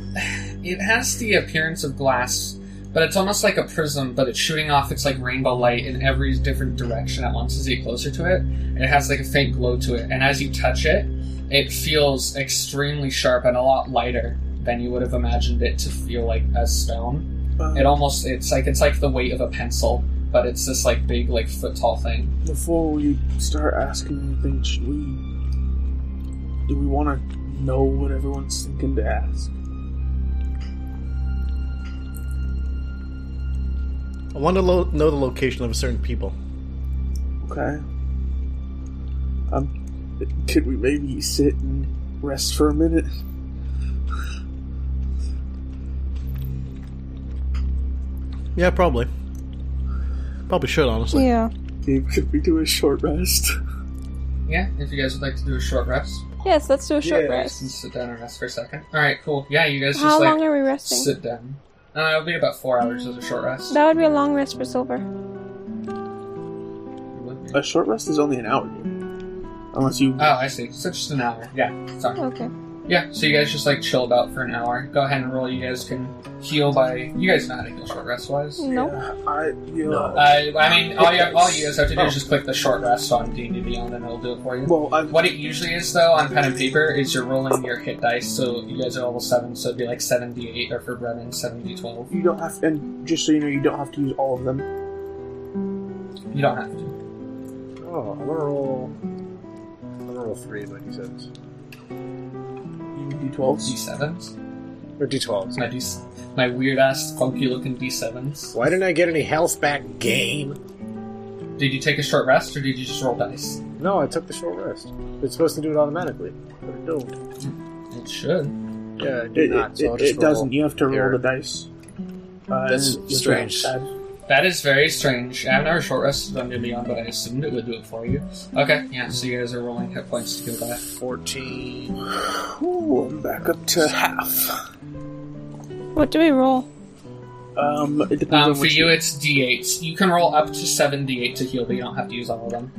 A: it has the appearance of glass, but it's almost like a prism. But it's shooting off its like rainbow light in every different direction at once as you get closer to it. And it has like a faint glow to it, and as you touch it, it feels extremely sharp and a lot lighter than you would have imagined it to feel like a stone. It almost it's like it's like the weight of a pencil, but it's this like big like foot tall thing.
B: Before you start asking anything, should we? Do we want to know what everyone's thinking to ask?
C: I want to lo- know the location of certain people.
B: Okay. Um, could we maybe sit and rest for a minute?
C: Yeah, probably. Probably should honestly.
E: Yeah.
B: Gabe, could we do a short rest?
A: Yeah, if you guys would like to do a short rest,
E: Yes, let's do a short
B: Yeah.
A: you can
E: rest.
A: sit down and rest for a second. All right, cool. Yeah, you guys
E: How
A: just
E: long
A: like
E: are we resting?
A: sit down. Uh, it'll be about four hours as a short rest.
E: That would be a long rest for Silver.
B: A short rest is only an hour, unless you.
A: Oh, I see. So just an hour. Yeah, sorry.
E: Okay.
A: Yeah, so you guys just like chilled out for an hour. Go ahead and roll. You guys can heal by. You guys know how to heal short rest wise.
E: Nope.
B: I you know,
A: Uh, I mean, all you all you guys have to do is just click the short rest on D and D Beyond, and it'll do it for you.
B: Well, I'm,
A: What it usually is, though, on pen and paper, is you're rolling your hit dice. So you guys are level seven, so it'd be like seven d eight, or for Brennan, seven d twelve.
B: you don't have, and just so you know, you don't have to use all of them.
A: You don't have to.
D: Oh, I'm gonna roll. I'm gonna roll three like you said,
B: You
A: D
B: d12s.
A: sevens.
D: or d12s.
A: My D, my weird ass, funky looking D sevens.
D: Why didn't I get any health back, game?
A: Did you take a short rest, or did you just roll dice?
D: No, I took the short rest. It's supposed to do it automatically, but it don't.
A: It should.
D: Yeah, it did
B: It,
D: not.
B: it,
D: So I'll
B: it,
D: just
B: it
D: roll.
B: doesn't. You have to
D: Here.
B: roll the dice. Uh,
D: That's
B: and-
D: strange.
B: Add-
A: That is very strange. I've never short rested on New Beyond, but I assumed it would do it for you. Okay, yeah. So you guys are rolling hit points to go back.
D: Fourteen.
B: Ooh, I'm back up to half.
E: What do we roll?
B: Um, it depends
A: Um,
B: on
A: for
B: which
A: you, it's d8s. You can roll up to seven d8 to heal, but you don't have to use all of them.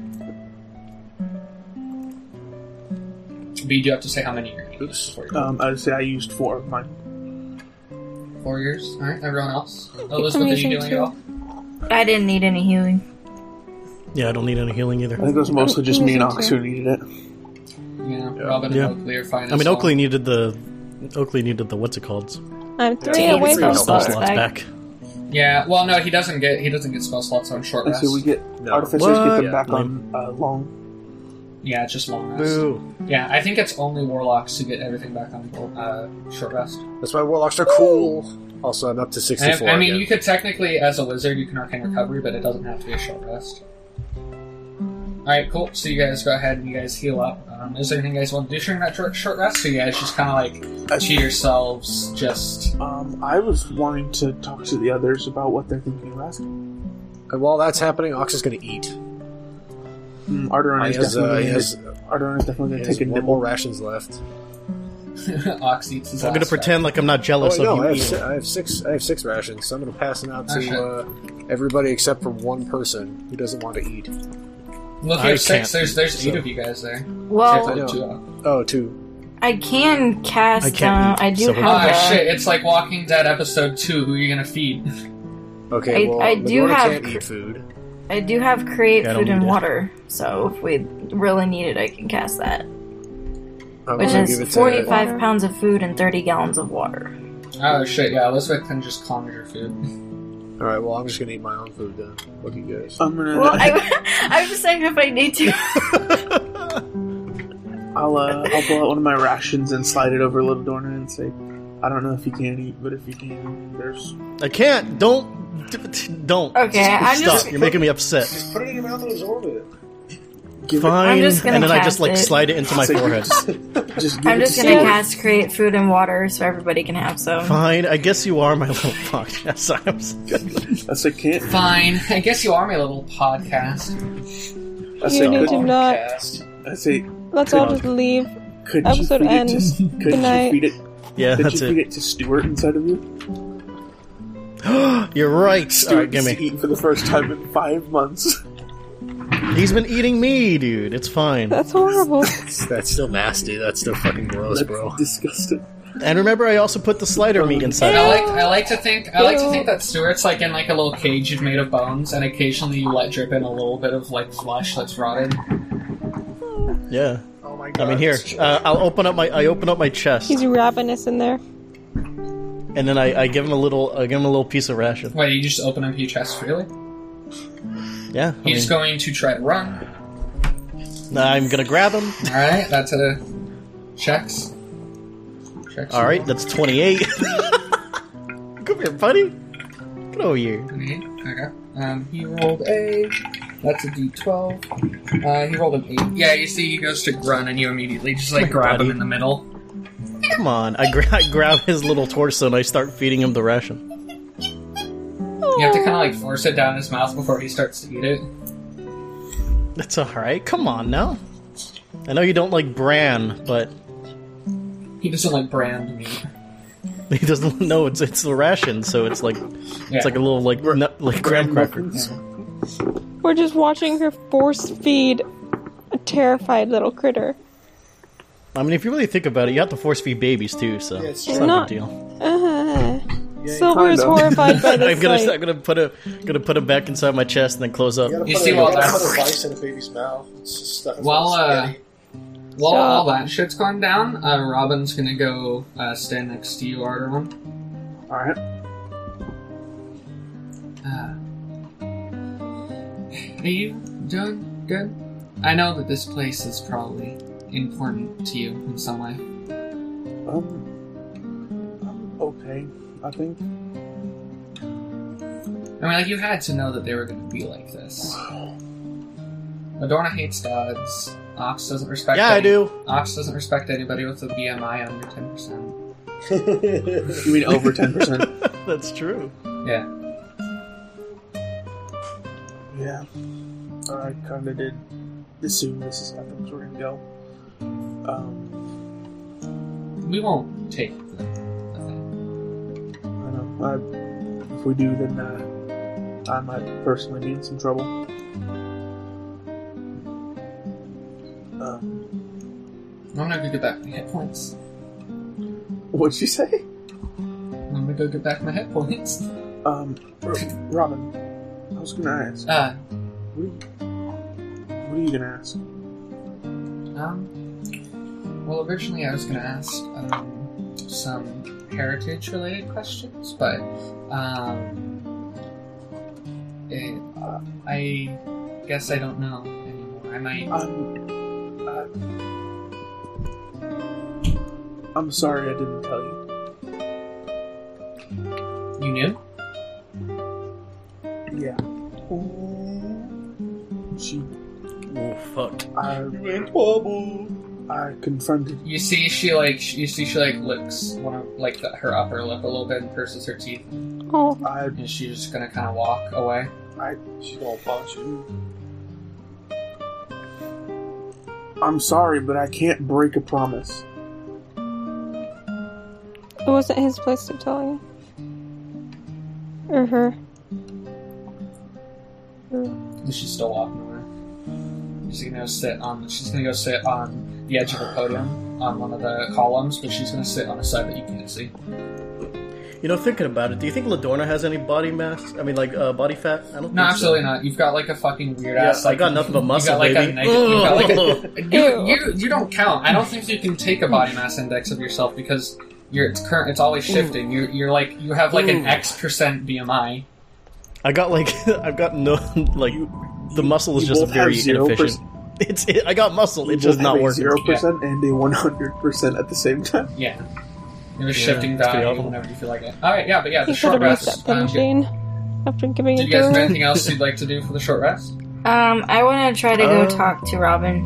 A: But you do have to say how many you're going to use. Four,
B: Um, I would say I used four of mine.
A: four years. All right, everyone else. Oh, Elizabeth, are you
E: Amazing,
A: doing it
E: too.
A: all?
F: I didn't need any healing.
C: Yeah, I don't need any healing either.
B: I think it was mostly just me and
E: Amazing,
B: Ox
E: too.
B: who needed it.
A: Yeah, Robin
C: Yeah.
A: and Oakley are fine.
C: I mean,
A: as well.
C: Oakley needed the Oakley needed the what's it called?
E: I'm three
F: Yeah,
E: away
F: it's
E: from
F: real.
C: Spell
F: spell
E: spell
C: slots
E: back.
C: back.
A: Yeah. Well, no, he doesn't get he doesn't get spell slots on short
B: And
A: rest.
B: so we get
D: No.
B: artificers get
C: What?
B: them back
C: Yeah.
B: on uh, long.
A: yeah, it's just long rest.
C: Boo!
A: Yeah, I think it's only warlocks who get everything back on uh, short rest.
D: That's why warlocks are cool. Also, I'm up to
A: I,
D: sixty-four.
A: I mean,
D: again.
A: you could technically, as a wizard, you can arcane recovery, but it doesn't have to be a short rest. All right, cool. So you guys go ahead and you guys heal up. Um, is there anything you guys want to do during that short, short rest? Or you guys just kind of like to yourselves, just <laughs>
B: Um, I was wanting to talk to the others about what they're thinking of asking.
D: And while that's happening, Ox is gonna eat.
B: Mm, Arderon
D: He
B: is
D: has, uh,
B: definitely
D: he
B: gonna-
D: has,
B: Arderon is definitely
D: he
B: going to
D: has
B: take a
D: one more
B: nibble.
D: rations left.
A: ox eats his
C: I'm gonna
A: last
C: pretend like I'm not jealous
D: Oh,
C: of
D: no, I
C: you
D: have,
C: eating.
D: si- I have six. I have six rations, so I'm going to pass them out
A: Oh, shit.
D: to uh, everybody except for one person who doesn't want to eat.
A: rest. Well, if
C: I
A: you have six,
C: can't
A: there's there's eight
D: so-
A: of you guys there.
F: Well,
A: Except
D: I
A: for the
D: know.
A: two ox.
D: Oh, two.
F: I can cast.
C: I can't
F: uh,
C: eat,
F: I do
C: so-
F: have.
A: Ah,
F: a-
A: shit! It's like Walking Dead episode two. Who are you gonna feed?
D: Okay,
F: I-
D: well,
F: I do
D: Midorna
F: have
D: can't
F: cr-
D: eat food.
F: I do have create
C: Yeah, I don't
F: food and
C: need it.
F: water, so if we really need it, I can cast that,
D: I'm
F: which
D: gonna give it
F: is
D: to-
F: forty-five
E: Water.
F: pounds of food and thirty gallons of water.
A: Oh shit! Yeah, Elizabeth can just conjure food.
D: All right, well, I'm just going to eat my own food then. What do you guys?
B: I'm going <laughs>
F: Well,
B: to.
F: <laughs> I, I'm just saying if I need to.
B: I'll, uh, I'll pull out one of my rations and slide it over Little Dornan and say, I don't know if you can eat, but if you can, there's.
C: I can't. Don't. d- t- Don't.
F: Okay, I'm
C: Stop.
F: just-
C: You're making me upset.
D: Put it in your mouth and absorb it.
B: Give
C: Fine.
F: I'm just gonna
C: and then I
F: cast
C: just like
F: it.
C: slide it into my
B: So you
C: forehead.
B: just- it. Just give
F: I'm
B: it
F: just
B: to
F: gonna
B: Steve.
F: cast create food and water so everybody can have some.
C: Fine. I guess you are my little <laughs> fuck. Yes, I'm.
B: That's a can't.
A: Fine. I guess you are my little podcast.
B: That's
E: You
B: a
E: need
B: good.
E: to not.
B: That's a.
E: Let's all just leave.
B: Could you
E: Episode
B: feed it to?
E: ends.
B: Could you
E: night.
B: feed it?
C: Yeah,
B: Could you
C: that's
B: feed
C: it.
B: it to Stuart inside of you?
C: You're right. All right,
B: Stuart gets
C: give me.
B: to eat for the first time in five months.
C: He's been eating me, dude. It's fine.
E: That's horrible.
D: That's still nasty. That's still fucking gross,
B: That's
D: bro.
B: disgusting.
C: And remember, I also put the slider meat inside.
F: <laughs>
A: And
C: it.
A: I like I like to think I like to think that Stuart's like in like a little cage you've made of bones, and occasionally you let drip in a little bit of like flesh that's rotted.
C: Yeah.
D: Oh my
C: I mean, here. Uh, I'll open up my. I open up my chest,
E: He's ravenous in there.
C: and then I, I give him a little. I give him a little piece of ration.
A: Wait, you just open up your chest really?
C: Yeah. I
A: He's going to try to run.
C: mean, I'm gonna grab him.
A: All right, that's a checks. Checks.
C: All right, that's twenty-eight. <laughs> Come here, buddy. Get over here.
A: Okay. Um, he rolled a. That's a d12. Uh, he rolled an eight. Yeah, you see, he goes to grunt, and you immediately just like
C: <laughs> Come here,
A: grab him
C: buddy.
A: in the middle.
C: Come on. I, gra- I grab his little torso and I start feeding him the ration.
A: You have to kind of like force it down his mouth before he starts to eat it.
C: That's all right. Come on now. I know you don't like bran, but <laughs>
A: He doesn't like brand meat.
C: he doesn't <laughs> know it's it's the ration, so it's like
A: Yeah.
C: it's like a little like nut, like graham cracker.
E: We're just watching her force feed a terrified little critter.
C: I mean, if you really think about it, you have to force feed babies too, so it's not, a
E: Not-
C: big deal.
E: Uh-huh. Silver is
B: kinda.
A: <laughs>
E: horrified by this
C: <laughs> I'm gonna
E: sight.
C: I'm gonna put a gonna put him back inside my chest and then close up.
A: You see all that-
D: put a vice in a baby's mouth. It's just stuck in
A: Well, uh,
D: spaghetti.
A: While
E: Stop.
A: all that shit's gone down, uh, Robin's gonna go uh, stand next to you, Arteron.
B: All right.
A: Uh, are you doing good? I know that this place is probably important to you in some way.
B: Um, I'm okay, I think.
A: I mean, like, you had to know that they were going to be like this. Madonna hates gods. Ox doesn't respect.
C: Yeah, I
A: any-
C: do.
B: <laughs>
A: Ox doesn't respect anybody with a BMI under ten percent.
B: You mean over ten percent?
C: That's true.
A: Yeah.
B: Yeah. I kind of did assume this is how things were gonna go. Um,
A: We won't take the, the thing.
B: I don't know. I, if we do, then uh, I might personally be in some trouble. Uh,
A: I'm gonna go get back my hit points.
B: what'd you say?
A: I'm gonna go get back my hit points. <laughs>
B: Um, R- Robin, I was gonna ask.
A: Uh,
B: What are you, what are you gonna ask?
A: Um, well, originally I was going to ask um, some heritage related questions, but um, it, uh, I guess I don't know anymore. I might.
B: I'm, uh, I'm sorry I didn't tell you.
A: You knew?
B: Yeah. She,
C: Oh fuck.
B: I, I confronted.
A: You see, she like sh- you see she like licks one of like the, her upper lip a little bit and purses her teeth,
E: Oh,
B: I,
A: and she's just gonna kind of walk away.
B: I, she's gonna punch you. I'm sorry, but I can't break a promise.
E: it wasn't his place to tell you. Uh-huh. Or her.
A: And she's still walking away. She's gonna go sit on. She's gonna go sit on the edge of the podium on one of the columns, but she's gonna sit on a side that you can't see.
C: You know, thinking about it, do you think Ladorna has any body mass? I mean, like uh, body fat? I don't think
A: No,
C: so.
A: absolutely not. You've got like a fucking weird
C: Yeah,
A: ass.
C: I
A: Like
C: got nothing but muscle,
A: you got, like,
C: baby.
A: A negative, you, got, like, a- you,
E: Ew.
A: you you don't count. I don't think you can take a body mass index of yourself because you're it's current. It's always shifting. You're you're like you have like an
C: Ooh.
A: X percent BMI.
C: <laughs> I got like <laughs> I've got no like the muscle is
B: you
C: just
B: both
C: very
B: have zero
C: inefficient. <laughs> It's it, I got muscle. It just not working.
B: Zero percent and a one hundred percent at the same time.
A: Yeah. You're just shifting
C: it's pretty
A: value
C: awful.
A: whenever you feel like it. All right, yeah, but yeah, the
E: He should
A: short
E: have used that
A: rest. Um, do
E: pin machine after giving
A: do
E: it
A: you guys
E: to
A: have
E: her.
A: anything else you'd like to do for the short rest?
F: Um, I want to try to go
C: Uh,
F: talk to Robin.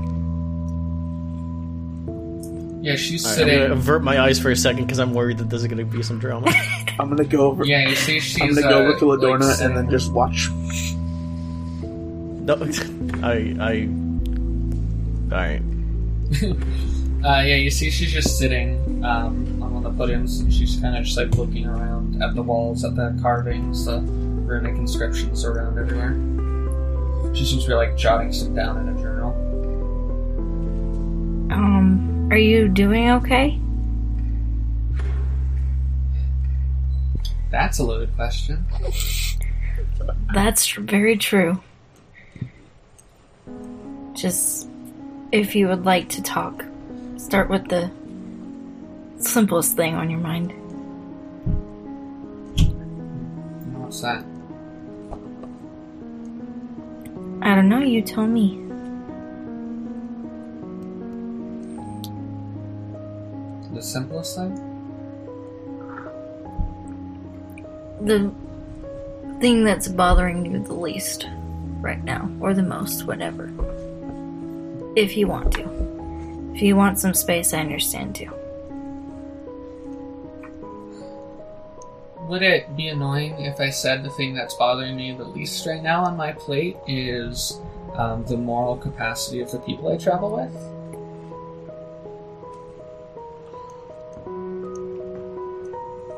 A: Yeah, she's
C: All right, I'm
A: sitting.
C: gonna avert my eyes for a second because I'm worried that there's gonna be some drama. <laughs>
B: I'm gonna go over.
A: Yeah, you see, she's.
B: I'm gonna go
A: uh,
B: over to Ladorna
A: like,
B: and then
A: sitting-
B: just watch.
C: no, <laughs> I I. All right.
A: Uh, yeah, you see, she's just sitting um, on one the put-ins, and she's kind of just like looking around at the walls, at the carvings, the runic inscriptions around everywhere. She seems to be like jotting some down in a journal.
F: Um, are you doing okay?
A: That's a loaded question.
F: That's tr- very true. Just if you would like to talk, start with the simplest thing on your mind.
A: What's that?
F: I don't know, you tell me.
A: The simplest thing?
F: The thing that's bothering you the least right now, or the most, whatever. If you want to. If you want some space, I understand too.
A: Would it be annoying if I said the thing that's bothering me the least right now on my plate is um, the moral capacity of the people I travel with?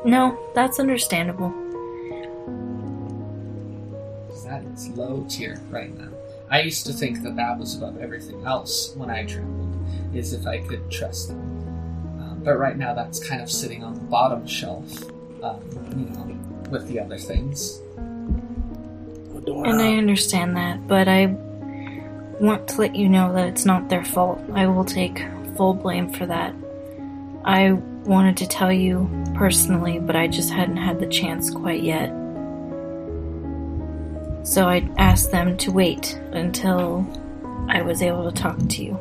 F: No, that's understandable.
A: Because that is low tier right now. I used to think that that was above everything else when I traveled, is if I could trust them. Um, but right now, that's kind of sitting on the bottom shelf, um, you know, with the other things.
F: And I
B: Adora,
F: understand that, but I want to let you know that it's not their fault. I will take full blame for that. I wanted to tell you personally, but I just hadn't had the chance quite yet. So I asked them to wait until I was able to talk to you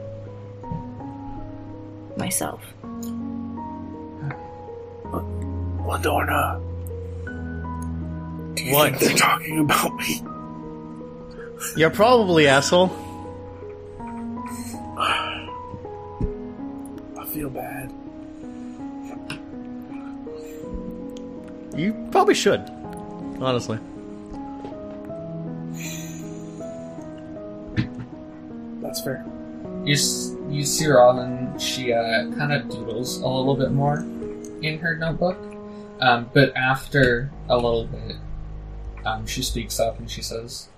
F: myself.
B: Adorna,
A: <laughs>
C: What?
B: they're talking about me.
C: You're probably asshole.
B: I feel bad.
C: You probably should. Honestly.
B: That's fair.
A: You, s- you see Robin, she uh, kind of doodles a little bit more in her notebook. Um, but after a little bit, um, she speaks up and she says,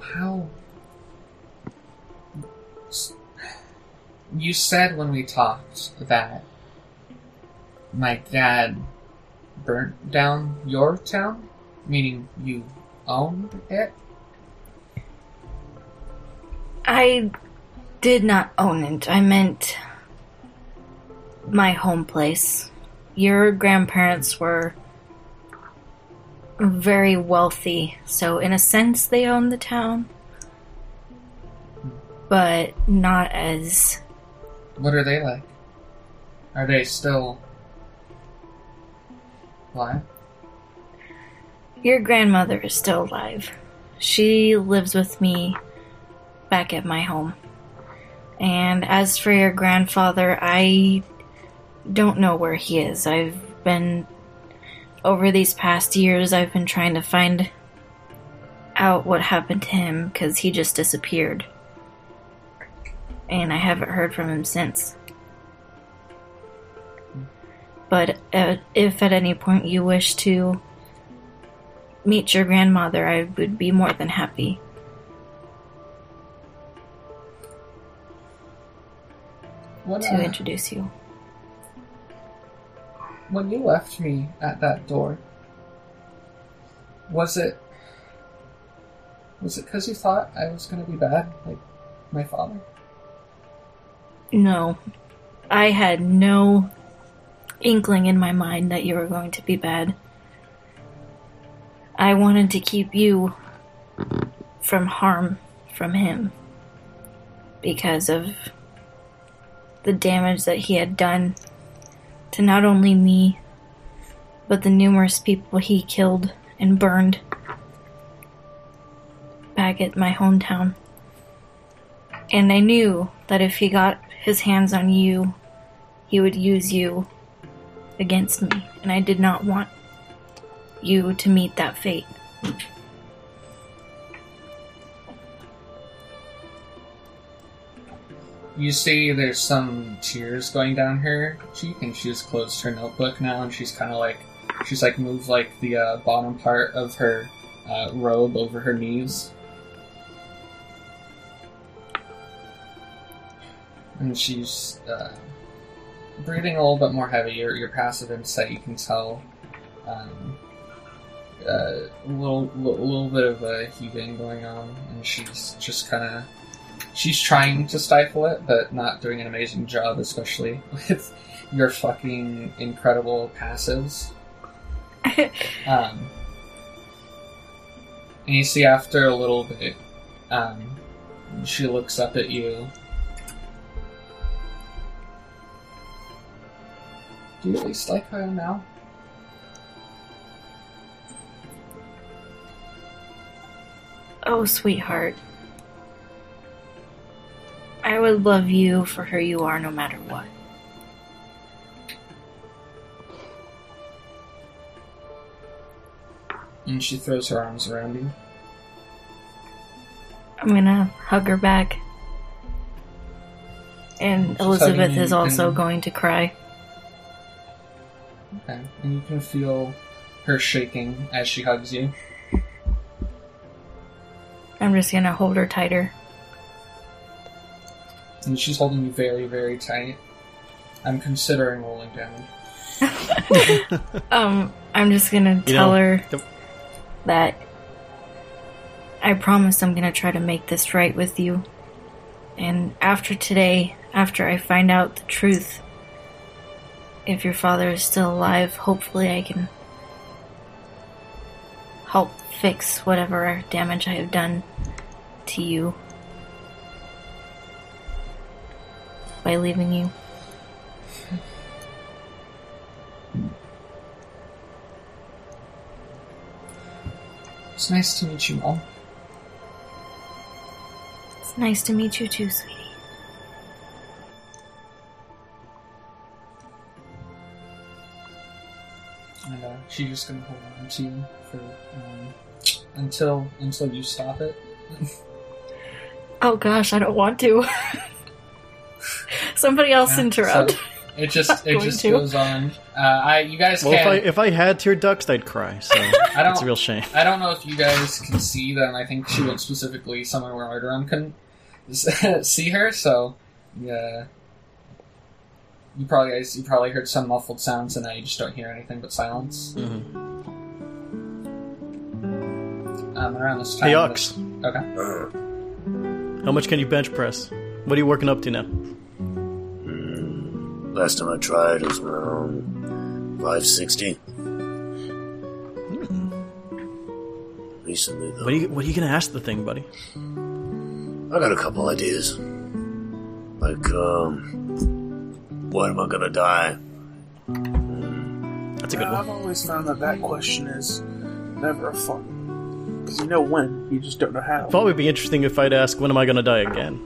A: How. s- You said when we talked that my dad burnt down your town, meaning you owned it?
F: I did not own it. I meant my home place. Your grandparents were very wealthy, so in a sense they owned the town, but not as
A: What are they like? Are they still alive?
F: Your grandmother is still alive. She lives with me back at my home. And as for your grandfather, I don't know where he is. I've been, over these past years, I've been trying to find out what happened to him because he just disappeared. And I haven't heard from him since. But uh, if at any point you wish to meet your grandmother, I would be more than happy.
A: What,
F: to
A: uh,
F: introduce you.
A: when you left me at that door, was it was it because you thought I was going to be bad, like my father?
F: No, I had no inkling in my mind that you were going to be bad. I wanted to keep you from harm from him because of the damage that he had done to not only me, but the numerous people he killed and burned back at my hometown. And I knew that if he got his hands on you, he would use you against me. And I did not want you to meet that fate.
A: You see, there's some tears going down her cheek, and she's closed her notebook now, and she's kind of like, she's like moved like the uh, bottom part of her uh, robe over her knees. And she's uh, breathing a little bit more heavy. Your, your passive insight, you can tell um, uh, a little, little, little bit of a heaving going on, and she's just kind of she's trying to stifle it, but not doing an amazing job, especially <laughs> with your fucking incredible passives. um, and you see, after a little bit, um, she looks up at you. Do you at least like her now?
F: Oh, sweetheart. I would love you for who you are no matter what.
A: And she throws her arms around you.
F: I'm gonna hug her back. And
A: She's
F: Elizabeth
A: hugging
F: is
A: you,
F: also
A: and-
F: going to cry.
A: Okay. And you can feel her shaking as she hugs you.
F: I'm just gonna hold her tighter.
A: And she's holding you very, very tight. I'm considering rolling damage.
F: Um, I'm just gonna
C: You
F: tell
C: know,
F: her
C: don't-
F: that I promise I'm gonna try to make this right with you. And after today, after I find out the truth, if your father is still alive, hopefully I can help fix whatever damage I have done to you by leaving you.
A: It's nice to meet you all.
F: It's nice to meet you too, sweetie.
A: And uh, she's just gonna hold on to you for um, until until you stop it.
F: Oh gosh, I don't want to. <laughs> Somebody else
A: Yeah,
F: interrupt.
A: so it
F: <laughs>
A: just it
F: Going
A: just
F: to.
A: goes on. Uh, I you guys
C: Well, if I
A: can.
C: if I had tear ducts, I'd cry.
A: <laughs>
C: So
A: I
C: it's
A: don't.
C: a real shame.
A: I don't know if you guys can see them. I think she went specifically somewhere where Arderon couldn't <laughs> s- see her. So yeah, you probably guys you probably heard some muffled sounds, and now you just don't hear anything but silence.
C: Mhm.
A: Um, around this time,
C: Hey, Ox,
A: Okay. <laughs>
C: how much can you bench press? What are you working up to now?
G: Last time I tried was around 560. Recently, though.
C: What are you What are you gonna ask the thing, buddy?
G: I got a couple ideas. Like, um, when am I gonna die?
C: That's a good
B: I've
C: one.
B: always found that that question is never a fun. Because you know when, you just don't know how.
C: Thought would be interesting if I'd ask, when am I gonna die again?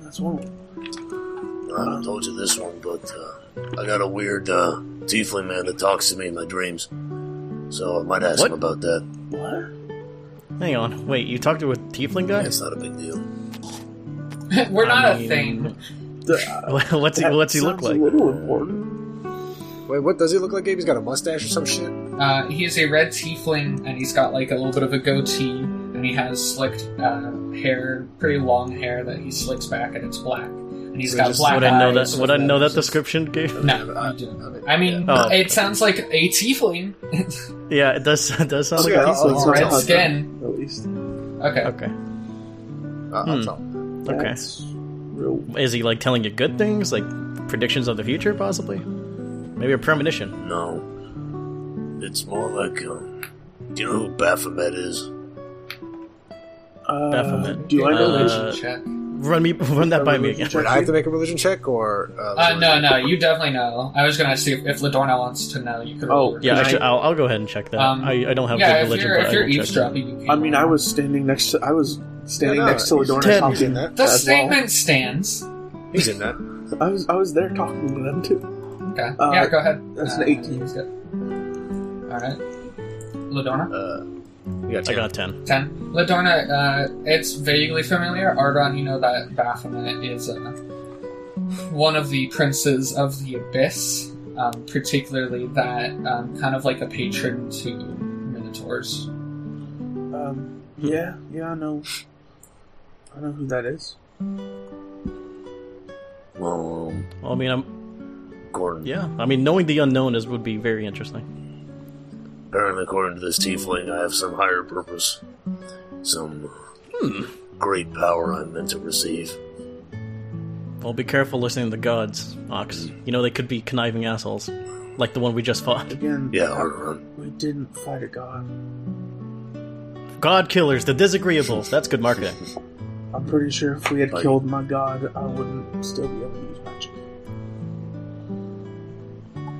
B: That's one.
G: I haven't told you this one, but uh, I got a weird uh, tiefling man that talks to me in my dreams. So I might ask
C: What?
G: him about that.
B: What?
C: Hang on, wait, you talked to a tiefling guy?
G: It's not a big deal.
A: We're
C: I
A: not
C: mean-
A: a thing.
C: <laughs>
B: The- uh,
C: what's he
B: that
C: What's he look
B: sounds
C: like?
B: A little important.
D: Wait, what does he look like? Gabe? He's got a mustache or some shit.
A: Uh, he is a red tiefling, and he's got like a little bit of a goatee, and he has slicked uh, hair, pretty long hair that he slicks back, and it's black. And he's
D: So
A: got
D: just-
A: black
C: Would
A: eyes.
C: I know that? Would I know that
A: the
C: description, Gabe? <laughs>
A: No, you didn't.
D: mean,
A: I mean,
C: Oh.
A: it sounds like a tiefling,
C: Yeah, it does. It does sound like
D: Okay,
C: a
D: I'll-
C: tiefling.
D: I'll-
A: red
B: awesome.
A: skin.
B: At least.
A: Okay,
C: Okay.
D: Uh, I'll
C: Hmm.
D: tell him.
C: Okay.
B: That's real.
C: Is he like telling you good things, like predictions of the future, possibly? Maybe a premonition.
G: No. It's more like, um, do you know who Baphomet is?
B: Uh,
C: Baphomet.
B: Do I know
C: Uh,
B: this?
A: religion check.
C: Run me, <laughs> run that by me again.
D: Wait, I have to make a religion check, or uh,
A: Uh, no, no, you definitely know. I was gonna see if, if Ladorna wants to know. You could.
B: Oh,
A: roll.
C: Yeah,
B: Can
C: actually,
B: I-
C: I'll, I'll go ahead and check that.
A: Um,
C: I, I don't have
A: yeah.
C: good
A: If
C: religion,
A: you're,
C: but
A: if
C: I
A: you're
C: will check that.
A: eavesdropping, you can
B: I mean, I
A: roll.
B: was standing next to. I was standing
D: No, no,
B: next to
D: he's-
B: Ladorna
C: Ten.
B: talking.
D: He's in
A: The
B: as well. Uh,
A: statement stands.
D: <laughs> He's in that.
B: I was I was there talking to them too.
A: Okay.
B: Uh,
A: yeah, go ahead.
B: that's
A: Uh,
B: an 18.
A: All right. Ladorna?
G: Uh,
D: You got
C: I
D: ten.
C: got 10.
A: 10. Ladorna, uh, it's vaguely familiar. Ardon, you know that Baphomet is uh, one of the princes of the Abyss, um, particularly that um, kind of like a patron to Minotaurs.
C: Hmm.
B: Um, yeah, yeah, I know. I know who that is.
G: Well, um,
C: Well, I mean, I'm,
G: according,
C: yeah. I mean, knowing the unknown is would be very interesting.
G: apparently, according to this tiefling, I have some higher purpose, some
C: Hmm.
G: great power I'm meant to receive.
C: Well, be careful listening to the gods, Ox. You know, they could be conniving assholes, like the one we just fought. <laughs>
B: Again,
G: Yeah, Ardon.
B: we didn't fight a god.
C: God killers, the disagreeables. That's good marketing.
B: I'm pretty sure if we had
G: Like-
B: killed my god, I wouldn't still be able to use magic.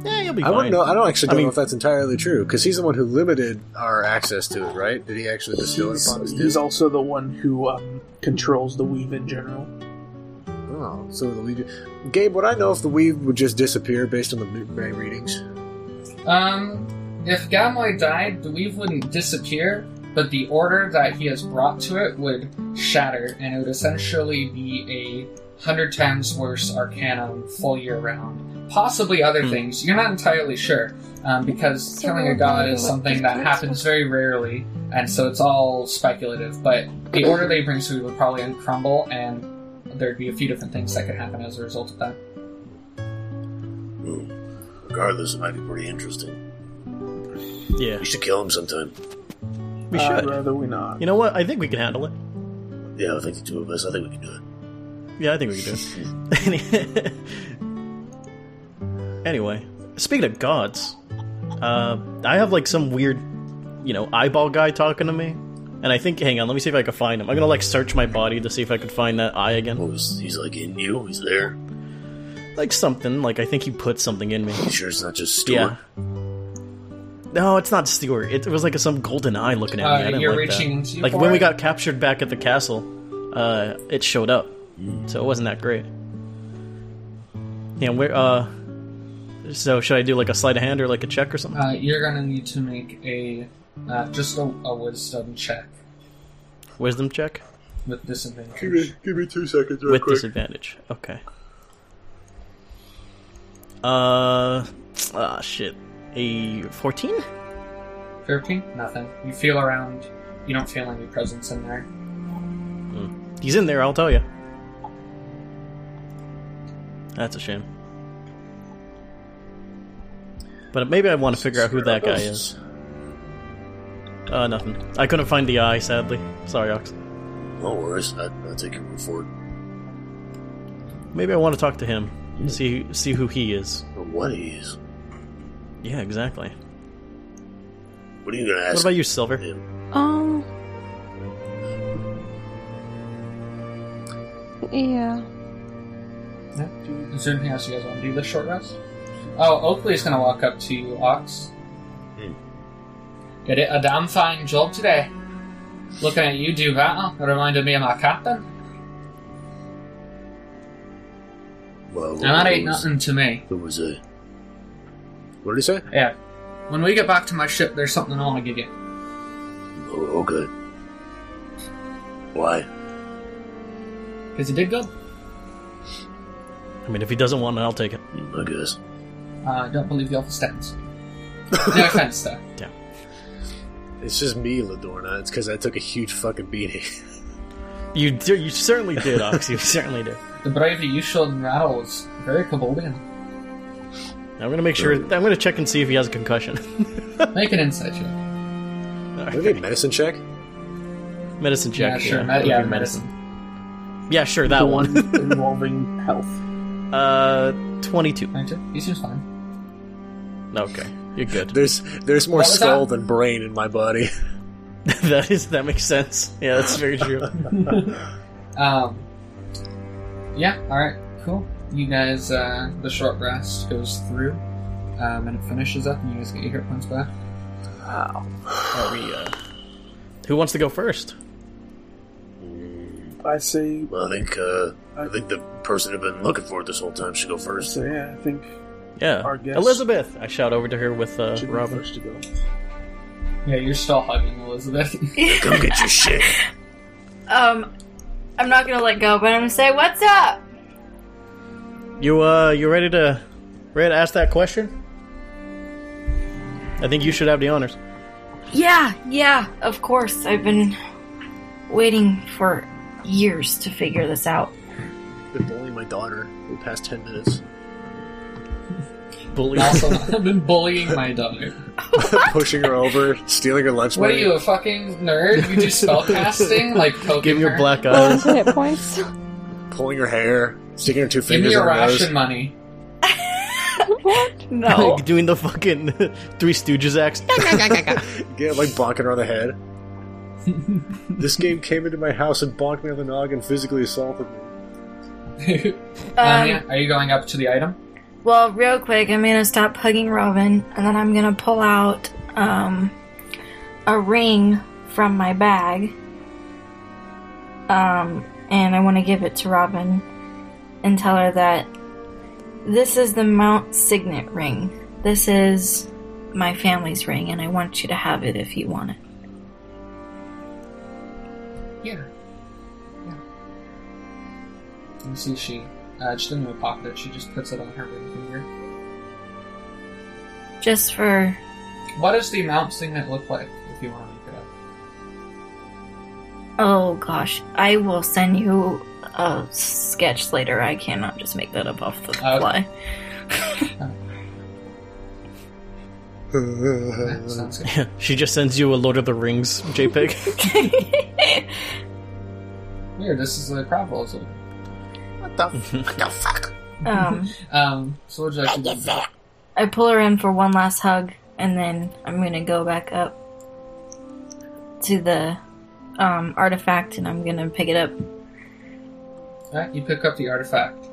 C: Yeah, you'll be
D: I don't
C: fine.
D: know. I don't actually
C: I
D: don't
C: mean-
D: know if that's entirely true because he's the one who limited our access to it, right? Did he actually distill it
B: He's,
D: upon us?
B: he's also the one who um, controls the weave in general.
D: Oh, so the weave. Gabe, would I know if the weave would just disappear based on the Moonray readings?
A: Um, if Gamoy died, the weave wouldn't disappear, but the order that he has brought to it would shatter, and it would essentially be a hundred times worse Arcanum full year round. Possibly other
C: Hmm.
A: things. You're not entirely sure, um, because
E: So
A: killing a
E: we're
A: god
E: going
A: is
E: with
A: something
E: the
A: that
E: first
A: happens very rarely, and so it's all speculative. But the order they bring to it would probably crumble, and there'd be a few different things that could happen as a result of that.
G: Hmm. Regardless, it might be pretty interesting.
C: Yeah,
G: We should kill him sometime.
C: we
B: I'd
C: should.
B: rather we not.
C: You know what? I think we can handle it.
G: Yeah, I think the two of us. I think we can do it.
C: Yeah, I think we can do it. anyway, speaking of gods, uh, I have like some weird, you know, eyeball guy talking to me, and I think, hang on, let me see if I can find him. I'm gonna like search my body to see if I could find that eye again,
G: What was, he's like in you. He's there.
C: like something. Like I think he put something in me.
G: You sure it's not just Stuart?
C: Yeah. No, it's not Stewart. It, it was like some golden eye looking at me. I
A: Uh,
C: didn't
A: you're
C: like that.
A: reaching into
C: like
A: for
C: when we
A: it.
C: got captured back at the castle, uh, it showed up, so it wasn't that great. Yeah, we're uh, so should I do like a sleight of hand or like a check or something?
A: Uh, you're gonna need to make a uh, just a, a wisdom check Uh,
C: Wisdom check
A: with disadvantage.
D: give me two seconds,
C: with disadvantage. Okay. Uh, ah, shit, a fourteen.
A: Fifteen, nothing. You feel around. You don't feel any presence in there.
C: He's in there. I'll tell you. That's a shame. But maybe I want to figure out who that guy is. Uh, nothing. I couldn't find the eye, sadly. Sorry, Ox.
G: No worries. I, I take your word for it.
C: Maybe I want to talk to him. See, see who he is.
G: Or what he is.
C: Yeah, exactly.
G: What are you gonna ask?
C: What about you, Silver?
G: him?
E: Um. Yeah.
A: Is there anything else you guys want to do this short rest? Oh, Oakley's gonna walk up to you, Ox.
G: Hmm.
A: Did it a damn fine job today. Looking at you do that, it reminded me of my captain.
G: Well,
A: And that ain't
G: it was-
A: nothing to me.
G: It was a
D: What did he say?
A: Yeah. When we get back to my ship, there's something I want to give you.
G: oh, okay. Why?
A: Because you did good.
C: I mean, if he doesn't want it, I'll take it.
G: I guess.
A: Uh, I don't believe the offer stands. No offense, though.
D: It's just me, Ladorna. It's because I took a huge fucking beating.
C: You, do, you certainly did, Ox.
A: <laughs>
C: You certainly did.
A: The bravery you showed in battle was very Cambodian.
C: I'm gonna make sure. I'm gonna check and see if he has a concussion. <laughs>
A: Make an insight <laughs> check.
D: Do we need a medicine check?
C: Medicine check.
A: Yeah, sure.
C: it
A: med-
C: would
A: yeah,
C: be
A: medicine.
C: Yeah, sure. That
B: the
C: one. <laughs>
B: one involving health.
C: Uh, twenty-two.
A: Ninety. He seems fine.
C: Okay, you're good.
D: There's there's more
A: What was
D: skull
A: that?
D: than brain in my body.
C: <laughs> that is. That makes sense. Yeah, that's very true.
A: Um, yeah, alright, cool. You guys, uh, the short rest goes through, um, and it finishes up, and you guys get your hit points back.
C: Are we? Uh, who wants to go first?
B: I say,
G: Well, I think uh, I think the person who've been looking for it this whole time should go
B: I
G: first.
B: say, yeah, I think
C: Yeah,
B: Our guest.
C: Elizabeth. I shout over to her with uh,
B: should be
C: Robin.
B: first to go.
A: Yeah, you're still hugging <laughs> Elizabeth.
G: Come get your shit.
F: um, I'm not gonna let go, but I'm gonna say, "What's up?"
C: You uh, you ready to ready to ask that question? I think you should have the honors.
F: Yeah, yeah, of course. I've been waiting for years to figure this out.
D: Been bullying my daughter for the past ten minutes.
C: Bully.
A: also, I've been bullying my daughter.
D: Pushing her over, stealing her lunch
A: What are
D: money.
A: you, a fucking nerd?
C: <laughs>
A: You do spellcasting? Like, poking
C: Give your
A: her?
C: black
E: Bonus
C: eyes.
A: <laughs>
E: hit points.
D: Pulling her hair, sticking her two
A: Give
D: fingers
A: me
D: in
A: your
D: her nose.
A: ration money. <laughs>
F: No.
C: Like doing the fucking <laughs> Three Stooges acts. <laughs>
D: Yeah, like bonking her on the head. <laughs> this game came into my house and bonked me on the nog and physically assaulted me.
F: Um,
A: Anya, are you going up to the item?
F: well, real quick, I'm gonna stop hugging Robin, and then I'm gonna pull out um, a ring from my bag. Um, and I want to give it to Robin and tell her that this is the Mount Signet ring. This is my family's ring, and I want you to have it if you want it.
A: Yeah. Yeah. You see, she uh, just in her pocket. She just puts it on her ring finger.
F: Just for
A: What does the Mount Signet look like? If you want to look it up.
F: Oh gosh, I will send you a sketch later. I cannot just make that up off the
A: Okay.
F: fly.
A: That sounds good.
C: she just sends you a Lord of the Rings JPEG. <laughs>
A: Weird. This is the crab rolls. of it.
D: What the, f- what the fuck?
F: um,
A: Um. So what would you like to do?
F: I pull her in for one last hug, and then I'm gonna go back up to the um, artifact, and I'm gonna pick it up.
A: Alright, you pick up the artifact.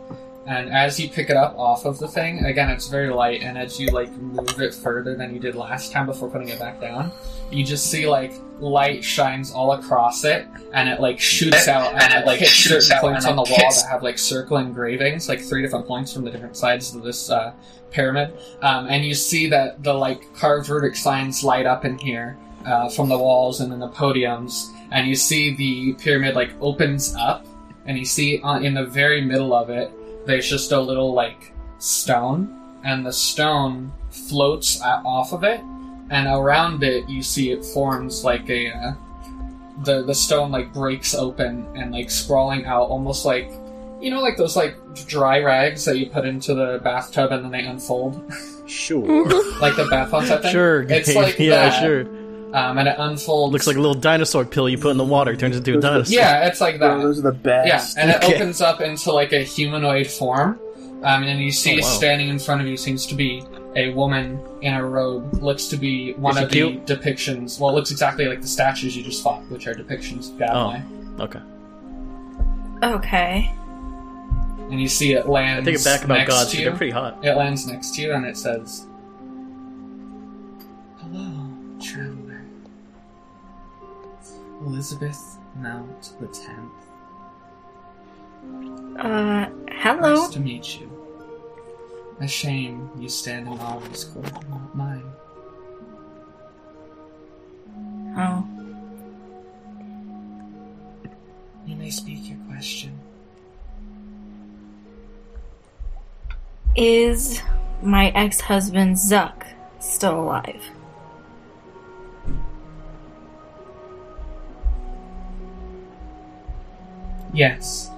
A: And as you pick it up off of the thing, again, it's very light, and as you like move it further than you did last time before putting it back down, you just see like light shines all across it, and it like shoots out and it like hits certain points on the wall that have like circle engravings, like three different points from the different sides of this uh, pyramid. Um, and you see that the like carved verdict signs light up in here uh, from the walls and in the podiums, and you see the pyramid like opens up and you see on, in the very middle of it there's just a little like stone and the stone floats o- off of it and around it you see it forms like a uh, the the stone like breaks open and like sprawling out almost like you know like those like dry rags that you put into the bathtub and then they unfold
D: Sure.
A: like the bath on thing
C: sure,
A: it's
C: game.
A: like
C: yeah,
A: that,
C: sure.
A: um, and it unfolds
C: Looks like a little dinosaur pill you put in the water turns <laughs> into a dinosaur.
A: yeah it's like that
B: Bro, those are the
A: Yeah,
B: best.
A: and it
C: Okay.
A: opens up into like a humanoid form, um, and you see
C: Oh, wow.
A: standing in front of you seems to be a woman in a robe. Looks to be one
C: Is she
A: of the depictions. Well, it looks exactly like the statues you just fought, which are depictions of Gadamai.
C: Okay.
F: Okay.
A: And you see it lands
C: Take it back about
A: next
C: gods.
A: to
C: dude,
A: you.
C: They're pretty hot.
A: It lands next to you, and it says, "Hello, traveler. Elizabeth Mount the Tenth.
F: Uh, hello.
A: Nice to meet you. A shame you stand in all this court, and not mine.
F: Oh,
A: You may speak your question.
F: is my ex-husband Zuck still alive?
A: Yes.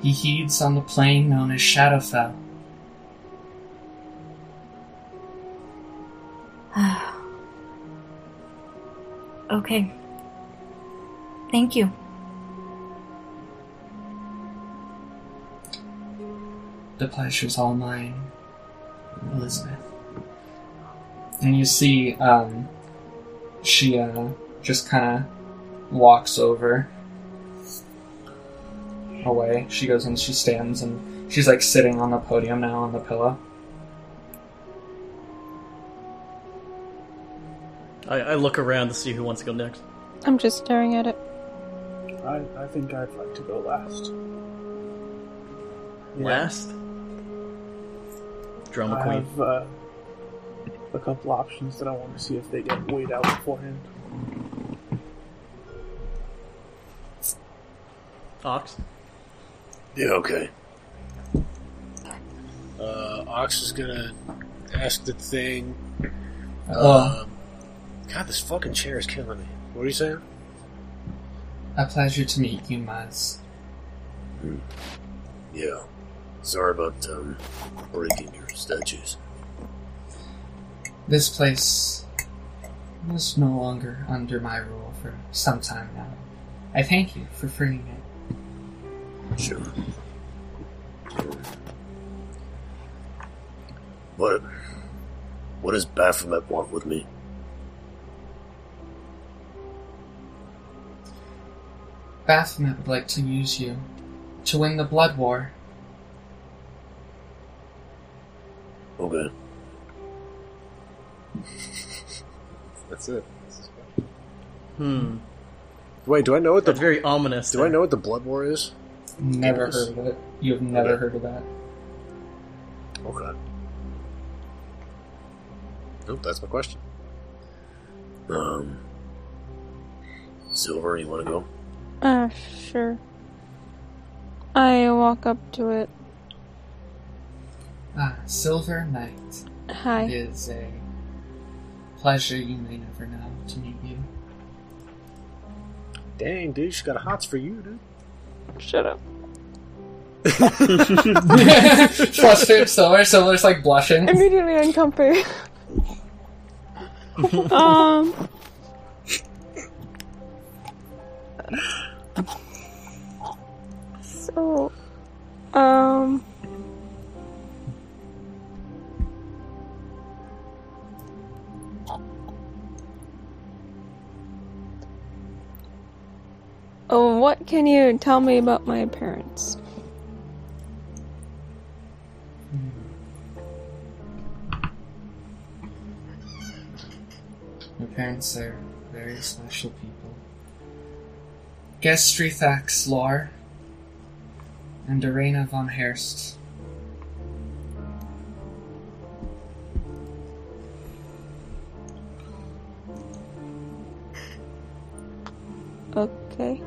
A: He heeds on the plain known as Shadowfell.
F: Okay. Thank you.
A: The pleasure's all mine, Elizabeth. And you see, um, she uh, just kind of walks over away. She goes and she stands and she's like sitting on the podium now on the pillow.
C: I, I look around to see who wants to go next.
E: I'm just staring at it.
B: I, I think I'd like to go last. Yeah.
C: Last. Drama
B: I
A: Uh,
C: queen.
B: have, uh, a couple options that I want to see if they get weighed out beforehand.
C: Ox.
G: <laughs> Yeah, okay.
D: Uh, Ox is gonna ask the thing.
G: Uh-huh.
A: Well-
D: um, God, this fucking chair is killing me. What are you saying?
A: A pleasure to meet you, Maz.
G: Yeah. Sorry about um, breaking your statues.
A: This place was no longer under my rule for some time now. I thank you for freeing it.
G: Sure. What? What does Baphomet want with me?
A: Baphomet would like to use you to win the Blood War.
G: Okay.
D: That's it.
C: Hmm.
D: Wait, do I know what
C: That's
D: the
C: very ominous.
D: do I
C: there.
D: know what the blood war is?
A: Never heard of it. You have never heard of that.
G: Okay.
D: Nope, that's my question.
G: Um. Silver, you want to go?
E: Uh, sure. I walk up to it.
A: Ah, Silver Knight. It
E: Hi.
A: is a pleasure you may never know to meet you. <laughs>
D: Dang, dude, she got a hots for you, dude.
E: Shut up.
A: Flustered Silver. Silver's like blushing.
E: Immediately uncomfy. um. So, um. Oh, What can you tell me about my parents?
A: My parents are very special people. Gestrithax Lore and Arena von Herst.
E: Okay.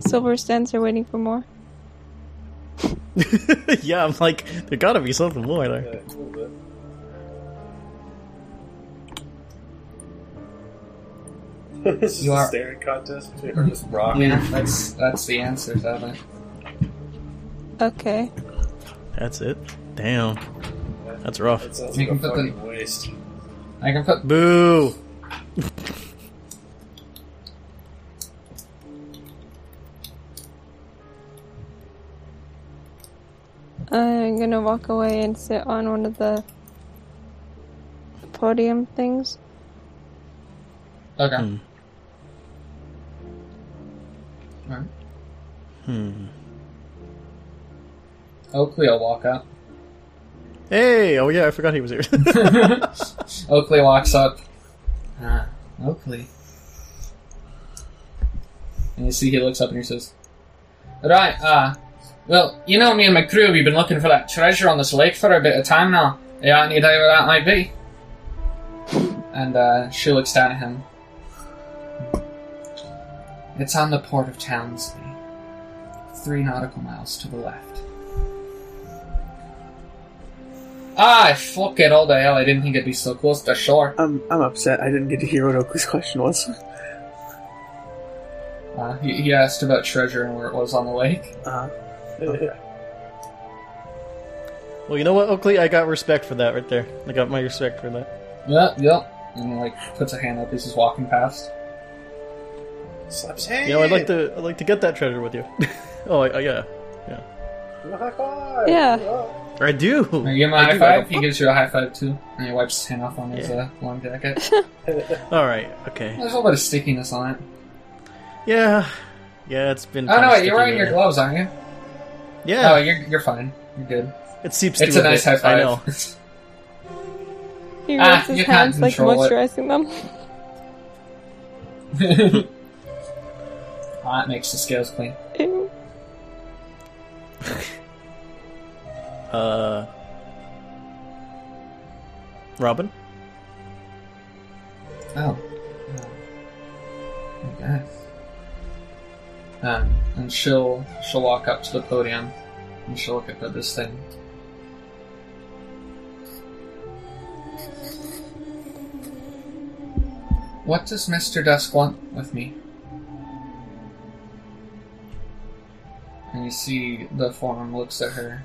E: Silver stands there waiting for more.
C: <laughs> yeah, I'm like, there gotta be something more there.
H: this is
A: You
H: a
A: are-
H: staring contest between her and this rock.
A: Yeah, that's that's the answer, Zelda.
E: Okay.
C: That's it. Damn. That's rough.
H: That sounds
A: You
H: like
A: can
H: a
A: put the-
H: fucking waste.
A: I can put
C: Boo!
E: I'm gonna walk away and sit on one of the podium things.
A: okay.
C: Hmm.
A: Alright.
C: Hmm.
A: Oakley will walk up.
C: Hey! Oh yeah, I forgot he was here. <laughs>
A: Oakley walks up. Ah, Oakley. And you see he looks up and he says, Right, uh, well, you know me and my crew, we've been looking for that treasure on this lake for a bit of time now. You got any idea where that might be? And, uh, she looks down at him. It's on the port of Townsley. Three nautical miles to the left. Ah, fuck it all the hell, I didn't think it'd be so close to shore.
B: I'm I'm upset. I didn't get to hear what Oakley's <laughs> question was.
A: Uh, he, he asked about treasure and where it was on the lake.
B: Uh,
C: well, you know what, Oakley? I got respect for that right there. I got my respect for that.
A: Yep, yep. And like puts a hand up as he's walking past.
H: Slaps hand.
C: You know, I'd like to, I'd like to get that treasure with you. <laughs> oh, I, I, yeah,
H: High five.
E: Yeah.
H: Oh.
C: I do.
A: You give him a high
C: do,
A: five.
C: I
A: He gives you a high five too, and he wipes his hand off on his uh,
C: Yeah.
A: long
C: <laughs>
A: jacket.
C: don't- All right, okay.
A: There's a little bit of stickiness on it.
C: Yeah, yeah, it's been.
A: Oh
C: kinda
A: no, wait,
C: sticky
A: you're wearing
C: there.
A: your gloves, aren't you?
C: Yeah,
A: Oh, you're you're fine. You're good.
C: it seeps.
A: Oh, It's
C: through
A: a nice high
C: bit.
A: five.
C: I know.
E: He
A: Ah,
E: rubs
A: you
E: his
A: can't
E: hands like
A: control it. <laughs>
E: moisturizing them.
A: Hot makes the scales clean.
E: Ew.
C: Uh, Robin,
A: Oh. I guess. Um, and she'll she'll walk up to the podium and she'll look at this thing. What does Mr. Dusk want with me? And you see the form looks at her.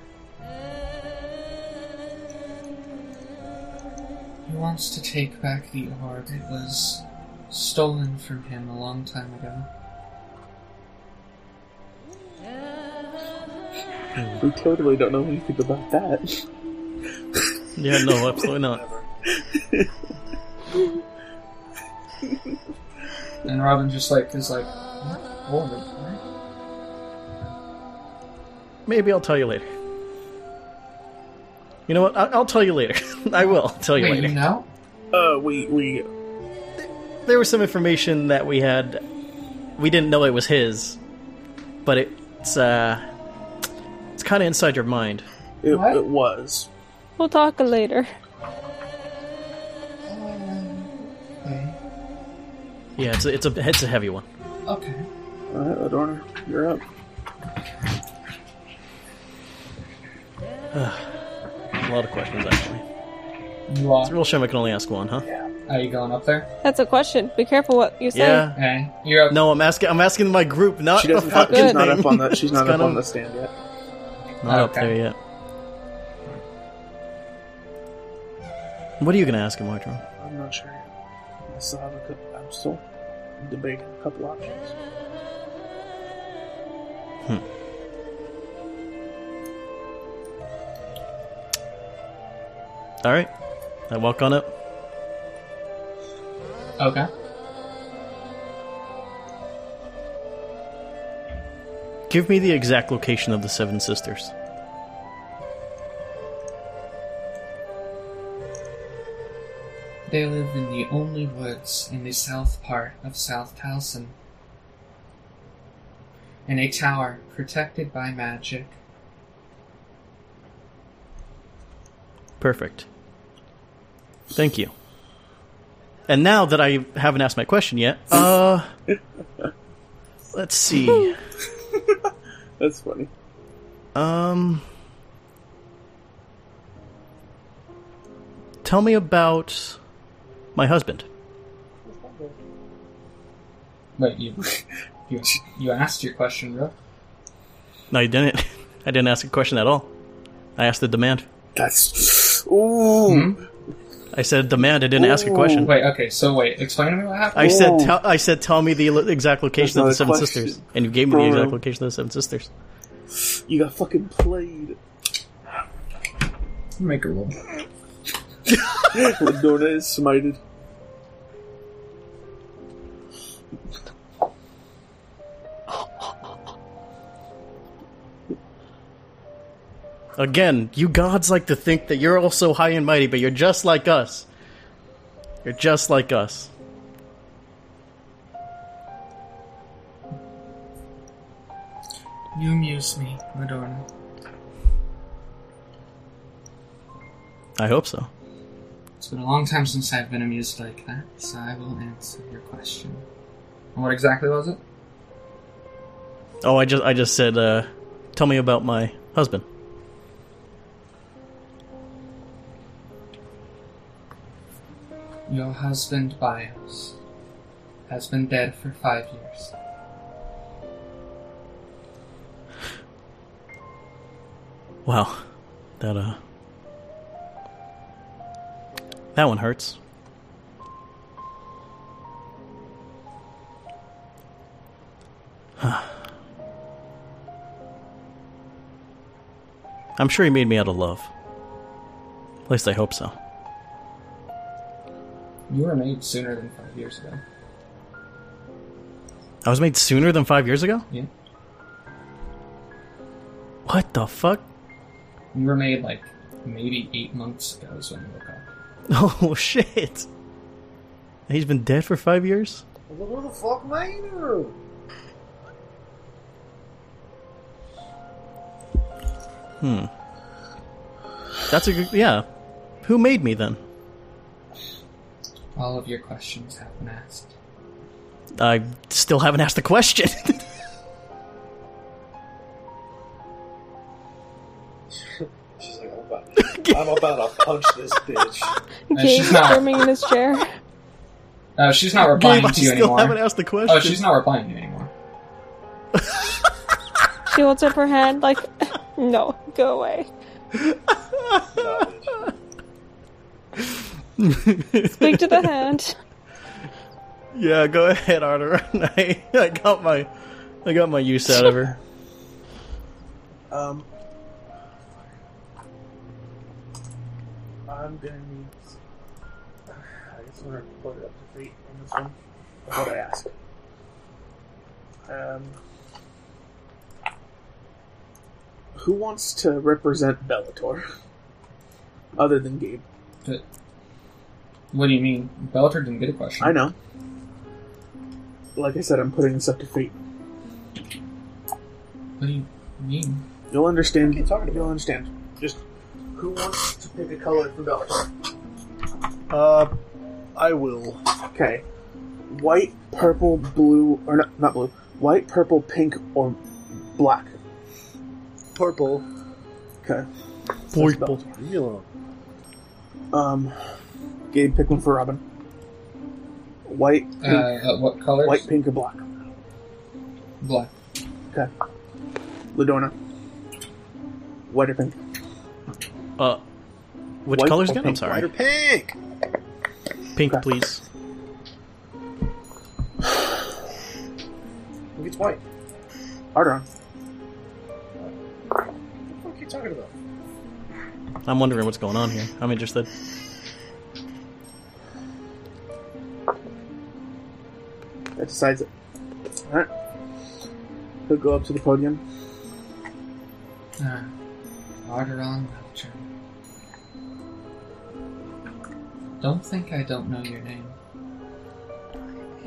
A: He wants to take back the orb. It was stolen from him a long time ago.
B: We totally don't know anything about that.
C: yeah, no, absolutely not.
A: And Robin just like is like, "What orb? What?"
C: Maybe I'll tell you later. You know what? I- I'll tell you later. <laughs> I will tell you
A: Wait,
C: <laughs> later.
A: you know?
B: <laughs> Uh, we we
C: There was some information that we had. We didn't know it was his, but it's uh, it's kind of inside your mind.
B: it,
A: What?
B: it was.
E: <laughs> We'll talk later.
A: Okay.
C: Yeah, it's a, it's a it's a heavy one.
A: Okay.
B: Alright, Adorna, you're up.
C: A lot of questions actually.
A: You are.
C: It's a real shame I can only ask one, huh?
A: Are you going up there?
E: That's a question. Be careful what you say.
C: Yeah.
A: Okay. You're up.
C: No, I'm asking. I'm asking my group, not
B: She
C: the
B: doesn't have,
C: fucking
B: she's not
C: thing.
B: up on the she's
C: It's
B: not up
C: kind
B: on
C: of-
B: the stand yet.
C: Not up
A: Okay.
C: there yet. What are you gonna ask him, Archer?
B: I'm not sure. I still have a couple. I'm still debating a couple options.
C: All right, I walk on up.
A: Okay.
C: Give me the exact location of the Seven Sisters.
A: They live in the only woods in the south part of South Towson. In a tower protected by magic.
C: Perfect. Thank you. And now that I haven't asked my question yet, uh, <laughs> let's see.
B: That's funny.
C: Um, tell me about my husband.
A: Wait, you <laughs> you, you asked your question, real?
C: No, you didn't. <laughs> I didn't ask a question at all. I asked the demand.
B: That's ooh.
C: I said demand. I didn't ask a question.
A: Wait, okay, so wait, explain to me what happened.
C: I said,
B: Whoa.
C: tell, I said, tell me the lo- exact location of the
B: That's not
C: Seven
B: a question.
C: Sisters, and you gave me the exact
B: Bro.
C: location of the Seven Sisters.
B: You got fucking played. <laughs>
A: Make a roll.
B: Adorna is smited.
C: Again, you gods like to think that you're all so high and mighty, but you're just like us. You're just like us.
A: You amuse me, Madonna.
C: I hope so.
A: It's been a long time since I've been amused like that, so I will answer your question. And what exactly was it?
C: Oh, I just, I just said, uh, tell me about my husband.
A: Your husband, Bios, has been dead for five years.
C: Wow, that uh, that one hurts. I'm sure he made me out of love. At least I hope so.
A: You were made sooner than five years ago.
C: I was made sooner than five years ago.
A: Yeah.
C: What the fuck? <laughs>
A: You were made like maybe eight months ago is when you woke up.
C: Oh shit! He's been dead for five years.
H: Who the fuck made her?
C: Hmm. That's a good. Yeah. Who made me then?
A: All of your questions have been asked.
C: I still haven't asked the question. <laughs>
H: She's like, I'm about, I'm about to punch this bitch.
A: <laughs>
E: Gabe's
A: she's not.
E: squirming in his chair.
A: Oh, she's
B: <laughs>
A: not replying
C: Gabe, I
A: to you
C: still haven't
A: anymore.
C: asked the question.
A: Oh, she's not replying to you anymore.
E: She holds up her hand like, <laughs> no, go away.
H: Nah, bitch.
E: Speak to the hand.
C: <laughs> Yeah, go ahead, Arter. <laughs> I, I got my, I got my use out of her.
B: Um, I'm gonna need. I guess we're gonna put it up to fate on this one. That's what I ask. Um, who wants to represent Bellator? Other than Gabe,
A: What do you mean? Bellator didn't get a question.
B: I know. Like I said, I'm putting this up to fate.
A: What do you mean?
B: You'll understand.
H: What are you talking about?
B: You'll understand. Just who wants to pick a color for Bellator?
D: Uh, I will.
B: Okay. White, purple, blue, or not, not blue. White, purple, pink, or black.
D: Purple.
B: Okay.
C: Purple.
D: Leave me alone.
B: Um, Gabe, pick one for Robin. White, pink,
A: Uh, uh, what colors?
B: white, pink, or black.
A: Black.
B: Ladona. White or pink?
C: Uh, which
B: White
C: colors
B: or
C: again? I'm
B: pink?
D: White or
C: sorry.
D: pink?
C: Pink,
B: Okay.
C: please.
H: Who gets white?
B: Arderon.
H: What the fuck are you talking about?
C: I'm wondering what's going on here. I'm interested.
B: That decides it. Alright. He'll go up to the podium.
A: Uh, Arderon Meltron. Don't think I don't know your name.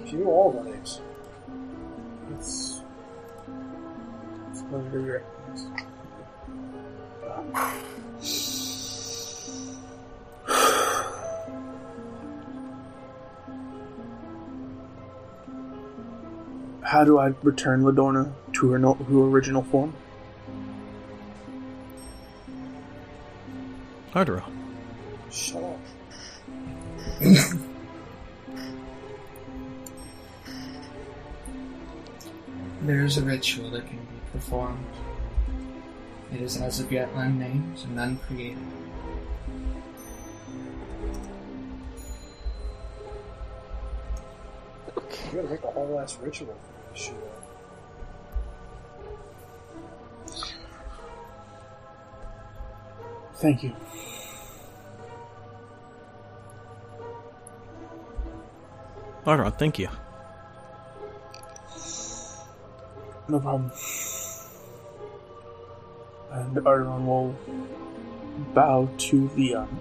H: She knew all the names.
B: It's, it's a pleasure to be recognized. How do I return Ladorna to her, no- her original form?
C: Arter.
H: Shut up.
A: There is a ritual that can be performed. It is as of yet unnamed and uncreated.
H: You gotta make the whole ass ritual. She, uh,
B: Thank you.
C: Arteron, thank you.
B: No problem. And Arderon will bow to the um,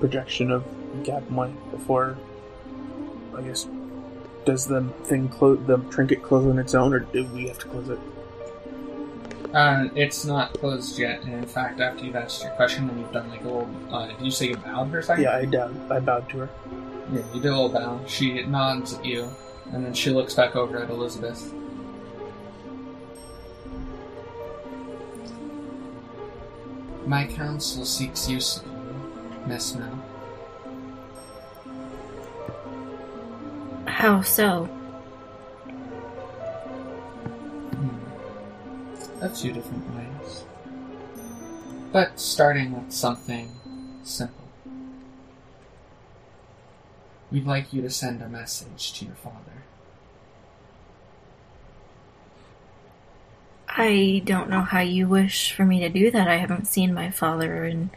B: projection of Gapmoy before, I guess, does the thing close the trinket close on its own, or do we have to close it?
A: Uh, it's not closed yet, and in fact, after you've asked your question and you've done like a little, uh, did you say you bowed for a second?
B: Yeah, I bowed. I bowed to her.
A: Yeah, you do a little bow. She nods at you, and then she looks back over at Elizabeth. My counsel seeks use of you, Miss Mel.
F: How so?
A: Hmm. A few different ways. But starting with something simple. We'd like you to send a message to your father.
F: I don't know how you wish for me to do that. I haven't seen my father in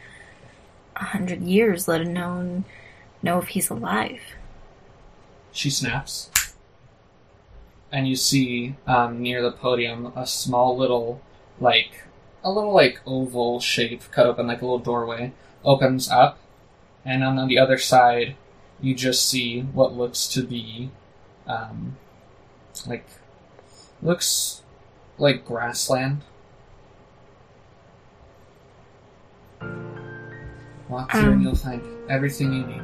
F: a hundred years, let alone know if he's alive.
A: She snaps. And you see um, near the podium a small little, like, a little, like, oval shape cut open, like a little doorway, opens up. And on the other side, you just see what looks to be, um, like, looks like grassland. Walk through
F: Um.
A: and you'll find everything you need.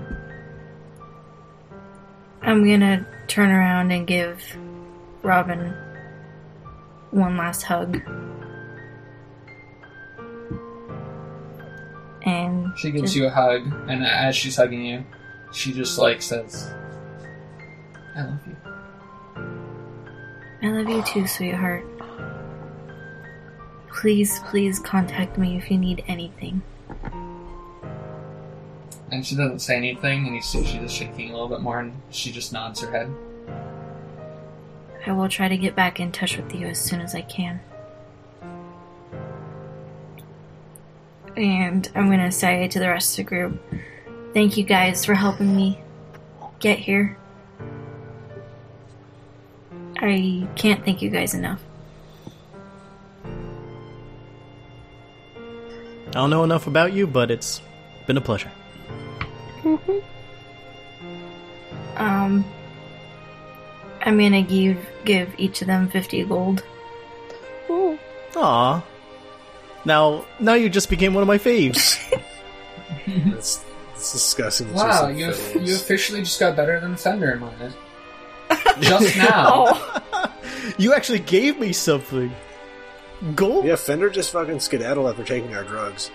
F: I'm gonna turn around and give Robin one last hug. And
A: She gives
F: just-
A: you a hug, and as she's hugging you, she just like says, "I love you."
F: I love you too, sweetheart. Please, please contact me if you need anything.
A: And she doesn't say anything, and you see she's just shaking a little bit more, and she just nods her head.
F: I will try to get back in touch with you as soon as I can. And I'm going to say to the rest of the group, thank you guys for helping me get here. I can't thank you guys enough.
C: I don't know enough about you, but it's been a pleasure.
F: Um, I'm going to give give each of them 50 gold.
E: Ooh.
C: Aw. Now, now you just became one of my faves.
D: That's, that's disgusting. It's just
A: Wow,
D: like
A: you
D: failures.
A: you officially just got better than Fender in
D: <laughs>
A: mine. Just now.
F: Oh,
C: you actually gave me something. Gold.
D: Yeah, Fender just fucking skedaddle after taking our drugs.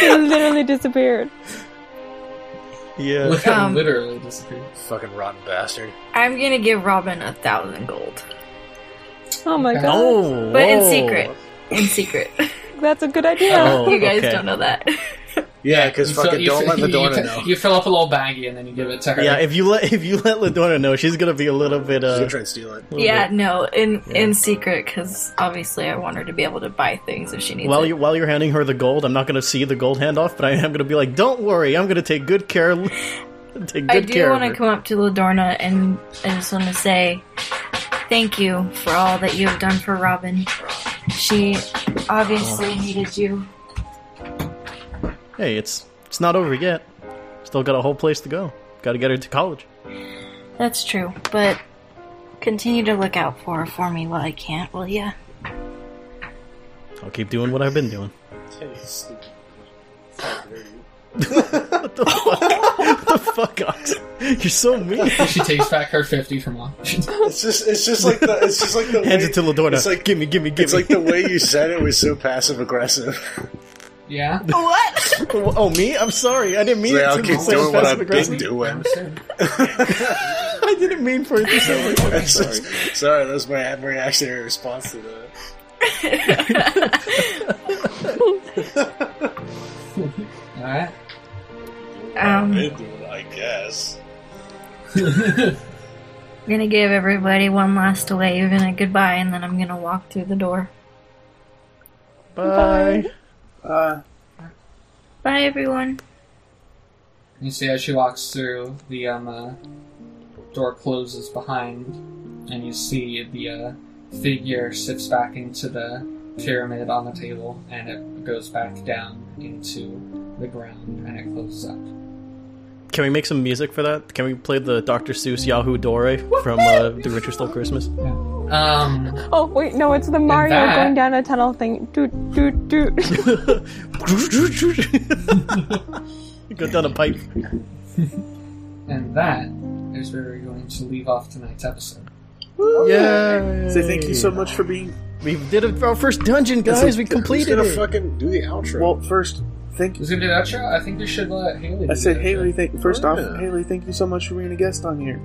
E: He literally disappeared.
A: <laughs>
D: Oh.
C: Yeah.
A: Look how
F: Um.
A: literally disappeared.
D: Fucking rotten bastard.
F: <laughs> I'm going to give Robin a thousand gold
E: Oh my
A: Okay.
E: god.
C: Oh,
F: But in
C: whoa.
F: secret. in secret.
E: That's a good idea.
C: Oh,
F: you guys
C: okay.
F: don't know that.
D: Yeah, because
A: You fill-
D: fucking
A: you
D: don't
A: fill-
D: let the
A: you,
D: donut
A: fi-
D: know.
A: You fill up a little baggie and then you give it to her.
C: Yeah, if you let if you let Ladonna know, she's gonna be a little bit
D: She's
C: uh.
D: gonna try and steal it.
C: little
F: Yeah,
C: bit-
F: no, in
C: Yeah.
F: in secret because obviously I want her to be able to buy things if she needs.
C: While
F: it.
C: you while you're handing her the gold, I'm not gonna see the gold handoff, but I am gonna be like, "Don't worry, I'm gonna take good care. <laughs> take good
F: I do
C: care."
F: want
C: of
F: to
C: her."
F: come up to Ladorna and I just want to say thank you for all that you have done for Robin. She obviously
C: Oh.
F: needed you.
C: hey, it's it's not over yet. Still got a whole place to go. Got to get her to college.
F: That's true, but continue to look out for her for me while I can't, will ya?
C: I'll keep doing what I've been doing. <laughs> what the fuck? what the fuck, Ox? You're so mean.
A: She takes back her fifty from off.
D: <laughs> It's just, it's just like the, it's just like <laughs> the.
C: Hands
D: way-
C: it to Ladorna.
D: It's like
C: give me, give me, give
D: It's
C: me.
D: like the way you said it was so passive <laughs> aggressive.
A: <laughs> yeah.
F: What?
C: oh, me? I'm sorry. I didn't mean
D: Like,
C: it
D: I'll
C: to
D: keep
C: be so
D: doing what I've
C: passive
D: been
C: aggressive.
D: doing.
C: I didn't mean for it to sound like that.
D: <laughs> That's just- <laughs> sorry. that was my reactionary response to that.
A: All right.
F: Um,
D: I guess. <laughs>
F: I'm gonna give everybody one last wave and a goodbye, and then I'm gonna walk through the door.
C: <laughs> Bye.
B: Uh,
F: Bye, everyone.
A: You see as she walks through, the um, uh, door closes behind, and you see the uh, figure slips back into the pyramid on the table, and it goes back down into the ground, and it closes up.
C: Can we make some music for that? Can we play the Dr. Seuss Yahoo Dore from uh, The Richer Stole Christmas? <laughs>
A: Um,
E: Oh wait, no, it's the Mario
A: that-
E: going down a tunnel thing. Doot doot doot.
C: Go down a pipe.
A: and that is where we're going to leave off tonight's episode.
C: Yeah.
B: say thank you so much for being.
C: We did it for our first dungeon, guys. We
D: Who's
C: completed
D: gonna
C: it.
D: fucking do the outro?
B: Well, first, thank you.
A: Who's gonna do the outro? I think we should let Haley. do
B: I said,
A: the outro.
B: Haley, thank, first off,
D: Yeah.
B: Haley, thank you so much for being a guest on here.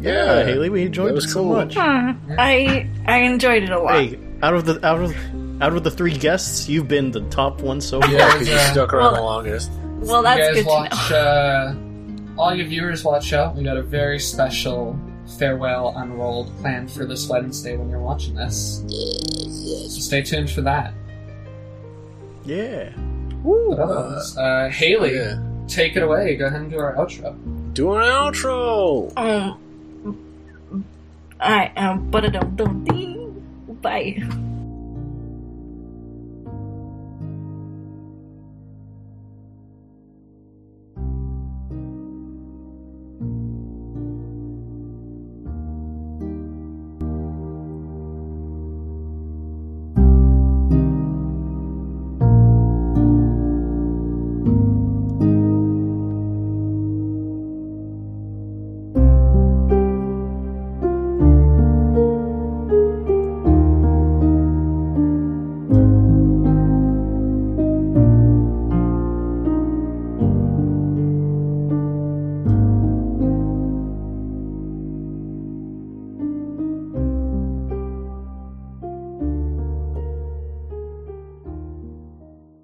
C: Yeah, uh, Haley, we enjoyed
D: That
C: it
D: was
C: so
D: cool.
C: much.
F: Aw, I I enjoyed it a lot.
C: Hey, out of the out of out of the three guests, you've been the top one so far.
A: Yeah,
D: 'cause
A: it's,
D: you
A: uh,
D: stuck around the
F: Well-
D: longest.
F: Well,
A: you
F: that's
A: guys
F: good to know.
A: watch, uh, all you viewers watch out. We got a very special farewell unrolled planned for this Wednesday when you're watching this. So stay tuned for that.
C: Yeah.
A: But otherwise, uh, Haley,
D: Yeah.
A: take it away. Go ahead and do our outro.
D: Do an outro.
F: Um, I um, but it don't ding. Bye.